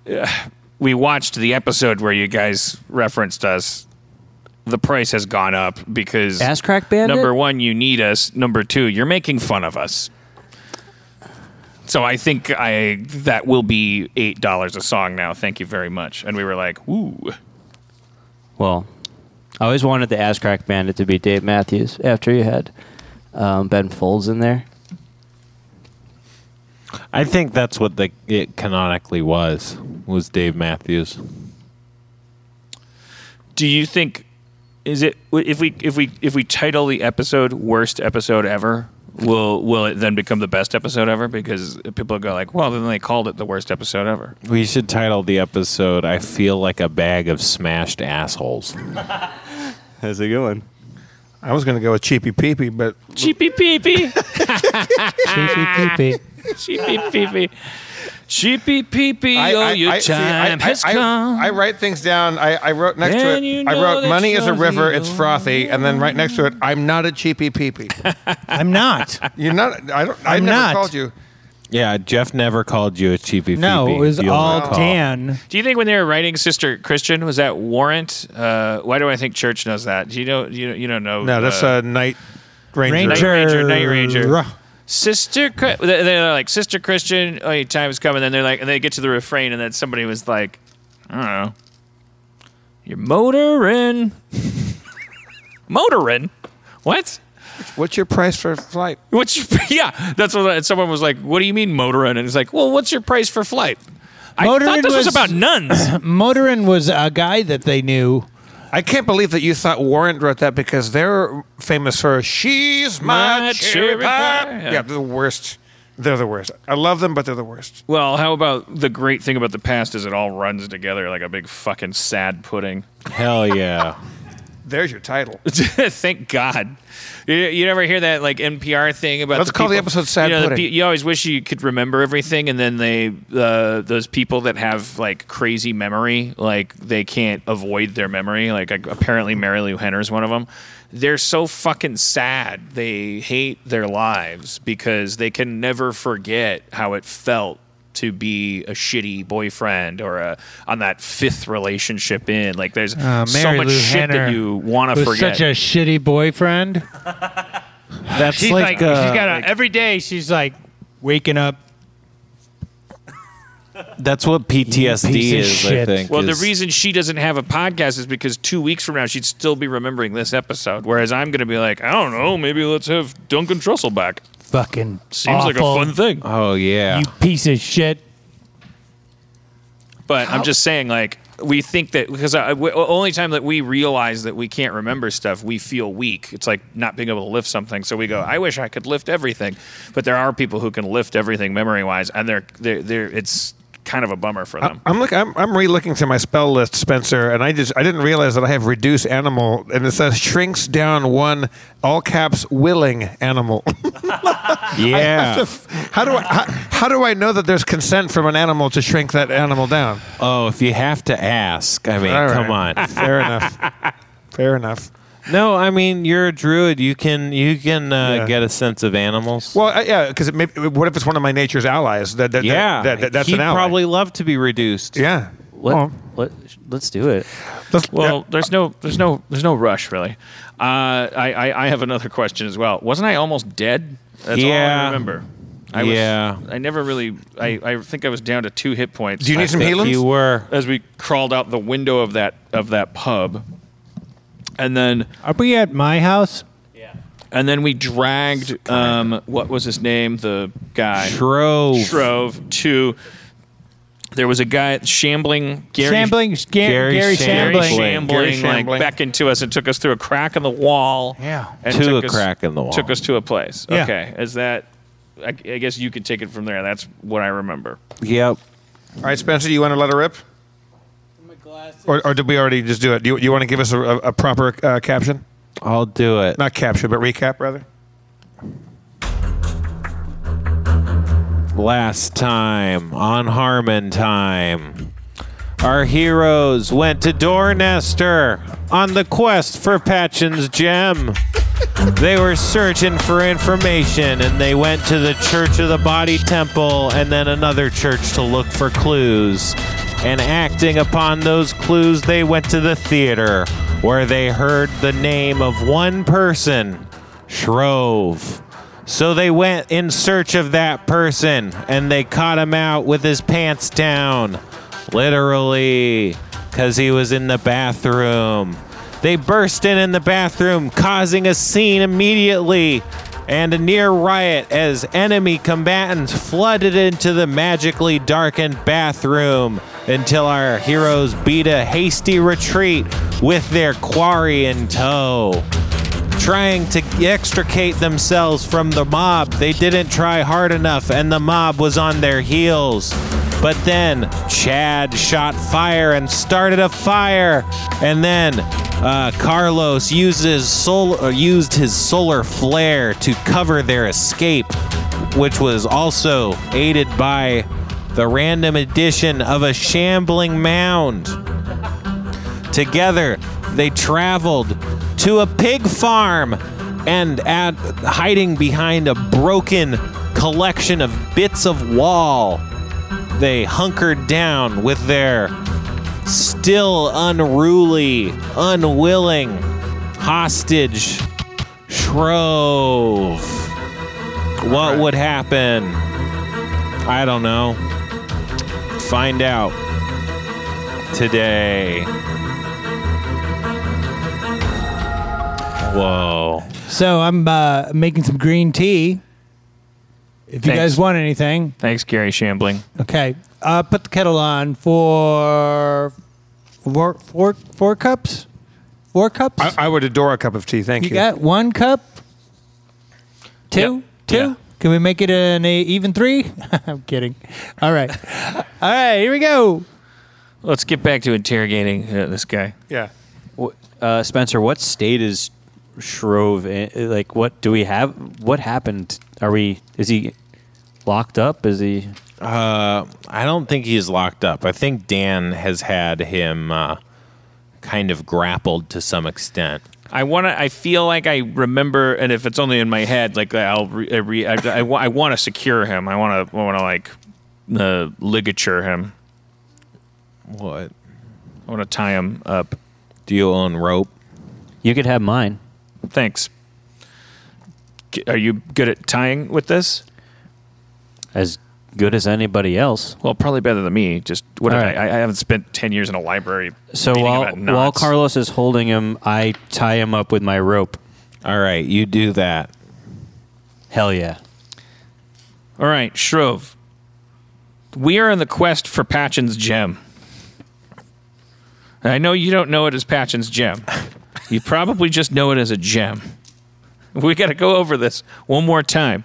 Speaker 2: uh, we watched the episode where you guys referenced us. The price has gone up because
Speaker 8: Ass Crack Bandit?
Speaker 2: Number one, you need us. Number two, you're making fun of us." So I think I that will be eight dollars a song now. Thank you very much. And we were like, "Ooh,
Speaker 8: Well, I always wanted the Ass Crack Bandit to be Dave Matthews after you had um, Ben Folds in there.
Speaker 3: I think that's what the, it canonically was, was Dave Matthews.
Speaker 2: Do you think is it if we if we if we title the episode worst episode ever? Will will it then become the best episode ever? Because people go like, well, then they called it the worst episode ever.
Speaker 3: We should title the episode, I Feel Like a Bag of Smashed Assholes.
Speaker 8: How's it going?
Speaker 1: I was going to go with Cheapy Peepy, but
Speaker 2: Cheepy peepy,
Speaker 4: Pee-pee-pee-pee.
Speaker 2: cheepy peepy, cheepy peepy.
Speaker 1: I-
Speaker 2: Oh,
Speaker 1: I- I-
Speaker 2: your
Speaker 1: see, I-
Speaker 2: time
Speaker 1: I-
Speaker 2: has
Speaker 1: I-
Speaker 2: come.
Speaker 1: I write things down. I, I wrote next to
Speaker 2: And
Speaker 1: it.
Speaker 2: you
Speaker 1: I
Speaker 2: know
Speaker 1: wrote
Speaker 2: that
Speaker 1: money is a
Speaker 2: you're
Speaker 1: river,
Speaker 2: the
Speaker 1: it's frothy, and then right next to it, I'm not a cheapy peepee.
Speaker 4: I'm not.
Speaker 1: You're not. I don't. I
Speaker 4: I'm
Speaker 1: never
Speaker 4: not.
Speaker 1: called you.
Speaker 3: Yeah, Jeff never called you a cheapy
Speaker 4: No,
Speaker 3: feepy.
Speaker 4: it was
Speaker 3: You'll
Speaker 4: all
Speaker 3: recall.
Speaker 4: Dan.
Speaker 2: do you think when they were writing Sister Christian was that warrant? Uh, why do I think Church knows that? Do you know you you don't know? uh,
Speaker 1: No, that's a night ranger.
Speaker 4: Ranger.
Speaker 2: Ranger, Night Ranger.
Speaker 4: Ruh.
Speaker 2: Sister, Chri- they- they're like Sister Christian. Oh, your time is coming. Then they're like, and they get to the refrain, and then somebody was like, I don't know, you're motoring, motoring. What?
Speaker 1: What's your price for flight?
Speaker 2: What's your, yeah? That's what I- someone was like. What do you mean motoring? And it's like, well, what's your price for flight? I
Speaker 4: Motorin'
Speaker 2: thought this was,
Speaker 4: was-
Speaker 2: about nuns.
Speaker 4: Motorin was a guy that they knew.
Speaker 1: I can't believe that you thought Warren wrote that because they're famous for "She's My,
Speaker 2: My
Speaker 1: cherry,
Speaker 2: Cherry
Speaker 1: Pie."
Speaker 2: Pie.
Speaker 1: Yeah. the worst. They're the worst. I love them, but they're the worst.
Speaker 2: Well, how about the great thing about the past is it all runs together like a big fucking sad pudding.
Speaker 3: Hell yeah.
Speaker 1: There's your title.
Speaker 2: Thank God. You, you never hear that like NPR thing about.
Speaker 1: Let's
Speaker 2: the
Speaker 1: call the
Speaker 2: people-
Speaker 1: episode Sad
Speaker 2: you the
Speaker 1: Pudding.
Speaker 2: pe- you always wish you could remember everything, and then they uh, those people that have like crazy memory, like they can't avoid their memory. Like a- apparently Mary Lou Henner's one of them. They're so fucking sad. They hate their lives because they can never forget how it felt to be a shitty boyfriend or a on that fifth relationship in like there's
Speaker 4: Uh,
Speaker 2: so
Speaker 4: Mary
Speaker 2: much
Speaker 4: Lou
Speaker 2: shit
Speaker 4: Henner
Speaker 2: that you want to
Speaker 4: was
Speaker 2: forget
Speaker 4: Such a shitty boyfriend.
Speaker 3: That's
Speaker 4: she's like,
Speaker 3: like, uh,
Speaker 4: she's got a, every day. She's like waking up.
Speaker 3: That's what PTSD
Speaker 4: You piece of
Speaker 3: is, I
Speaker 4: shit.
Speaker 3: think.
Speaker 2: Well, the
Speaker 3: is-
Speaker 2: reason she doesn't have a podcast is because two weeks from now she'd still be remembering this episode, whereas I'm going to be like, I don't know, maybe let's have Duncan Trussell back.
Speaker 4: Fucking
Speaker 2: Seems like a
Speaker 4: awful. Uh,
Speaker 2: fun thing.
Speaker 3: Oh yeah.
Speaker 4: You piece of shit.
Speaker 2: But I'm just saying, like, we think that because I, w- only time that we realize that we can't remember stuff, we feel weak. It's like not being able to lift something. So we go, I wish I could lift everything. But there are people who can lift everything memory wise, and they're, they're, they're, it's kind of a bummer for them.
Speaker 1: I'm looking. I'm, I'm re-looking through my spell list, Spencer, and I just I didn't realize that I have reduce animal, and it says shrinks down one all caps willing animal.
Speaker 3: Yeah.
Speaker 1: how do I how, how do I know that there's consent from an animal to shrink that animal down?
Speaker 3: oh, if you have to ask, I mean,
Speaker 1: All right.
Speaker 3: come on.
Speaker 1: Fair enough. Fair enough.
Speaker 3: No, I mean you're a druid. You can you can uh,
Speaker 1: Yeah.
Speaker 3: get a sense of animals.
Speaker 1: Well, I, yeah, because what if it's one of my nature's allies? That, that
Speaker 3: yeah,
Speaker 1: that, that- that's
Speaker 3: he'd
Speaker 1: an ally.
Speaker 3: probably love to be reduced.
Speaker 1: yeah.
Speaker 8: Let,
Speaker 1: Well,
Speaker 8: let, let's do it.
Speaker 1: let's-
Speaker 2: Well, there's no, there's no, there's no rush really. Uh, I, I, I have another question as well. Wasn't I almost dead? That's all I
Speaker 3: Yeah.
Speaker 2: remember. I
Speaker 3: Yeah.
Speaker 2: Was, I never really. I, I think I was down to two hit points.
Speaker 1: Do you need some
Speaker 2: as-
Speaker 1: healings?
Speaker 3: You were.
Speaker 2: As we crawled out the window of that of that pub, and then
Speaker 4: Are we at my house?
Speaker 2: and then we dragged um, what was his name? The guy
Speaker 3: Shrove.
Speaker 2: Shrove to. There was a guy shambling Gary
Speaker 4: Shambling, Ga-
Speaker 3: Gary
Speaker 4: Gary,
Speaker 3: Shambling.
Speaker 4: Shambling.
Speaker 2: Gary Shambling,
Speaker 1: Gary Shambling.
Speaker 2: like back into us and took us through a crack in the wall.
Speaker 9: Yeah.
Speaker 2: and
Speaker 3: To
Speaker 2: took
Speaker 3: a crack in the wall.
Speaker 2: Took us to a place.
Speaker 4: Yeah.
Speaker 2: Okay, is that? I, I guess you could take it from there. That's what I remember.
Speaker 3: Yep.
Speaker 1: all right, Spencer, you want to let her rip, or, or did we already just do it? Do you, you want to give us a, a, a proper uh, caption?
Speaker 3: I'll do it.
Speaker 1: Not caption, but recap rather.
Speaker 3: Last time on Harmon time. Our heroes went to Dornester on the quest for Patchen's gem. They were searching for information and they went to the Church of the Body Temple and then another church to look for clues. And acting upon those clues, they went to the theater where they heard the name of one person, Shrove. So they went in search of that person and they caught him out with his pants down. Literally, because he was in the bathroom. They burst in in the bathroom, causing a scene immediately and a near riot as enemy combatants flooded into the magically darkened bathroom until our heroes beat a hasty retreat with their quarry in tow trying to extricate themselves from the mob. They didn't try hard enough, and the mob was on their heels. But then Chad shot fire and started a fire, and then uh, Carlos uses sol- or used his solar flare to cover their escape, which was also aided by the random addition of a shambling mound. Together, they traveled to a pig farm and at hiding behind a broken collection of bits of wall, they hunkered down with their still unruly, unwilling hostage Shrove. What would happen? I don't know. Find out today. Whoa.
Speaker 4: So I'm uh, making some green tea. If you
Speaker 2: Thanks.
Speaker 4: guys want anything,
Speaker 2: Thanks, Gary Shambling.
Speaker 4: okay. Uh, put the kettle on for four, four, four cups. Four cups.
Speaker 1: I, I would adore a cup of tea. Thank
Speaker 4: you
Speaker 1: you.
Speaker 4: got one cup. Two,
Speaker 2: Yep.
Speaker 4: two.
Speaker 2: Yeah.
Speaker 4: Can we make it an a, even three? I'm kidding. All right. All right, here we go.
Speaker 2: Let's get back to interrogating uh, this guy.
Speaker 1: Yeah.
Speaker 8: Uh, Spencer, what state is Shrove in? Like, what do we have? What happened? Are we? Is he locked up? Is he?
Speaker 3: Uh, I don't think he's locked up. I think Dan has had him uh, kind of grappled to some extent.
Speaker 2: I want to. I feel like I remember, and if it's only in my head, like I'll. Re, I re, I, I, wa- I want to secure him. I want to. I want to like uh, ligature him.
Speaker 3: What?
Speaker 2: I want to tie him up.
Speaker 3: Do you own rope?
Speaker 8: You could have mine.
Speaker 2: Thanks. K- Are you good at tying with this?
Speaker 8: As good as anybody else.
Speaker 2: Well, probably better than me. Just what
Speaker 8: All
Speaker 2: did
Speaker 8: right.
Speaker 2: I, I haven't spent ten years in a library.
Speaker 8: So
Speaker 2: reading
Speaker 8: while
Speaker 2: about knots.
Speaker 8: while Carlos is holding him, I tie him up with my rope.
Speaker 3: All right, you do that.
Speaker 8: Hell yeah.
Speaker 2: All right, Shrove. We are on the quest for Patchen's gem. I know you don't know it as Patchen's gem. You probably just know it as a gem. We got to go over this one more time.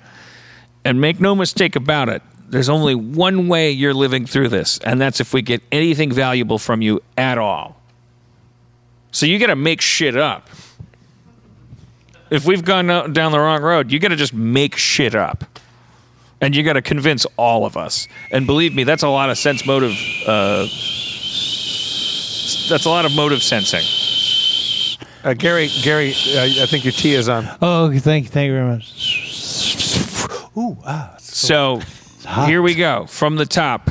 Speaker 2: And make no mistake about it, there's only one way you're living through this, and that's if we get anything valuable from you at all. So you got to make shit up. If we've gone out- down the wrong road, you got to just make shit up and you got to convince all of us. And believe me, that's a lot of sense motive. Uh, that's a lot of motive sensing.
Speaker 1: Uh, Gary, Gary, uh, I think your tea is on.
Speaker 4: Oh, thank you, thank you very much. ah.
Speaker 2: So here we go from the top.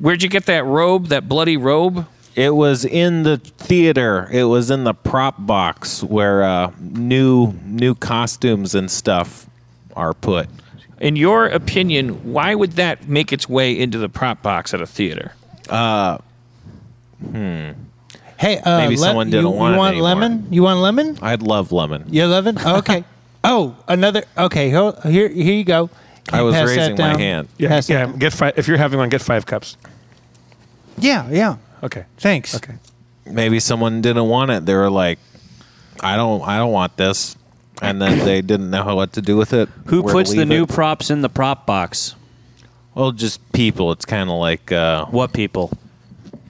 Speaker 2: Where'd you get that robe? That bloody robe?
Speaker 3: It was in the theater. It was in the prop box where uh, new new costumes and stuff are put.
Speaker 2: In your opinion, why would that make its way into the prop box at a theater?
Speaker 4: Hey, uh,
Speaker 3: Maybe someone didn't
Speaker 4: you,
Speaker 3: want it
Speaker 4: you want
Speaker 3: anymore.
Speaker 4: lemon? You want lemon?
Speaker 3: I'd love lemon.
Speaker 4: You lemon? Oh, okay. oh, another. Okay, ho- here here you go. Can
Speaker 3: I
Speaker 4: you
Speaker 3: was
Speaker 4: pass that
Speaker 3: raising my
Speaker 4: down?
Speaker 3: hand.
Speaker 1: Yeah,
Speaker 4: Pass it.
Speaker 1: yeah. Get five. If you're having one, get five cups.
Speaker 4: Yeah, yeah.
Speaker 1: Okay.
Speaker 4: Thanks.
Speaker 1: Okay.
Speaker 3: Maybe someone didn't want it. They were like, "I don't, I don't want this," and then they didn't know what to do with it.
Speaker 8: Who
Speaker 3: where to
Speaker 8: puts the
Speaker 3: leave
Speaker 8: new
Speaker 3: it.
Speaker 8: props in the prop box?
Speaker 3: well, just people. It's kind of like uh,
Speaker 8: What people?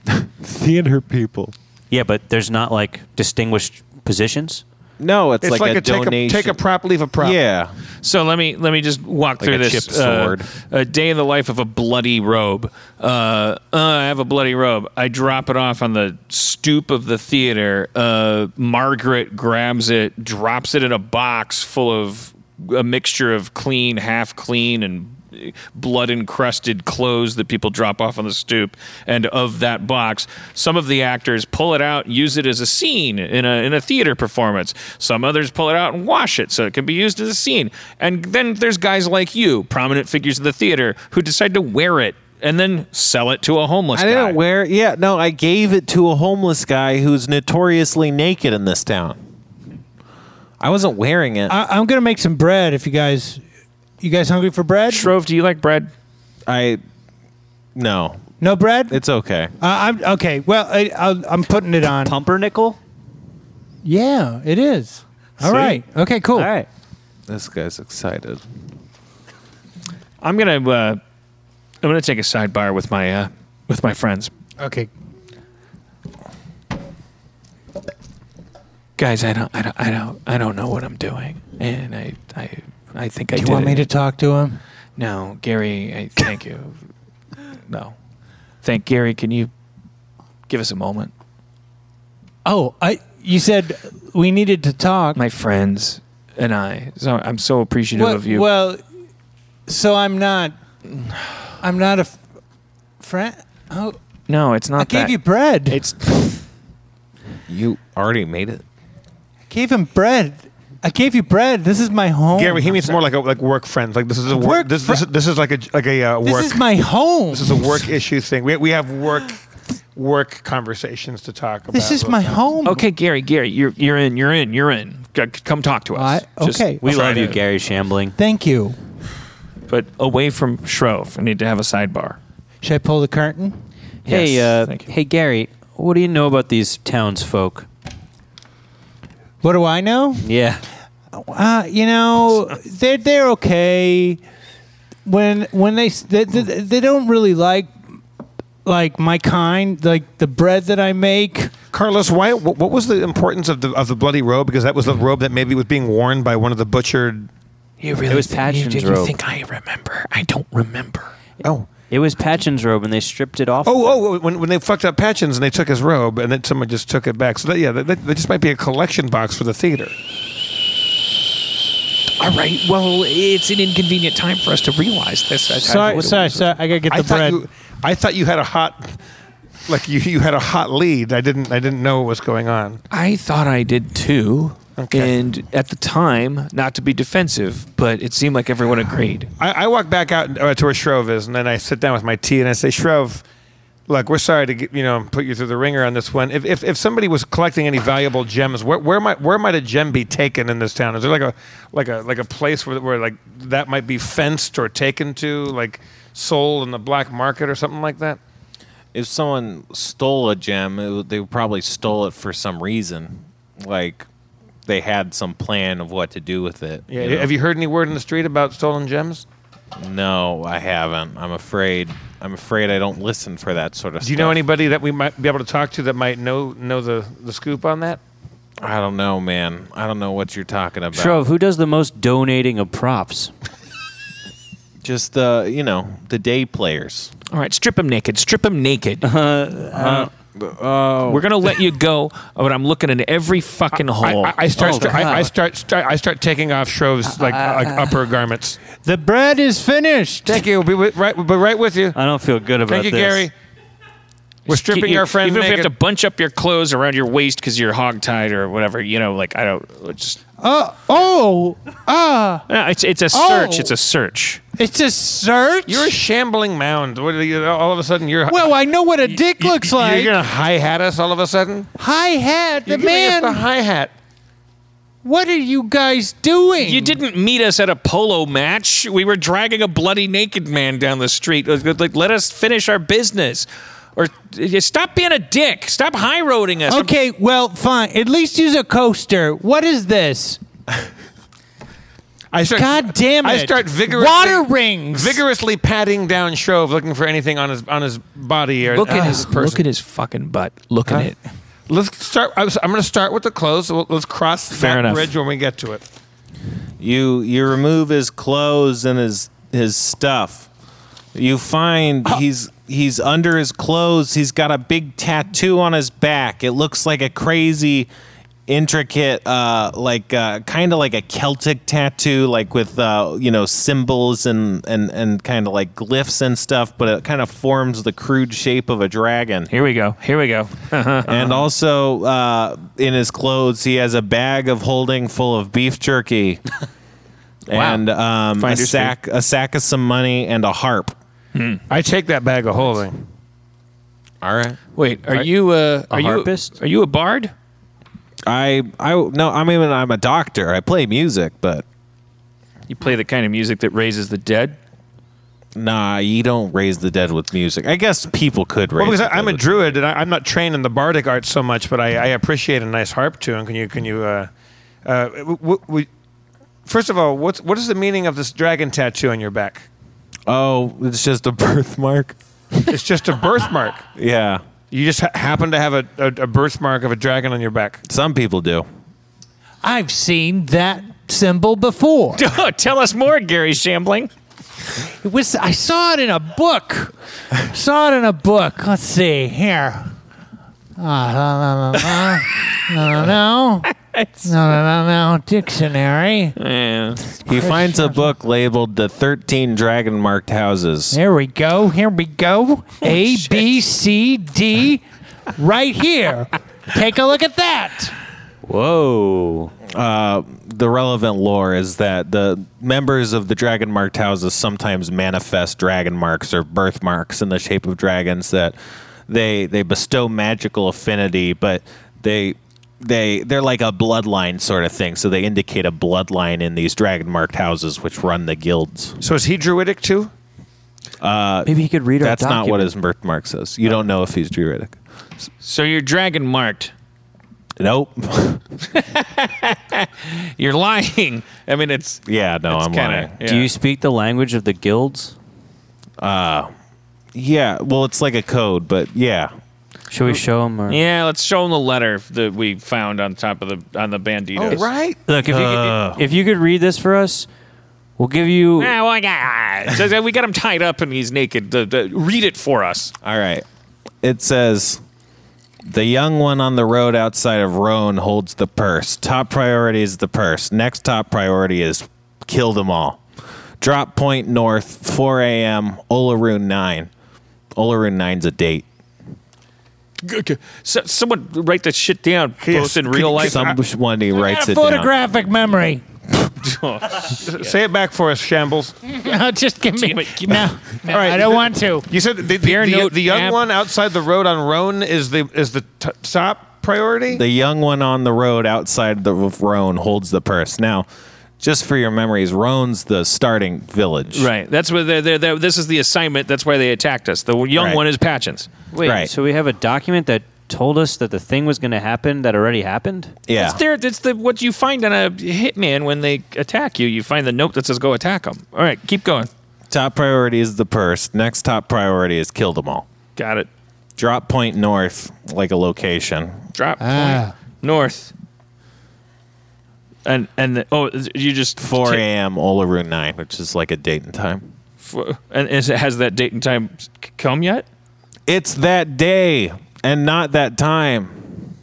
Speaker 3: theater people.
Speaker 8: Yeah, but there's not like distinguished positions.
Speaker 3: No, it's,
Speaker 1: It's
Speaker 3: like,
Speaker 1: like,
Speaker 3: a,
Speaker 1: a, take a
Speaker 3: donation.
Speaker 1: take a prop, leave a prop.
Speaker 3: Yeah,
Speaker 2: So let me let me just walk through
Speaker 3: a
Speaker 2: this.
Speaker 3: chipped sword.
Speaker 2: Uh, a day in the life of a bloody robe. Uh, uh, I have a bloody robe. I drop it off on the stoop of the theater. Uh, Margaret grabs it, drops it in a box full of a mixture of clean, half clean, and blood encrusted clothes that people drop off on the stoop and of that box some of the actors pull it out use it as a scene in a in a theater performance some others pull it out and wash it so it can be used as a scene and then there's guys like you prominent figures of the theater who decide to wear it and then sell it to a homeless
Speaker 3: I
Speaker 2: guy
Speaker 3: didn't wear. Yeah, no, I gave it to a homeless guy who's notoriously naked in this town. I wasn't wearing it.
Speaker 4: I, I'm gonna make some bread. If you guys, you guys hungry for bread?
Speaker 2: Shrove, do you like bread?
Speaker 3: I no,
Speaker 4: No bread?
Speaker 3: it's okay.
Speaker 4: uh, I'm okay. Well, I, I'll, I'm putting it on.
Speaker 8: Pumpernickel.
Speaker 4: Yeah, it is. All right. Okay. Cool.
Speaker 8: All right.
Speaker 3: This guy's excited.
Speaker 2: I'm gonna uh, I'm gonna take a sidebar with my uh, with my friends.
Speaker 4: Okay.
Speaker 7: Guys, I don't, I don't, I don't, I don't know what I'm doing, and I, I, I think I
Speaker 4: Do
Speaker 7: did
Speaker 4: you want
Speaker 7: it.
Speaker 4: me to talk to him?
Speaker 7: No, Gary, I thank you. No, thank Gary. Can you give us a moment?
Speaker 4: Oh, I. You said we needed to talk.
Speaker 7: My friends and I. So I'm so appreciative
Speaker 4: Well-
Speaker 7: of you.
Speaker 4: Well, so I'm not. I'm not a f- friend. Oh,
Speaker 7: no, it's not
Speaker 4: I gave
Speaker 7: that.
Speaker 4: you bread.
Speaker 7: it's
Speaker 3: You already made it.
Speaker 4: I gave him bread. I gave you bread. This is my home.
Speaker 1: Gary, he means more like a, like work friends. Like this is a work.
Speaker 4: Work
Speaker 1: this, this,
Speaker 4: fri-
Speaker 1: this is like a like a uh,
Speaker 4: this
Speaker 1: work.
Speaker 4: is my home.
Speaker 1: this is a work issue thing. We we have work work conversations to talk about.
Speaker 4: This is my home.
Speaker 2: Okay, Gary, Gary, you're you're in, you're in, you're in. C- Come talk to us.
Speaker 4: I- okay.
Speaker 8: We
Speaker 2: I'll try
Speaker 8: love you,
Speaker 2: to-
Speaker 8: Gary Shambling.
Speaker 4: Thank you.
Speaker 2: But away from Shrove, I need to have a sidebar.
Speaker 4: Should I pull the curtain?
Speaker 8: Hey,
Speaker 2: Yes,
Speaker 8: uh,
Speaker 2: thank you.
Speaker 8: hey, Gary. What do you know about these townsfolk?
Speaker 4: What do I know?
Speaker 8: Yeah.
Speaker 4: Uh, you know, they're they're okay. When when they, s- they they they don't really like like my kind, like the bread that I make.
Speaker 1: Carlos, why? What, what was the importance of the of the bloody robe? Because that was the robe that maybe was being worn by one of the butchered.
Speaker 7: You
Speaker 8: really- It was you- Patchen's you robe. think
Speaker 7: I remember? I don't remember.
Speaker 1: Oh.
Speaker 8: It was Patchen's robe, and they stripped it off.
Speaker 1: Oh, oh! When, when they fucked up Patchins and they took his robe, and then someone just took it back. So that, yeah, that, that, that just might be a collection box for the theater.
Speaker 7: All right. Well, it's an inconvenient time for us to realize this. I- I-
Speaker 4: Sorry,
Speaker 7: what-
Speaker 4: sorry, sorry. I gotta get
Speaker 1: I
Speaker 4: the
Speaker 1: thought
Speaker 4: bread.
Speaker 1: you, I thought you had a hot, like you, you had a hot lead. I didn't, I didn't know what was going on.
Speaker 7: I thought I did too.
Speaker 1: Okay.
Speaker 7: And at the time, not to be defensive, but it seemed like everyone agreed.
Speaker 1: I, I walk back out uh, to where Shrove is, and then I sit down with my tea and I say, Shrove, look, we're sorry to get, you know put you through the ringer on this one. If, if, if somebody was collecting any valuable gems, where, where might where might a gem be taken in this town? Is there like a like a like a place where, where like that might be fenced or taken to, like sold in the black market or something like that?
Speaker 3: If someone stole a gem, it, would- they probably stole it for some reason. Like they had some plan of what to do with it.
Speaker 1: Yeah. Have you heard any word in the street about stolen gems?
Speaker 3: know? No, I haven't. I'm afraid. I'm afraid I don't listen for that sort of stuff.
Speaker 1: Do you know anybody that we might be able to talk to that might know know the, the scoop on that?
Speaker 3: I don't know, man. I don't know what you're talking about.
Speaker 8: Shrove, who does the most donating of props?
Speaker 3: Just the, you know, the day players.
Speaker 7: All right, strip him naked. Strip him naked.
Speaker 1: Uh-huh.
Speaker 7: Uh,
Speaker 3: Oh.
Speaker 1: Uh,
Speaker 7: We're gonna let you go, but I'm looking in every fucking hole.
Speaker 1: oh. I, I start,
Speaker 7: Oh, God. Uh,
Speaker 1: I, I start, start, I start taking off Shrove's like like upper garments.
Speaker 4: The bread is finished.
Speaker 1: Thank you. We'll be with, right, we'll be right with you.
Speaker 8: I don't feel good about
Speaker 1: Thank you,
Speaker 8: this.
Speaker 1: Gary. We're stripping
Speaker 7: You-
Speaker 1: our friend
Speaker 7: Even if you
Speaker 1: naked.
Speaker 7: have to bunch up your clothes around your waist because you're hog tied or whatever, you know, like I don't. Just
Speaker 4: Oh, oh, ah!
Speaker 7: no, Uh, it's it's a search.
Speaker 4: Oh.
Speaker 7: It's a search.
Speaker 4: It's a search.
Speaker 1: You're a shambling mound. What are you, all of a sudden, you're
Speaker 4: well, I know what a dick looks like.
Speaker 1: You're gonna hi hat us all of a sudden.
Speaker 4: Hi hat, the
Speaker 1: You're giving us
Speaker 4: man.
Speaker 1: the hi hat.
Speaker 4: what are you guys doing?
Speaker 7: You didn't meet us at a polo match. We were dragging a bloody naked man down the street. Like, like, let us finish our business, or uh, stop being a dick. Stop high roading us.
Speaker 4: Okay, well, fine. At least use a coaster. What is this?
Speaker 1: I start.
Speaker 4: God damn it!
Speaker 1: I start vigorously
Speaker 4: Water rings.
Speaker 1: Vigorously patting down Shrove, looking for anything on his on his body or
Speaker 7: Look
Speaker 1: on
Speaker 7: at his
Speaker 1: person.
Speaker 7: look at his fucking butt. Look at it.
Speaker 1: Let's start. I was, I'm going to start with the clothes. So let's cross that
Speaker 7: enough.
Speaker 1: bridge when we get to it.
Speaker 3: You you remove his clothes and his his stuff. You find
Speaker 4: Ah.
Speaker 3: he's he's under his clothes. He's got a big tattoo on his back. It looks like a crazy intricate uh like uh kind of like a celtic tattoo like with uh you know symbols and and and kind of like glyphs and stuff but it kind of forms the crude shape of a dragon
Speaker 7: Here we go. Here we go.
Speaker 3: and
Speaker 1: Uh-huh.
Speaker 3: also uh, in his clothes he has a bag of holding full of beef jerky and um, a
Speaker 7: Finder's fee.
Speaker 3: sack a sack of some money and a harp
Speaker 1: I take that bag of holding.
Speaker 3: all right
Speaker 7: Wait, are you uh, are
Speaker 8: harpist?
Speaker 7: you are you a bard?
Speaker 3: i i no i mean i'm a doctor i play music but
Speaker 7: You play the kind of music that raises the dead.
Speaker 3: nah you don't raise the dead with music i guess people could raise
Speaker 1: Well, because
Speaker 3: the
Speaker 1: I, I'm a
Speaker 3: dead with-
Speaker 1: druid and I, I'm not trained in the bardic art so much, but I, I appreciate a nice harp tune. Can you? Can you? Uh, uh, w- w- w- first of all, what's what is the meaning of this dragon tattoo on your back?
Speaker 3: oh it's just a birthmark
Speaker 1: It's just a birthmark.
Speaker 3: yeah
Speaker 1: You just ha- happen to have a, a, a birthmark of a dragon on your back.
Speaker 3: some people do
Speaker 4: I've seen that symbol before.
Speaker 7: Oh, Tell us more, Gary Shambling.
Speaker 4: It was I saw it in a book. saw it in a book. Let's see here. Ah, no, no, no, no, no, no, no, no, no, dictionary.
Speaker 7: Yeah.
Speaker 3: he finds a book labeled the 13 dragon marked houses
Speaker 4: There we go. Here we go. A B C D, right here. Take a look at that.
Speaker 8: Whoa.
Speaker 3: uh, the relevant lore is that the members of the dragon marked houses sometimes manifest dragon marks or birthmarks in the shape of dragons that they they bestow magical affinity, but they they they're like a bloodline sort of thing. So they indicate a bloodline in these dragon marked houses, which run the guilds.
Speaker 1: So is he druidic too?
Speaker 8: Maybe he could read our
Speaker 3: That's not what
Speaker 8: document.
Speaker 3: his birthmark says. You don't know if he's druidic.
Speaker 7: So you're dragon marked.
Speaker 3: Nope.
Speaker 2: You're lying. I mean, it's
Speaker 3: Yeah, no,
Speaker 2: It's
Speaker 3: I'm
Speaker 2: kinda-
Speaker 3: lying.
Speaker 2: yeah.
Speaker 8: Do you speak the language of the guilds?
Speaker 3: Yeah, well, it's like a code, but yeah.
Speaker 8: Should we show them? Or?
Speaker 2: yeah. Let's show them the letter that we found on top of the on the banditos.
Speaker 3: Oh, right.
Speaker 8: Look, if,
Speaker 3: Uh.
Speaker 8: you could, if you could read this for us, we'll give you.
Speaker 2: Ah, well, yeah. It says, we got him tied up and he's naked. The- the- read it for us.
Speaker 3: All right. It says the young one on the road outside of Roan holds the purse. Top priority is the purse. Next top priority is kill them all. Drop point north, 4 a.m. Olaroon 9. Olaroon 9's a date.
Speaker 2: G- g- So, someone write that shit down, both in
Speaker 1: could
Speaker 2: real
Speaker 1: you-
Speaker 2: life.
Speaker 3: Somebody writes
Speaker 4: Got a
Speaker 3: it down.
Speaker 4: photographic memory.
Speaker 1: Say it back for us, Shambles.
Speaker 4: No, just give me.
Speaker 2: Damn it, give me-
Speaker 4: no, no
Speaker 1: All right.
Speaker 4: I don't want to.
Speaker 1: You said the, the,
Speaker 2: Bear
Speaker 1: the-
Speaker 2: note
Speaker 1: the young
Speaker 2: app.
Speaker 1: one outside the road on Roan is the is the t- top priority.
Speaker 3: The young one on the road outside the of Roan holds the purse. Now, just for your memories, Roan's the starting village.
Speaker 2: Right. That's where they're, they're, they're, this is the assignment. That's why they attacked us. The young
Speaker 3: Right.
Speaker 2: one is Patchins.
Speaker 8: Wait,
Speaker 3: Right.
Speaker 8: so we have a document that told us that the thing was going to happen that already happened?
Speaker 3: Yeah.
Speaker 2: It's, there, it's the, what you find on a hitman when they attack you. You find the note that says go attack them. All right, keep going.
Speaker 3: Top priority is the purse. Next top priority is kill them all.
Speaker 2: Got it.
Speaker 3: Drop point north, like a location.
Speaker 2: Drop
Speaker 4: Ah.
Speaker 2: point north. And and the, oh, you just
Speaker 3: 4
Speaker 2: ta-
Speaker 3: a.m. Olaroon 9, which is like a date and time.
Speaker 2: f- and is, has that date and time c- come yet?
Speaker 3: It's that day and not that time.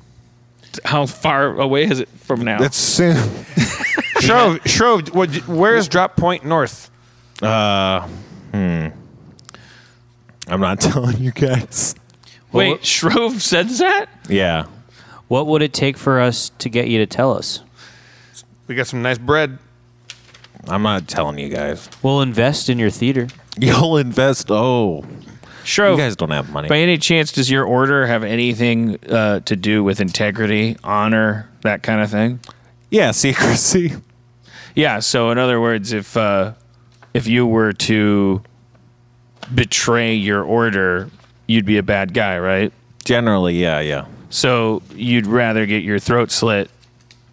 Speaker 2: How far away is it from now?
Speaker 3: It's soon.
Speaker 1: Shrove, Shrove, what, where's Drop Point North?
Speaker 3: I'm not telling you guys.
Speaker 2: Wait, Shrove says that.
Speaker 3: Yeah.
Speaker 8: What would it take for us to get you to tell us?
Speaker 1: We got some nice bread.
Speaker 3: I'm not telling you guys.
Speaker 8: We'll invest in your theater.
Speaker 3: You'll invest. Oh, you
Speaker 2: Shrove,
Speaker 3: guys don't have money.
Speaker 2: By any chance, does your order have anything uh, to do with integrity, honor, that kind of thing?
Speaker 3: Yeah, secrecy.
Speaker 2: Yeah. So, in other words, if uh, if you were to betray your order, you'd be a bad guy, right?
Speaker 3: Generally, yeah, yeah.
Speaker 2: So you'd rather get your throat slit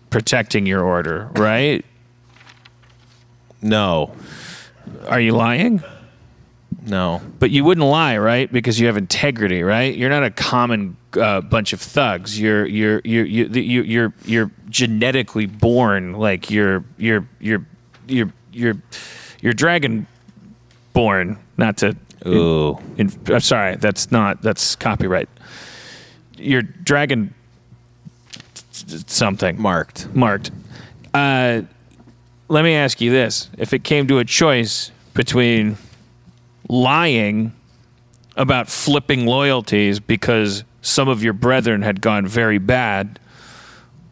Speaker 2: protecting your order, right?
Speaker 3: No,
Speaker 2: Are you lying?
Speaker 3: no.
Speaker 2: But you wouldn't lie, right? Because you have integrity, right? You're not a common uh, bunch of thugs. You're you're you're you you you're you're genetically born like you're you're you're you're you're you're dragon born. Not to.
Speaker 3: Ooh,
Speaker 2: In, I'm sorry. That's not. That's copyright. You're dragon something
Speaker 3: marked.
Speaker 2: marked. Uh, let me ask you this: If it came to a choice between lying about flipping loyalties because some of your brethren had gone very bad,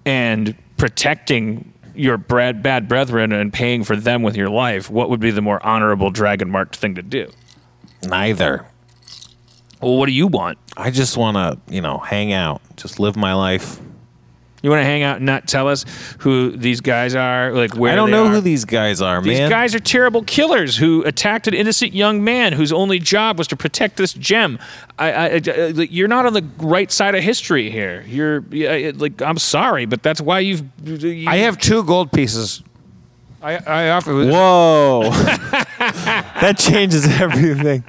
Speaker 2: and protecting your bad, bad brethren and paying for them with your life, what would be the more honorable dragon marked thing to do?
Speaker 3: Neither.
Speaker 2: Well, what do you want?
Speaker 3: I just want to, you know, hang out, just live my life.
Speaker 2: You want to hang out and not tell us who these guys are, like where
Speaker 3: I don't
Speaker 2: they
Speaker 3: know
Speaker 2: are?
Speaker 3: who these guys are,
Speaker 2: These
Speaker 3: man.
Speaker 2: guys are terrible killers who attacked an innocent young man whose only job was to protect this gem. I, I, I- you're not on the right side of history here. You're I- I- like, I'm sorry, but that's why you've. You,
Speaker 1: I have two gold pieces. I, I offer.
Speaker 3: Whoa, that changes everything.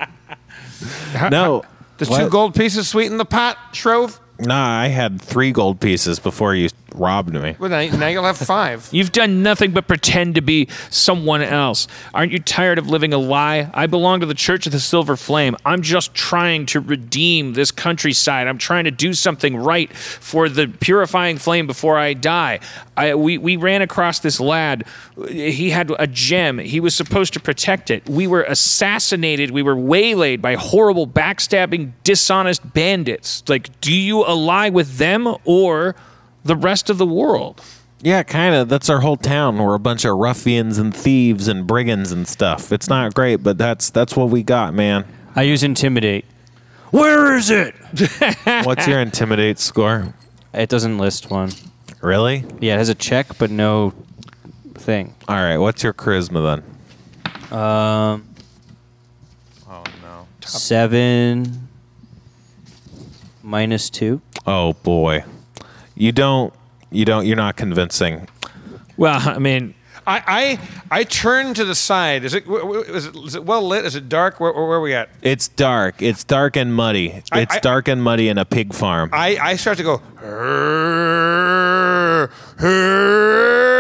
Speaker 3: No,
Speaker 1: Does
Speaker 3: What?
Speaker 1: two gold pieces sweeten the pot, Shrove?
Speaker 3: nah, I had three gold pieces before you robbed me.
Speaker 1: Well, now, now you'll have five.
Speaker 2: You've done nothing but pretend to be someone else. Aren't you tired of living a lie? I belong to the Church of the Silver Flame. I'm just trying to redeem this countryside. I'm trying to do something right for the purifying flame before I die. I, we, we ran across this lad. He had a gem. He was supposed to protect it. We were assassinated. We were waylaid by horrible, backstabbing, dishonest bandits. Like, do you ally with them or the rest of the world?
Speaker 3: Yeah, kind of. That's our whole town. We're a bunch of ruffians and thieves and brigands and stuff. It's not great, but that's that's what we got, man.
Speaker 8: I use intimidate.
Speaker 10: Where is it?
Speaker 3: What's your intimidate score?
Speaker 8: It doesn't list one.
Speaker 3: Really?
Speaker 8: Yeah, it has a check, but no thing.
Speaker 3: All right. What's your charisma then?
Speaker 8: Um, oh no. Seven minus two.
Speaker 3: Oh boy. You don't. You don't. You're not convincing.
Speaker 2: Well, I mean,
Speaker 1: I, I I turn to the side. Is it wh- wh- is it, is it well lit? Is it dark? Where, where, where are we at?
Speaker 3: It's dark. It's dark and muddy.
Speaker 1: I-
Speaker 3: it's
Speaker 1: I-
Speaker 3: dark and muddy in a pig farm.
Speaker 1: I, I start to go, "Rrrr, rrrr,"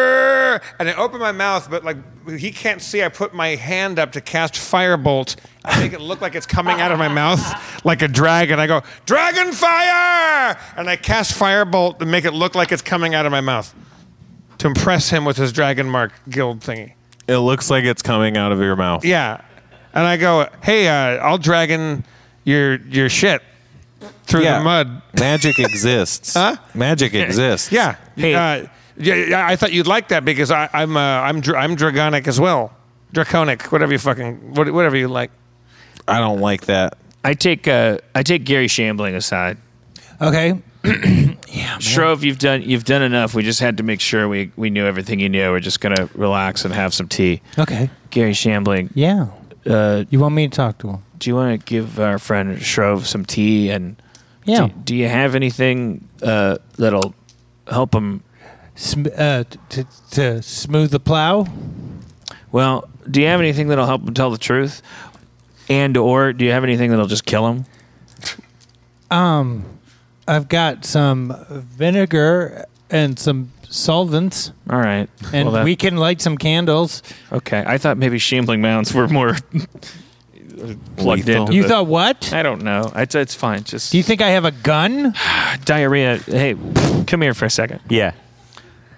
Speaker 1: and I open my mouth, but like he can't see. I put my hand up to cast firebolt. I make it look like it's coming out of my mouth like a dragon. I go, dragon fire! And I cast firebolt to make it look like it's coming out of my mouth to impress him with his dragon mark guild thingy.
Speaker 3: it looks like it's coming out of your mouth.
Speaker 1: Yeah. And I go, hey, uh, I'll dragon your your shit through
Speaker 3: Yeah.
Speaker 1: the mud.
Speaker 3: Magic exists. huh? Magic exists.
Speaker 1: Yeah. Uh, yeah, yeah, I thought you'd like that because I, I'm uh, I'm dr- I'm dragonic as well, draconic, whatever you fucking what- whatever you like.
Speaker 3: I don't like that.
Speaker 2: I take uh, I take Gary Shambling aside.
Speaker 4: Okay. Oh,
Speaker 2: Shrove, you've done you've done enough. We just had to make sure we, we knew everything you knew. We're just gonna relax and have some tea.
Speaker 4: Okay.
Speaker 2: Gary Shambling,
Speaker 4: Yeah.
Speaker 2: uh,
Speaker 4: You want me to talk to him?
Speaker 2: do you want to give our friend Shrove some tea? And
Speaker 4: Yeah.
Speaker 2: do, do you have anything uh, that'll help him?
Speaker 4: Sm- uh, t- t- to smooth the plow?
Speaker 2: Well, do you have anything that'll help him tell the truth? And or do you have anything that'll just kill him?
Speaker 4: Um, I've got some vinegar and some solvents,
Speaker 2: All right.
Speaker 4: and
Speaker 2: Well, that-
Speaker 4: we can light some candles.
Speaker 2: Okay, I thought maybe shambling mounds were more plugged
Speaker 3: Lethal.
Speaker 2: in.
Speaker 4: You thought what?
Speaker 2: I don't know. It's, it's fine. Just
Speaker 4: Do you think I have a gun?
Speaker 2: diarrhea. Hey, come here for a second.
Speaker 8: Yeah.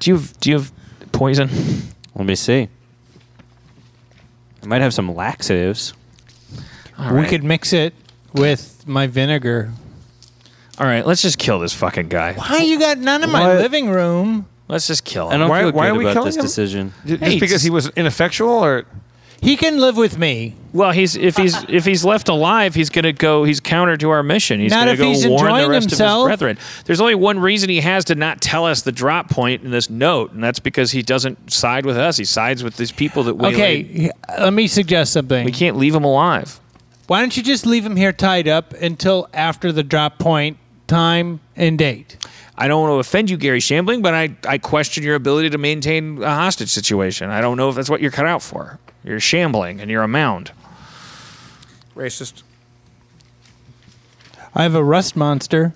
Speaker 2: Do you have, do you have poison?
Speaker 8: Let me see. I might have some laxatives.
Speaker 2: All
Speaker 4: We
Speaker 2: right.
Speaker 4: could mix it with my vinegar.
Speaker 2: All right. Let's just kill this fucking guy.
Speaker 4: Why you got none in my
Speaker 3: What?
Speaker 4: living room?
Speaker 2: Let's just kill
Speaker 8: I
Speaker 2: him.
Speaker 8: don't
Speaker 1: Why-
Speaker 8: feel good
Speaker 1: why are we
Speaker 8: about
Speaker 1: killing
Speaker 8: this
Speaker 1: him?
Speaker 8: decision.
Speaker 1: Just
Speaker 2: Hey,
Speaker 1: because he was ineffectual, or
Speaker 4: He can live with me.
Speaker 2: Well, he's if he's if he's left alive, he's gonna go. He's counter to our mission. He's
Speaker 4: Not
Speaker 2: gonna
Speaker 4: if
Speaker 2: go
Speaker 4: he's
Speaker 2: warn the
Speaker 4: enjoying
Speaker 2: rest
Speaker 4: himself.
Speaker 2: of his brethren. There's only one reason he has to not tell us the drop point in this note, and that's because he doesn't side with us. He sides with these people that we
Speaker 4: okay, h- let me suggest something.
Speaker 2: We can't leave him alive.
Speaker 4: Why don't you just leave him here tied up until after the drop point time and date?
Speaker 2: I don't want to offend you, Gary Shambling, but I, I question your ability to maintain a hostage situation. I don't know if that's what you're cut out for. You're shambling and you're a mound.
Speaker 1: racist?
Speaker 4: I have a rust monster.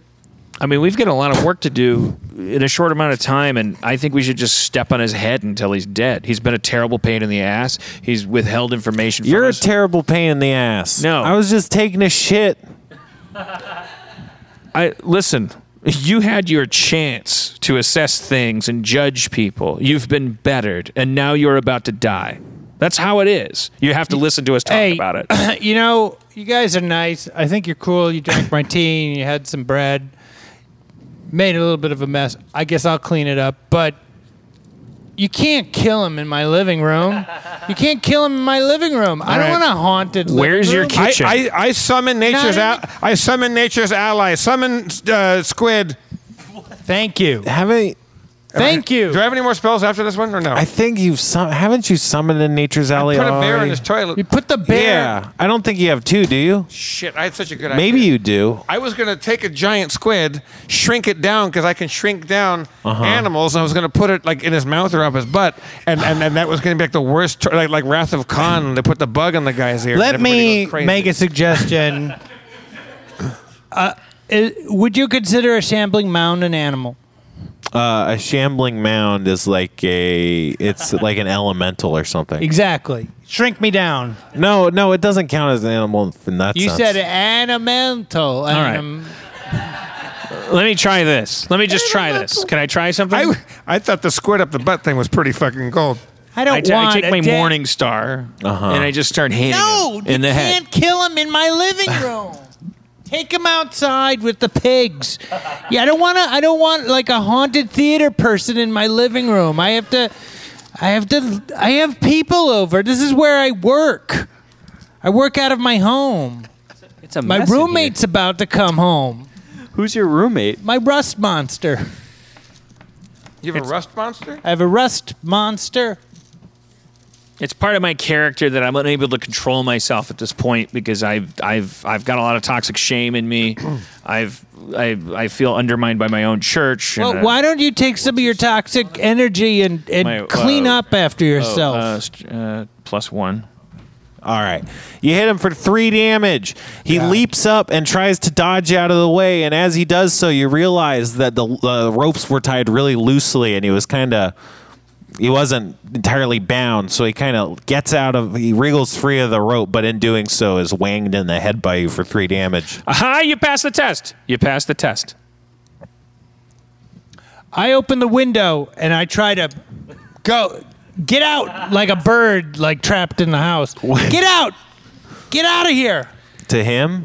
Speaker 2: I mean, we've got a lot of work to do in a short amount of time, and I think we should just step on his head until he's dead. He's been a terrible pain in the ass. He's withheld information. from
Speaker 3: You're a
Speaker 2: us.
Speaker 3: terrible pain in the ass.
Speaker 2: No.
Speaker 3: I was just taking a shit.
Speaker 2: I listen. You had your chance to assess things and judge people. You've been bettered, and now you're about to die. That's how it is. You have to listen to us talk
Speaker 4: Hey.
Speaker 2: about it.
Speaker 4: you know, you guys are nice. I think you're cool. You drank my tea and you had some bread. Made a little bit of a mess. I guess I'll clean it up, but you can't kill him in my living room. You can't kill him in my living room. I don't
Speaker 2: right.
Speaker 4: want a haunted living
Speaker 2: Where's your
Speaker 4: room.
Speaker 2: key-
Speaker 1: I,
Speaker 2: Kitchen.
Speaker 1: I, I summon nature's
Speaker 4: Not
Speaker 1: al- I summon nature's ally. Summon uh, squid.
Speaker 4: Thank you.
Speaker 3: Haven't
Speaker 4: Thank you.
Speaker 1: Do I have any more spells after this one or no?
Speaker 3: I think you've sum- haven't you summoned in Nature's Alley?
Speaker 1: Put a bear in
Speaker 3: already?
Speaker 1: his toilet.
Speaker 4: You put the bear.
Speaker 3: Yeah, I don't think you have two. Do you?
Speaker 1: Shit, I had such a good idea.
Speaker 3: Maybe you do.
Speaker 1: I was gonna take a giant squid, shrink it down because I can shrink down animals. And I was gonna put it like in his mouth or up his butt, and and, and that was gonna be like the worst, tr- like like Wrath of Khan. They put the bug in the guy's ear.
Speaker 4: Let
Speaker 1: and everybody
Speaker 4: me
Speaker 1: goes crazy.
Speaker 4: make a suggestion. uh, i- Uh, would you consider a shambling mound an animal?
Speaker 3: Uh, a shambling mound is like a it's like an elemental or something.
Speaker 4: Exactly. Shrink me down.
Speaker 3: No, no, it doesn't count as an animal. In that
Speaker 4: You
Speaker 3: sense.
Speaker 4: said animal.
Speaker 2: right.
Speaker 4: Anim-
Speaker 2: Let me try this. Let me just try this. Can I try something?
Speaker 1: I, I thought the squid up the butt thing was pretty fucking gold.
Speaker 4: I don't
Speaker 2: I, t- I
Speaker 4: want
Speaker 2: take
Speaker 4: a
Speaker 2: my
Speaker 4: dead-
Speaker 2: morning star
Speaker 3: Uh-huh.
Speaker 2: and I just start hitting
Speaker 4: No,
Speaker 2: him
Speaker 4: you
Speaker 2: in the
Speaker 4: can't
Speaker 2: head.
Speaker 4: kill him in my living room. Take him outside with the pigs. Yeah, I don't want to. I don't want like a haunted theater person in my living room. I have to. I have to. I have people over. This is where I work. I work out of my home.
Speaker 8: It's a
Speaker 4: My
Speaker 8: mess in here.
Speaker 4: roommate's about to come home.
Speaker 8: Who's your roommate?
Speaker 4: My rust monster.
Speaker 1: You have a rust monster?
Speaker 4: I have a rust monster.
Speaker 2: It's part of my character that I'm unable to control myself at this point because I've I've I've got a lot of toxic shame in me. I've I I feel undermined by my own church. and,
Speaker 4: Well,
Speaker 2: uh,
Speaker 4: why don't you take some of your toxic energy and, and
Speaker 2: my-
Speaker 4: clean
Speaker 2: uh,
Speaker 4: up after yourself?
Speaker 2: Oh, uh, st- uh, plus one.
Speaker 3: All right. You hit him for three damage. He leaps up and tries to dodge out of the way. And as he does so, you realize that the uh, ropes were tied really loosely and he was kind of. He wasn't entirely bound, so he kind of gets out of. He wriggles free of the rope, but in doing so is wanged in the head by you for three damage.
Speaker 2: Aha! You passed the test. You passed the test.
Speaker 4: I open the window and I try to go get out like a bird like trapped in the house. Get out. Get out of here.
Speaker 3: To him?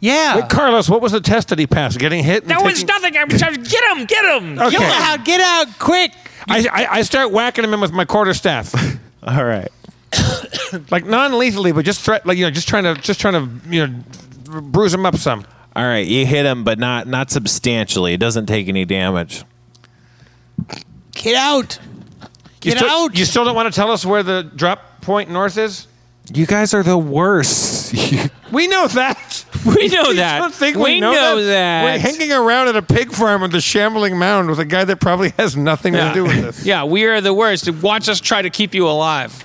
Speaker 4: Yeah.
Speaker 1: Wait, Carlos, what was the test that he passed? Getting hit? and
Speaker 2: That was
Speaker 1: taking-
Speaker 2: nothing. I was I was- get him, get him.
Speaker 1: Okay.
Speaker 4: Get out, get out quick.
Speaker 1: I, I, I start whacking him in with my quarterstaff,
Speaker 3: All right.
Speaker 1: like non-lethally, but just threat, like you know, just trying to, just trying to, you know, bruise him up some.
Speaker 3: All right. You hit him, but not not substantially. It doesn't take any damage.
Speaker 4: Get out.
Speaker 1: You
Speaker 4: Get
Speaker 1: still,
Speaker 4: out.
Speaker 1: You still don't want to tell us where the drop point north is?
Speaker 3: You guys are the worst.
Speaker 1: We know that.
Speaker 2: We know
Speaker 1: You
Speaker 2: that.
Speaker 1: don't think
Speaker 2: we,
Speaker 1: we, know,
Speaker 2: that.
Speaker 1: We're hanging around at a pig farm with a shambling mound with a guy that probably has nothing to do with this.
Speaker 2: yeah, we are the worst. Watch us try to keep you alive.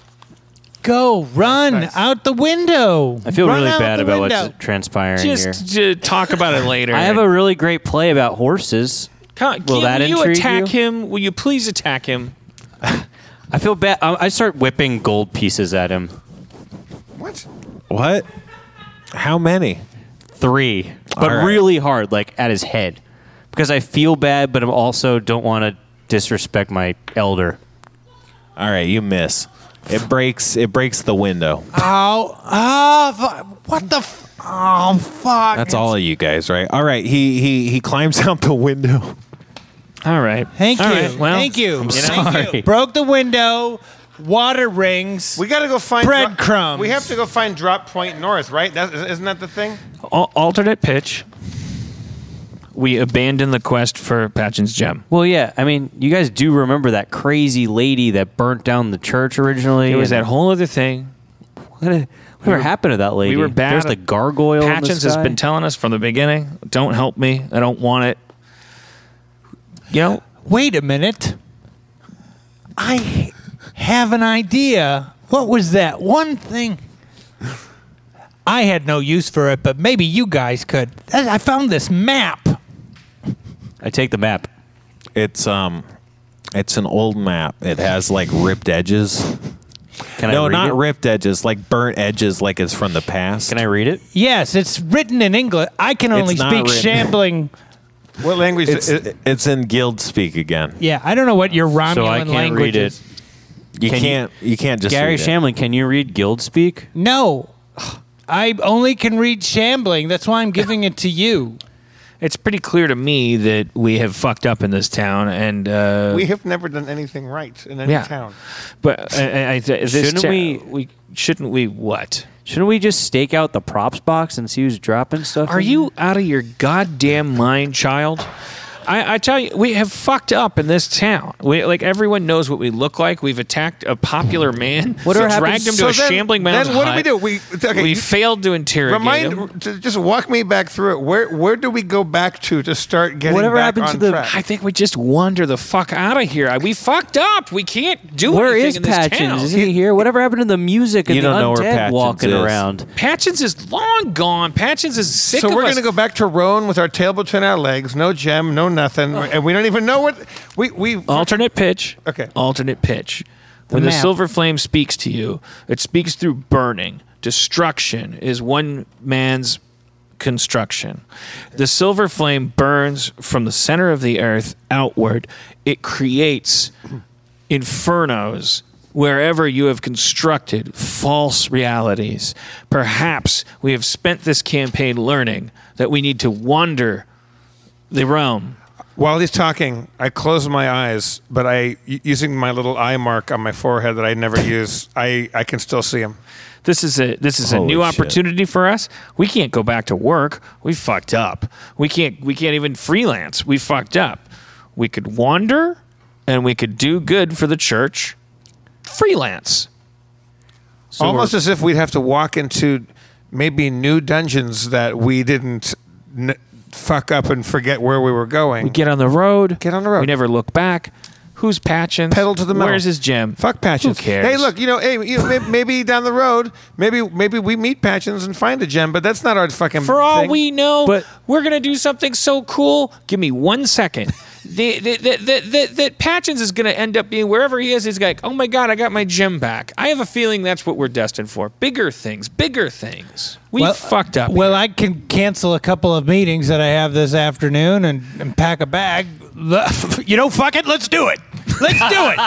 Speaker 4: Go run out the window.
Speaker 8: I feel
Speaker 4: Run
Speaker 8: really
Speaker 4: out
Speaker 8: bad
Speaker 4: the
Speaker 8: about
Speaker 4: window.
Speaker 8: what's transpiring here.
Speaker 2: Just, ju- talk about it later.
Speaker 8: I have a really great play about horses.
Speaker 2: Come,
Speaker 8: Will
Speaker 2: Kim,
Speaker 8: that
Speaker 2: will you
Speaker 8: intrigue
Speaker 2: attack him? Will you please attack him?
Speaker 8: I feel bad. I I start whipping gold pieces at him.
Speaker 1: What?
Speaker 3: what? How many?
Speaker 8: Three, but
Speaker 3: All right.
Speaker 8: really hard, like at his head, because I feel bad, but I also don't want to disrespect my elder.
Speaker 3: All right, you miss. It breaks. It breaks the window.
Speaker 4: Oh, oh, fu- what the? F- oh, fuck.
Speaker 3: That's all of you guys, right? All right. He he he climbs out the window.
Speaker 2: All right.
Speaker 4: Thank
Speaker 2: All
Speaker 4: you.
Speaker 2: right, well,
Speaker 4: Thank you.
Speaker 8: I'm
Speaker 4: Thank you.
Speaker 8: sorry.
Speaker 4: Broke the window. Water rings.
Speaker 1: We got to go find
Speaker 4: Breadcrumbs.
Speaker 1: we have to go find drop point north, right? That, isn't that the thing?
Speaker 2: Al- alternate pitch. We abandon the quest for Patchen's gem.
Speaker 8: Well, yeah, I mean, you guys do remember that crazy lady that burnt down the church originally.
Speaker 2: It was
Speaker 8: and
Speaker 2: that whole other thing.
Speaker 8: What, whatever happened to that lady?
Speaker 2: We were bad.
Speaker 8: There's the
Speaker 2: at-
Speaker 8: gargoyle. in the
Speaker 2: Patchens has
Speaker 8: sky.
Speaker 2: been telling us from the beginning. Don't help me. I don't want it. You know,
Speaker 4: Wait a minute. I have an idea. What was that one thing? I had no use for it, but maybe you guys could. I I found this map.
Speaker 8: I take the map.
Speaker 3: It's um, it's an old map. It has like ripped edges.
Speaker 8: Can I
Speaker 3: No,
Speaker 8: read
Speaker 3: not
Speaker 8: it?
Speaker 3: ripped edges. Like burnt edges. Like it's from the past.
Speaker 8: Can I read it?
Speaker 4: Yes, it's written in English. I can
Speaker 3: It's
Speaker 4: only
Speaker 3: not
Speaker 4: speak
Speaker 3: written.
Speaker 4: shambling.
Speaker 1: What language?
Speaker 3: It's
Speaker 1: it-
Speaker 3: it's in guild speak again.
Speaker 4: Yeah, I don't know what your Romulan
Speaker 8: so I can't read
Speaker 4: language
Speaker 8: it.
Speaker 4: is.
Speaker 3: You
Speaker 8: Can you-
Speaker 3: can not you, can't just
Speaker 8: Gary
Speaker 3: read it.
Speaker 8: Shamlin, can you read Guild Speak?
Speaker 4: No, I only can read shambling. That's why I'm giving it to you.
Speaker 2: it's pretty clear to me that we have fucked up in this town, and uh,
Speaker 1: we have never done anything right in any
Speaker 2: Yeah.
Speaker 1: town.
Speaker 2: but uh, I, I, I, this
Speaker 8: Shouldn't
Speaker 2: ta-
Speaker 8: we-
Speaker 2: We shouldn't we what?
Speaker 8: Shouldn't we just stake out the props box and see who's dropping stuff?
Speaker 2: Are
Speaker 8: in
Speaker 2: you out of your goddamn mind, child? I, I tell you, we have fucked up in this town. We, like everyone knows what we look like. We've attacked a popular man.
Speaker 8: Whatever
Speaker 2: dragged
Speaker 8: happens-
Speaker 2: him to
Speaker 1: So
Speaker 2: a
Speaker 1: then-
Speaker 2: shambling
Speaker 1: then
Speaker 2: mountain.
Speaker 1: what do we
Speaker 2: hut.
Speaker 1: do? We- okay,
Speaker 2: we
Speaker 1: you-
Speaker 2: failed to interrogate him.
Speaker 1: Remind, to just walk me back through it. Where where do we go back to to start getting
Speaker 8: Whatever
Speaker 1: back
Speaker 8: happened
Speaker 1: on
Speaker 8: to the-
Speaker 1: track?
Speaker 2: I think we just wander the fuck out of here. I- We fucked up. We can't do
Speaker 8: Where
Speaker 2: anything
Speaker 8: is
Speaker 2: in this
Speaker 8: Patchins?
Speaker 2: town.
Speaker 8: Isn't he here? Whatever happened to the music and
Speaker 3: You
Speaker 8: the
Speaker 3: don't know where
Speaker 8: undead
Speaker 3: Patchins
Speaker 8: walking
Speaker 3: is.
Speaker 8: around?
Speaker 2: Patchins is long gone. Patchins is sick
Speaker 1: so
Speaker 2: of
Speaker 1: we're
Speaker 2: us.
Speaker 1: gonna go back to Roan with our tail between our legs, no gem, no nothing, and we don't even know what we we.
Speaker 2: alternate pitch.
Speaker 1: Okay.
Speaker 2: Alternate pitch. when the
Speaker 4: map.
Speaker 2: silver flame speaks to you, it speaks through burning. Destruction is one man's construction. The silver flame burns from the center of the earth outward. It creates infernos wherever you have constructed false realities. Perhaps we have spent this campaign learning that we need to wander the realm
Speaker 1: While he's talking, I close my eyes, but I u- using my little eye mark on my forehead that I never use. I I can still see him.
Speaker 2: This is a this is a
Speaker 3: Holy
Speaker 2: new
Speaker 3: shit.
Speaker 2: opportunity for us. We can't go back to work. We fucked up. We can't we can't even freelance. We fucked up. We could wander and we could do good for the church. Freelance.
Speaker 1: Almost as if we'd have to walk into maybe new dungeons that we didn't. N- fuck up and forget where we were going.
Speaker 2: We get on the road.
Speaker 1: Get on the road.
Speaker 2: We never look back. Who's Patchins?
Speaker 1: Pedal to the metal.
Speaker 2: Where's his gem?
Speaker 1: Fuck Patchins.
Speaker 2: Who cares?
Speaker 1: Hey, look, you know, hey, you know, may- maybe down the road, maybe maybe we meet Patchins and find a gem, but that's not our fucking.
Speaker 2: For all
Speaker 1: thing.
Speaker 2: we know,
Speaker 7: But-
Speaker 2: we're gonna do something so cool. Give me one second. the, the, the, the, the, the Patchins is gonna end up being wherever he is. He's like, oh my god, I got my gem back. I have a feeling that's what we're destined for. Bigger things, bigger things. We fucked up.
Speaker 4: Well, I can cancel a couple of meetings that I have this afternoon and, and pack a bag. You know, fuck it. Let's do it. Let's do it.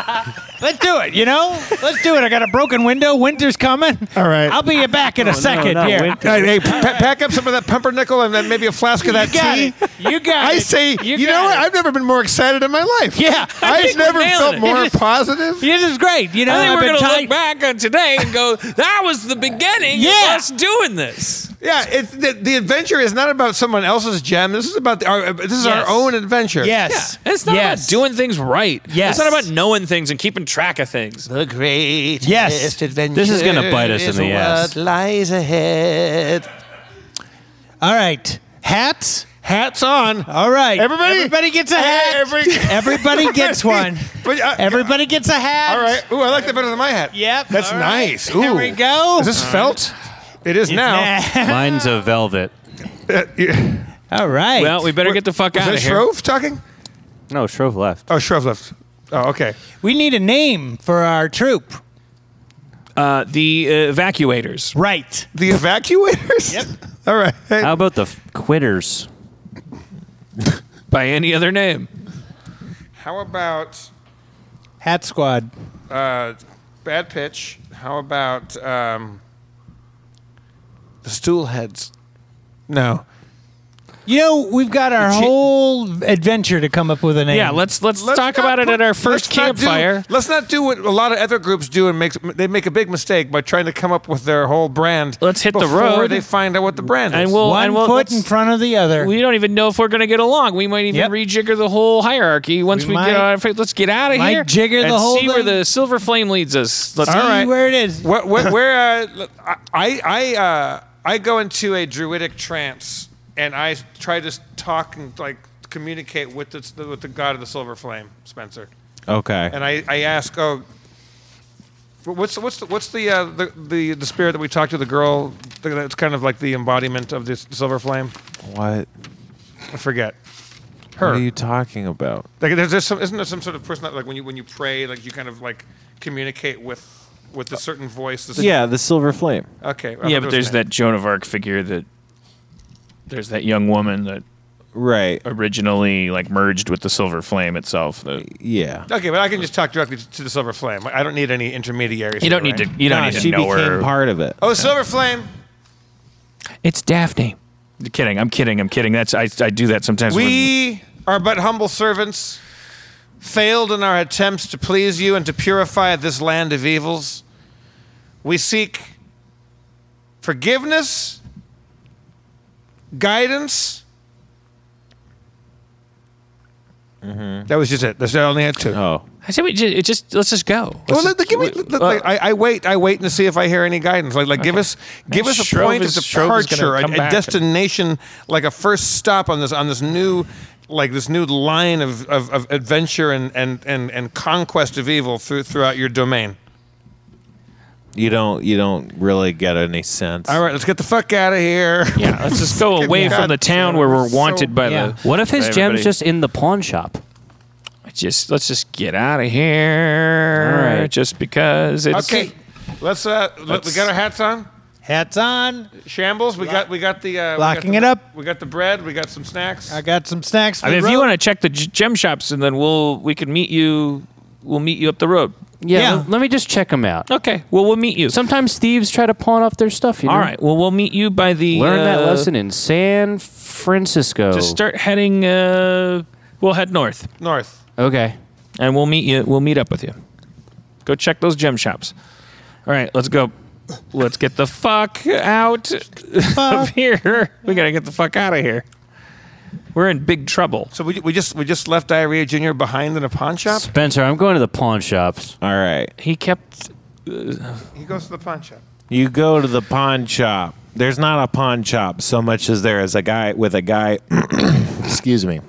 Speaker 4: Let's do it. You know, let's do it. I got a broken window. Winter's coming.
Speaker 1: All right.
Speaker 4: I'll be back
Speaker 2: Oh,
Speaker 4: in a second.
Speaker 8: not
Speaker 4: here.
Speaker 8: winter.
Speaker 1: Hey, hey, pa- pack up some of that pumpernickel and then maybe a flask of that tea.
Speaker 4: You got
Speaker 1: I
Speaker 4: it.
Speaker 1: say, you,
Speaker 4: You
Speaker 1: know
Speaker 4: got
Speaker 1: what?
Speaker 4: it.
Speaker 1: I've never been more excited in my life.
Speaker 4: Yeah, I
Speaker 1: I've
Speaker 4: think we're
Speaker 1: never
Speaker 4: nailing
Speaker 1: felt
Speaker 4: it.
Speaker 1: more positive.
Speaker 4: This is great. You know,
Speaker 2: I think
Speaker 4: I've
Speaker 2: we're
Speaker 4: been
Speaker 2: gonna
Speaker 4: tight-
Speaker 2: look back on today and go, that was the beginning
Speaker 4: Yeah.
Speaker 2: of us doing this.
Speaker 1: Yeah, it's, the, the adventure is not about someone else's gem. This is about the, our, this is our
Speaker 4: Yes.
Speaker 1: own adventure.
Speaker 4: Yes.
Speaker 2: It's not
Speaker 4: yes.
Speaker 2: about doing things right.
Speaker 4: Yes.
Speaker 2: It's not about knowing things and keeping track of things.
Speaker 1: The great
Speaker 4: Yes.
Speaker 1: adventure.
Speaker 8: This is gonna bite us in the ass.
Speaker 1: What lies ahead?
Speaker 4: All right. Hats.
Speaker 1: Hats on.
Speaker 4: All right.
Speaker 1: Everybody-
Speaker 4: Everybody gets a hat.
Speaker 1: Every-
Speaker 4: Everybody gets one.
Speaker 1: But, uh,
Speaker 4: Everybody gets a hat.
Speaker 1: All right. Ooh, I like that better than my hat.
Speaker 4: Yep.
Speaker 1: That's
Speaker 4: All right.
Speaker 1: nice. Ooh.
Speaker 4: There we go.
Speaker 1: Is this felt? It is now.
Speaker 8: Mine's a velvet.
Speaker 1: Yeah.
Speaker 4: All right.
Speaker 2: Well, we better get the fuck
Speaker 1: Is
Speaker 2: out
Speaker 1: that
Speaker 2: of here.
Speaker 1: Shrove talking?
Speaker 8: No, Shrove left.
Speaker 1: Oh, Shrove left. Oh, okay.
Speaker 4: we need a name for our troop.
Speaker 2: Uh, the uh, evacuators.
Speaker 4: Right.
Speaker 1: The evacuators? Yep. All right. Hey,
Speaker 8: How about the f- quitters?
Speaker 2: By any other name.
Speaker 1: How about
Speaker 4: Hat squad.
Speaker 1: uh, Bad Pitch? How about um, the Stoolheads? No.
Speaker 4: You know, we've got our whole adventure to come up with a name.
Speaker 2: Yeah, let's let's,
Speaker 1: Let's
Speaker 2: talk
Speaker 1: not
Speaker 2: about it
Speaker 1: put-
Speaker 2: at our first
Speaker 1: let's not do-
Speaker 2: campfire.
Speaker 1: let's not do what a lot of other groups do and make they make a big mistake by trying to come up with their whole brand.
Speaker 2: Let's hit the
Speaker 1: before
Speaker 2: road.
Speaker 1: they find out what the brand is.
Speaker 2: And we'll-
Speaker 4: One
Speaker 2: and we'll-
Speaker 4: foot
Speaker 2: let's-
Speaker 4: in front of the other.
Speaker 2: we don't even know if we're going to get along. We might even
Speaker 4: Yep.
Speaker 2: rejigger the whole hierarchy once
Speaker 4: We
Speaker 2: we,
Speaker 4: might-
Speaker 2: get out. Of, let's get out of
Speaker 4: might
Speaker 2: here.
Speaker 4: jigger the
Speaker 2: and
Speaker 4: whole
Speaker 2: see where
Speaker 4: thing.
Speaker 2: the silver flame leads us. Let's
Speaker 4: See
Speaker 2: all right.
Speaker 4: where it is.
Speaker 1: Where, where, where uh, l- I, I, uh, I go into a druidic trance and I try to s- talk and like communicate with the, s- with the god of the silver flame, Spencer.
Speaker 3: Okay.
Speaker 1: And I, I ask, oh, wh- what's the, what's the, what's the, uh, the the the spirit that we talked to the girl? the- That's kind of like the embodiment of this silver flame.
Speaker 3: what?
Speaker 1: I forget.
Speaker 3: What
Speaker 1: Her.
Speaker 3: are you talking about?
Speaker 1: Like, there's, there's some, isn't there some sort of person that, like when you when you pray, like you kind of like communicate with with a certain voice? this-
Speaker 3: Yeah, the silver flame.
Speaker 1: Okay. I
Speaker 2: Yeah,
Speaker 1: forget
Speaker 2: but
Speaker 1: what's
Speaker 2: there's
Speaker 1: the name.
Speaker 2: that Joan of Arc figure that there's that young woman that
Speaker 3: Right.
Speaker 2: originally like merged with the silver flame itself. The,
Speaker 3: Yeah.
Speaker 1: Okay, but I can just talk directly to to the Silver Flame. I don't need any intermediaries.
Speaker 2: you don't
Speaker 1: here,
Speaker 2: need to.
Speaker 1: right?
Speaker 2: You don't
Speaker 3: Nah,
Speaker 2: need
Speaker 3: she
Speaker 2: to know
Speaker 3: became
Speaker 2: her.
Speaker 3: part of it.
Speaker 1: Oh, Silver Flame.
Speaker 2: it's Daphne. I'm kidding. I'm kidding. I'm kidding. That's I, I do that sometimes.
Speaker 1: We are but humble servants, failed in our attempts to please you and to purify this land of evils. We seek forgiveness, guidance. That was just it. That's I only had two.
Speaker 3: Oh.
Speaker 2: I said we just, it just let's just go. Let's
Speaker 1: Well,
Speaker 2: just-
Speaker 1: let- give me.
Speaker 2: we-
Speaker 1: let-
Speaker 2: uh,
Speaker 1: like, I, I wait. I wait and see if I hear any guidance. Like, like give us, give us a
Speaker 2: Shrove
Speaker 1: point
Speaker 2: is-
Speaker 1: of
Speaker 2: Shrove is gonna
Speaker 1: departure, a,
Speaker 2: come
Speaker 1: a
Speaker 2: back.
Speaker 1: destination, like a first stop on this on this new, like this new line of, of, of adventure and, and, and, and conquest of evil through, throughout your domain.
Speaker 3: You don't you don't really get any sense.
Speaker 1: All right, let's get the fuck out of here.
Speaker 2: yeah, let's just go away
Speaker 1: God
Speaker 2: from the town where we're
Speaker 1: damn it,
Speaker 2: wanted
Speaker 1: so-
Speaker 2: by
Speaker 4: yeah.
Speaker 2: the.
Speaker 8: What if his
Speaker 2: Everybody-
Speaker 8: gem's just in the pawn shop?
Speaker 2: Just let's just get out of here.
Speaker 8: All right.
Speaker 2: Just because it's
Speaker 1: Okay, let's. Uh, let, we
Speaker 2: Let's-
Speaker 1: got our hats on.
Speaker 4: Hats on.
Speaker 1: Shambles. We got. We got the. Uh, we got
Speaker 4: Locking
Speaker 1: the-
Speaker 4: it up.
Speaker 1: We got the bread. We got some snacks.
Speaker 4: I got some snacks for
Speaker 2: I mean,
Speaker 4: the
Speaker 2: if you
Speaker 4: road.
Speaker 2: want to check the g- gem shops, and then we'll we can meet you. We'll meet you up the road.
Speaker 8: Yeah.
Speaker 4: Yeah.
Speaker 8: Let, let me just check them out.
Speaker 2: Okay. Well, we'll meet you.
Speaker 8: Sometimes thieves try to pawn off their stuff. You know?
Speaker 2: All right. Well, we'll meet you by the.
Speaker 8: Learn that
Speaker 2: uh,
Speaker 8: lesson in San Francisco.
Speaker 2: Just start heading. Uh, we'll head north,
Speaker 1: North.
Speaker 8: Okay.
Speaker 2: and we'll meet you. We'll meet up with you. Go check those gem shops. All right. Let's go. Let's get the fuck out of here. We gotta get the fuck out of here. We're in big trouble.
Speaker 1: So we, we just we just left Diarrhea Junior behind in a pawn shop.
Speaker 8: Spencer, I'm going to the pawn shops.
Speaker 3: All right.
Speaker 2: He kept.
Speaker 1: He goes to the pawn shop.
Speaker 3: You go to the pawn shop. There's not a pawn shop so much as there is a guy with a guy. excuse me.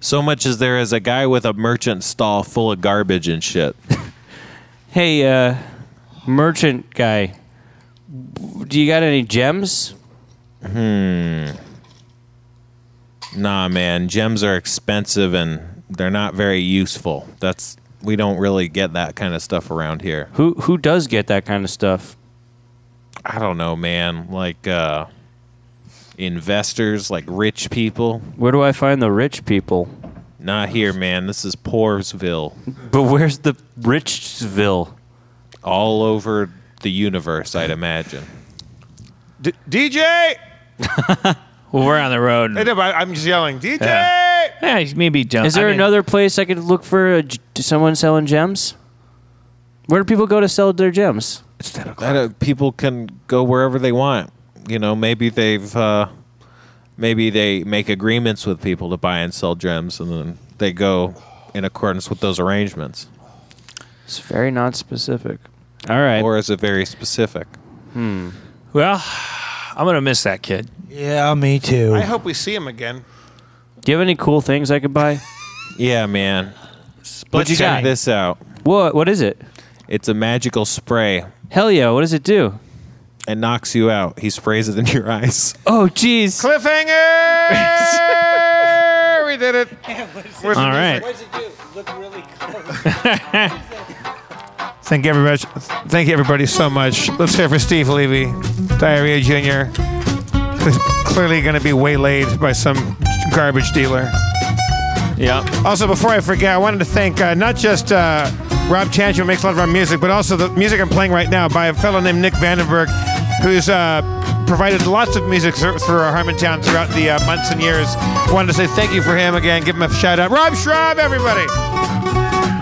Speaker 3: So much as there is a guy with a merchant stall full of garbage and shit.
Speaker 8: Hey, uh, merchant guy, do you got any gems?
Speaker 3: Hmm. Nah, man, gems are expensive and they're not very useful. That's we don't really get that kind of stuff around here.
Speaker 8: Who who does get that kind of stuff?
Speaker 3: I don't know, man. Like uh investors, like rich people.
Speaker 8: Where do I find the rich people?
Speaker 3: Not here, man. This is Poorsville.
Speaker 8: But where's the Richville?
Speaker 3: All over the universe, I'd imagine.
Speaker 1: D- DJ.
Speaker 2: Well, we're on the road.
Speaker 1: I know, but I- I'm just yelling, DJ.
Speaker 2: Yeah, maybe don't.
Speaker 8: Is there
Speaker 2: I mean,
Speaker 8: another place I could look for a g someone selling gems? Where do people go to sell their gems?
Speaker 3: That, uh, people can go wherever they want. You know, maybe they've uh, maybe they make agreements with people to buy and sell gems, and then they go in accordance with those arrangements.
Speaker 8: It's very not specific. All right.
Speaker 3: Or is it very specific?
Speaker 2: Well, I'm gonna miss that kid.
Speaker 10: Yeah, me too.
Speaker 1: I hope we see him again.
Speaker 8: Do you have any cool things I could buy?
Speaker 3: Yeah, man. Split
Speaker 8: you got?
Speaker 3: check this out.
Speaker 8: what What is it?
Speaker 3: It's a magical spray.
Speaker 8: Hell yeah! What does it do?
Speaker 3: It knocks you out. He sprays it in your eyes.
Speaker 8: Oh, jeez.
Speaker 1: Cliffhanger. we did it. Where's the
Speaker 2: All right.
Speaker 1: Thank you everybody. Thank you everybody so much. Let's hear for Steve Levy, Diarrhea Jr. Who's clearly going to be waylaid by some garbage dealer.
Speaker 2: Yeah.
Speaker 1: Also, before I forget, I wanted to thank uh, not just uh, Rob Chantry, who makes a lot of our music, but also the music I'm playing right now by a fellow named Nick Vandenberg, who's uh, provided lots of music through through our Harmontown throughout the uh, months and years. Wanted to say thank you for him again. Give him a shout out. Rob Schraub, everybody!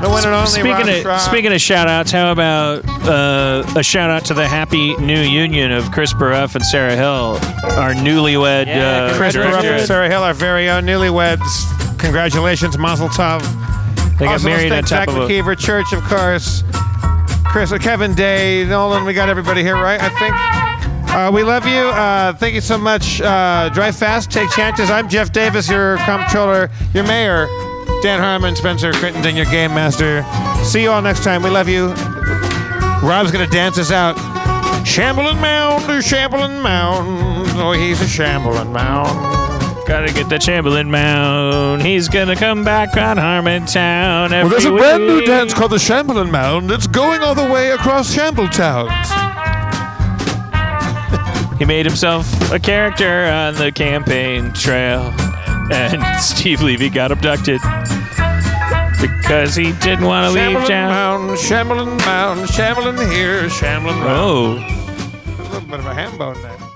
Speaker 1: The one and only Rob
Speaker 2: Speaking of
Speaker 1: Schraub.
Speaker 2: speaking of shout outs, how about uh, a shout out to the happy new union of Chris Baruff and Sarah Hill, our newlywed
Speaker 8: Yeah,
Speaker 2: uh,
Speaker 1: Chris Baruff
Speaker 2: director.
Speaker 1: and Sarah Hill, our very own newlyweds. Congratulations, Mazel Tov.
Speaker 2: They got
Speaker 1: also,
Speaker 2: married on
Speaker 1: let's thank
Speaker 2: top
Speaker 1: Zach
Speaker 2: of a,
Speaker 1: McKeever, Church, of course. Chris, uh, Kevin Day, Nolan. We got everybody here, right? I think. Uh, we love you. Uh, thank you so much. Uh, drive fast, take chances. I'm Jeff Davis, your comptroller, your mayor, Dan Harmon, Spencer Crittenden, your game master. See you all next time. We love you. Rob's gonna dance us out. Shambling mound, shambling mound. Oh, he's a shambling mound.
Speaker 2: gotta get the Chamberlain Mound. He's gonna come back on Harmontown every
Speaker 1: Well, there's a
Speaker 2: week.
Speaker 1: brand new dance called the Shambling Mound. It's going all the way across Shambletown.
Speaker 2: He made himself a character on the campaign trail, and Steve Levy got abducted because he didn't want to leave
Speaker 1: Shambling
Speaker 2: town.
Speaker 1: Mound, Shambling Mound, Shambling here, Shambling Round.
Speaker 2: Oh.
Speaker 1: A little bit of a ham bone there.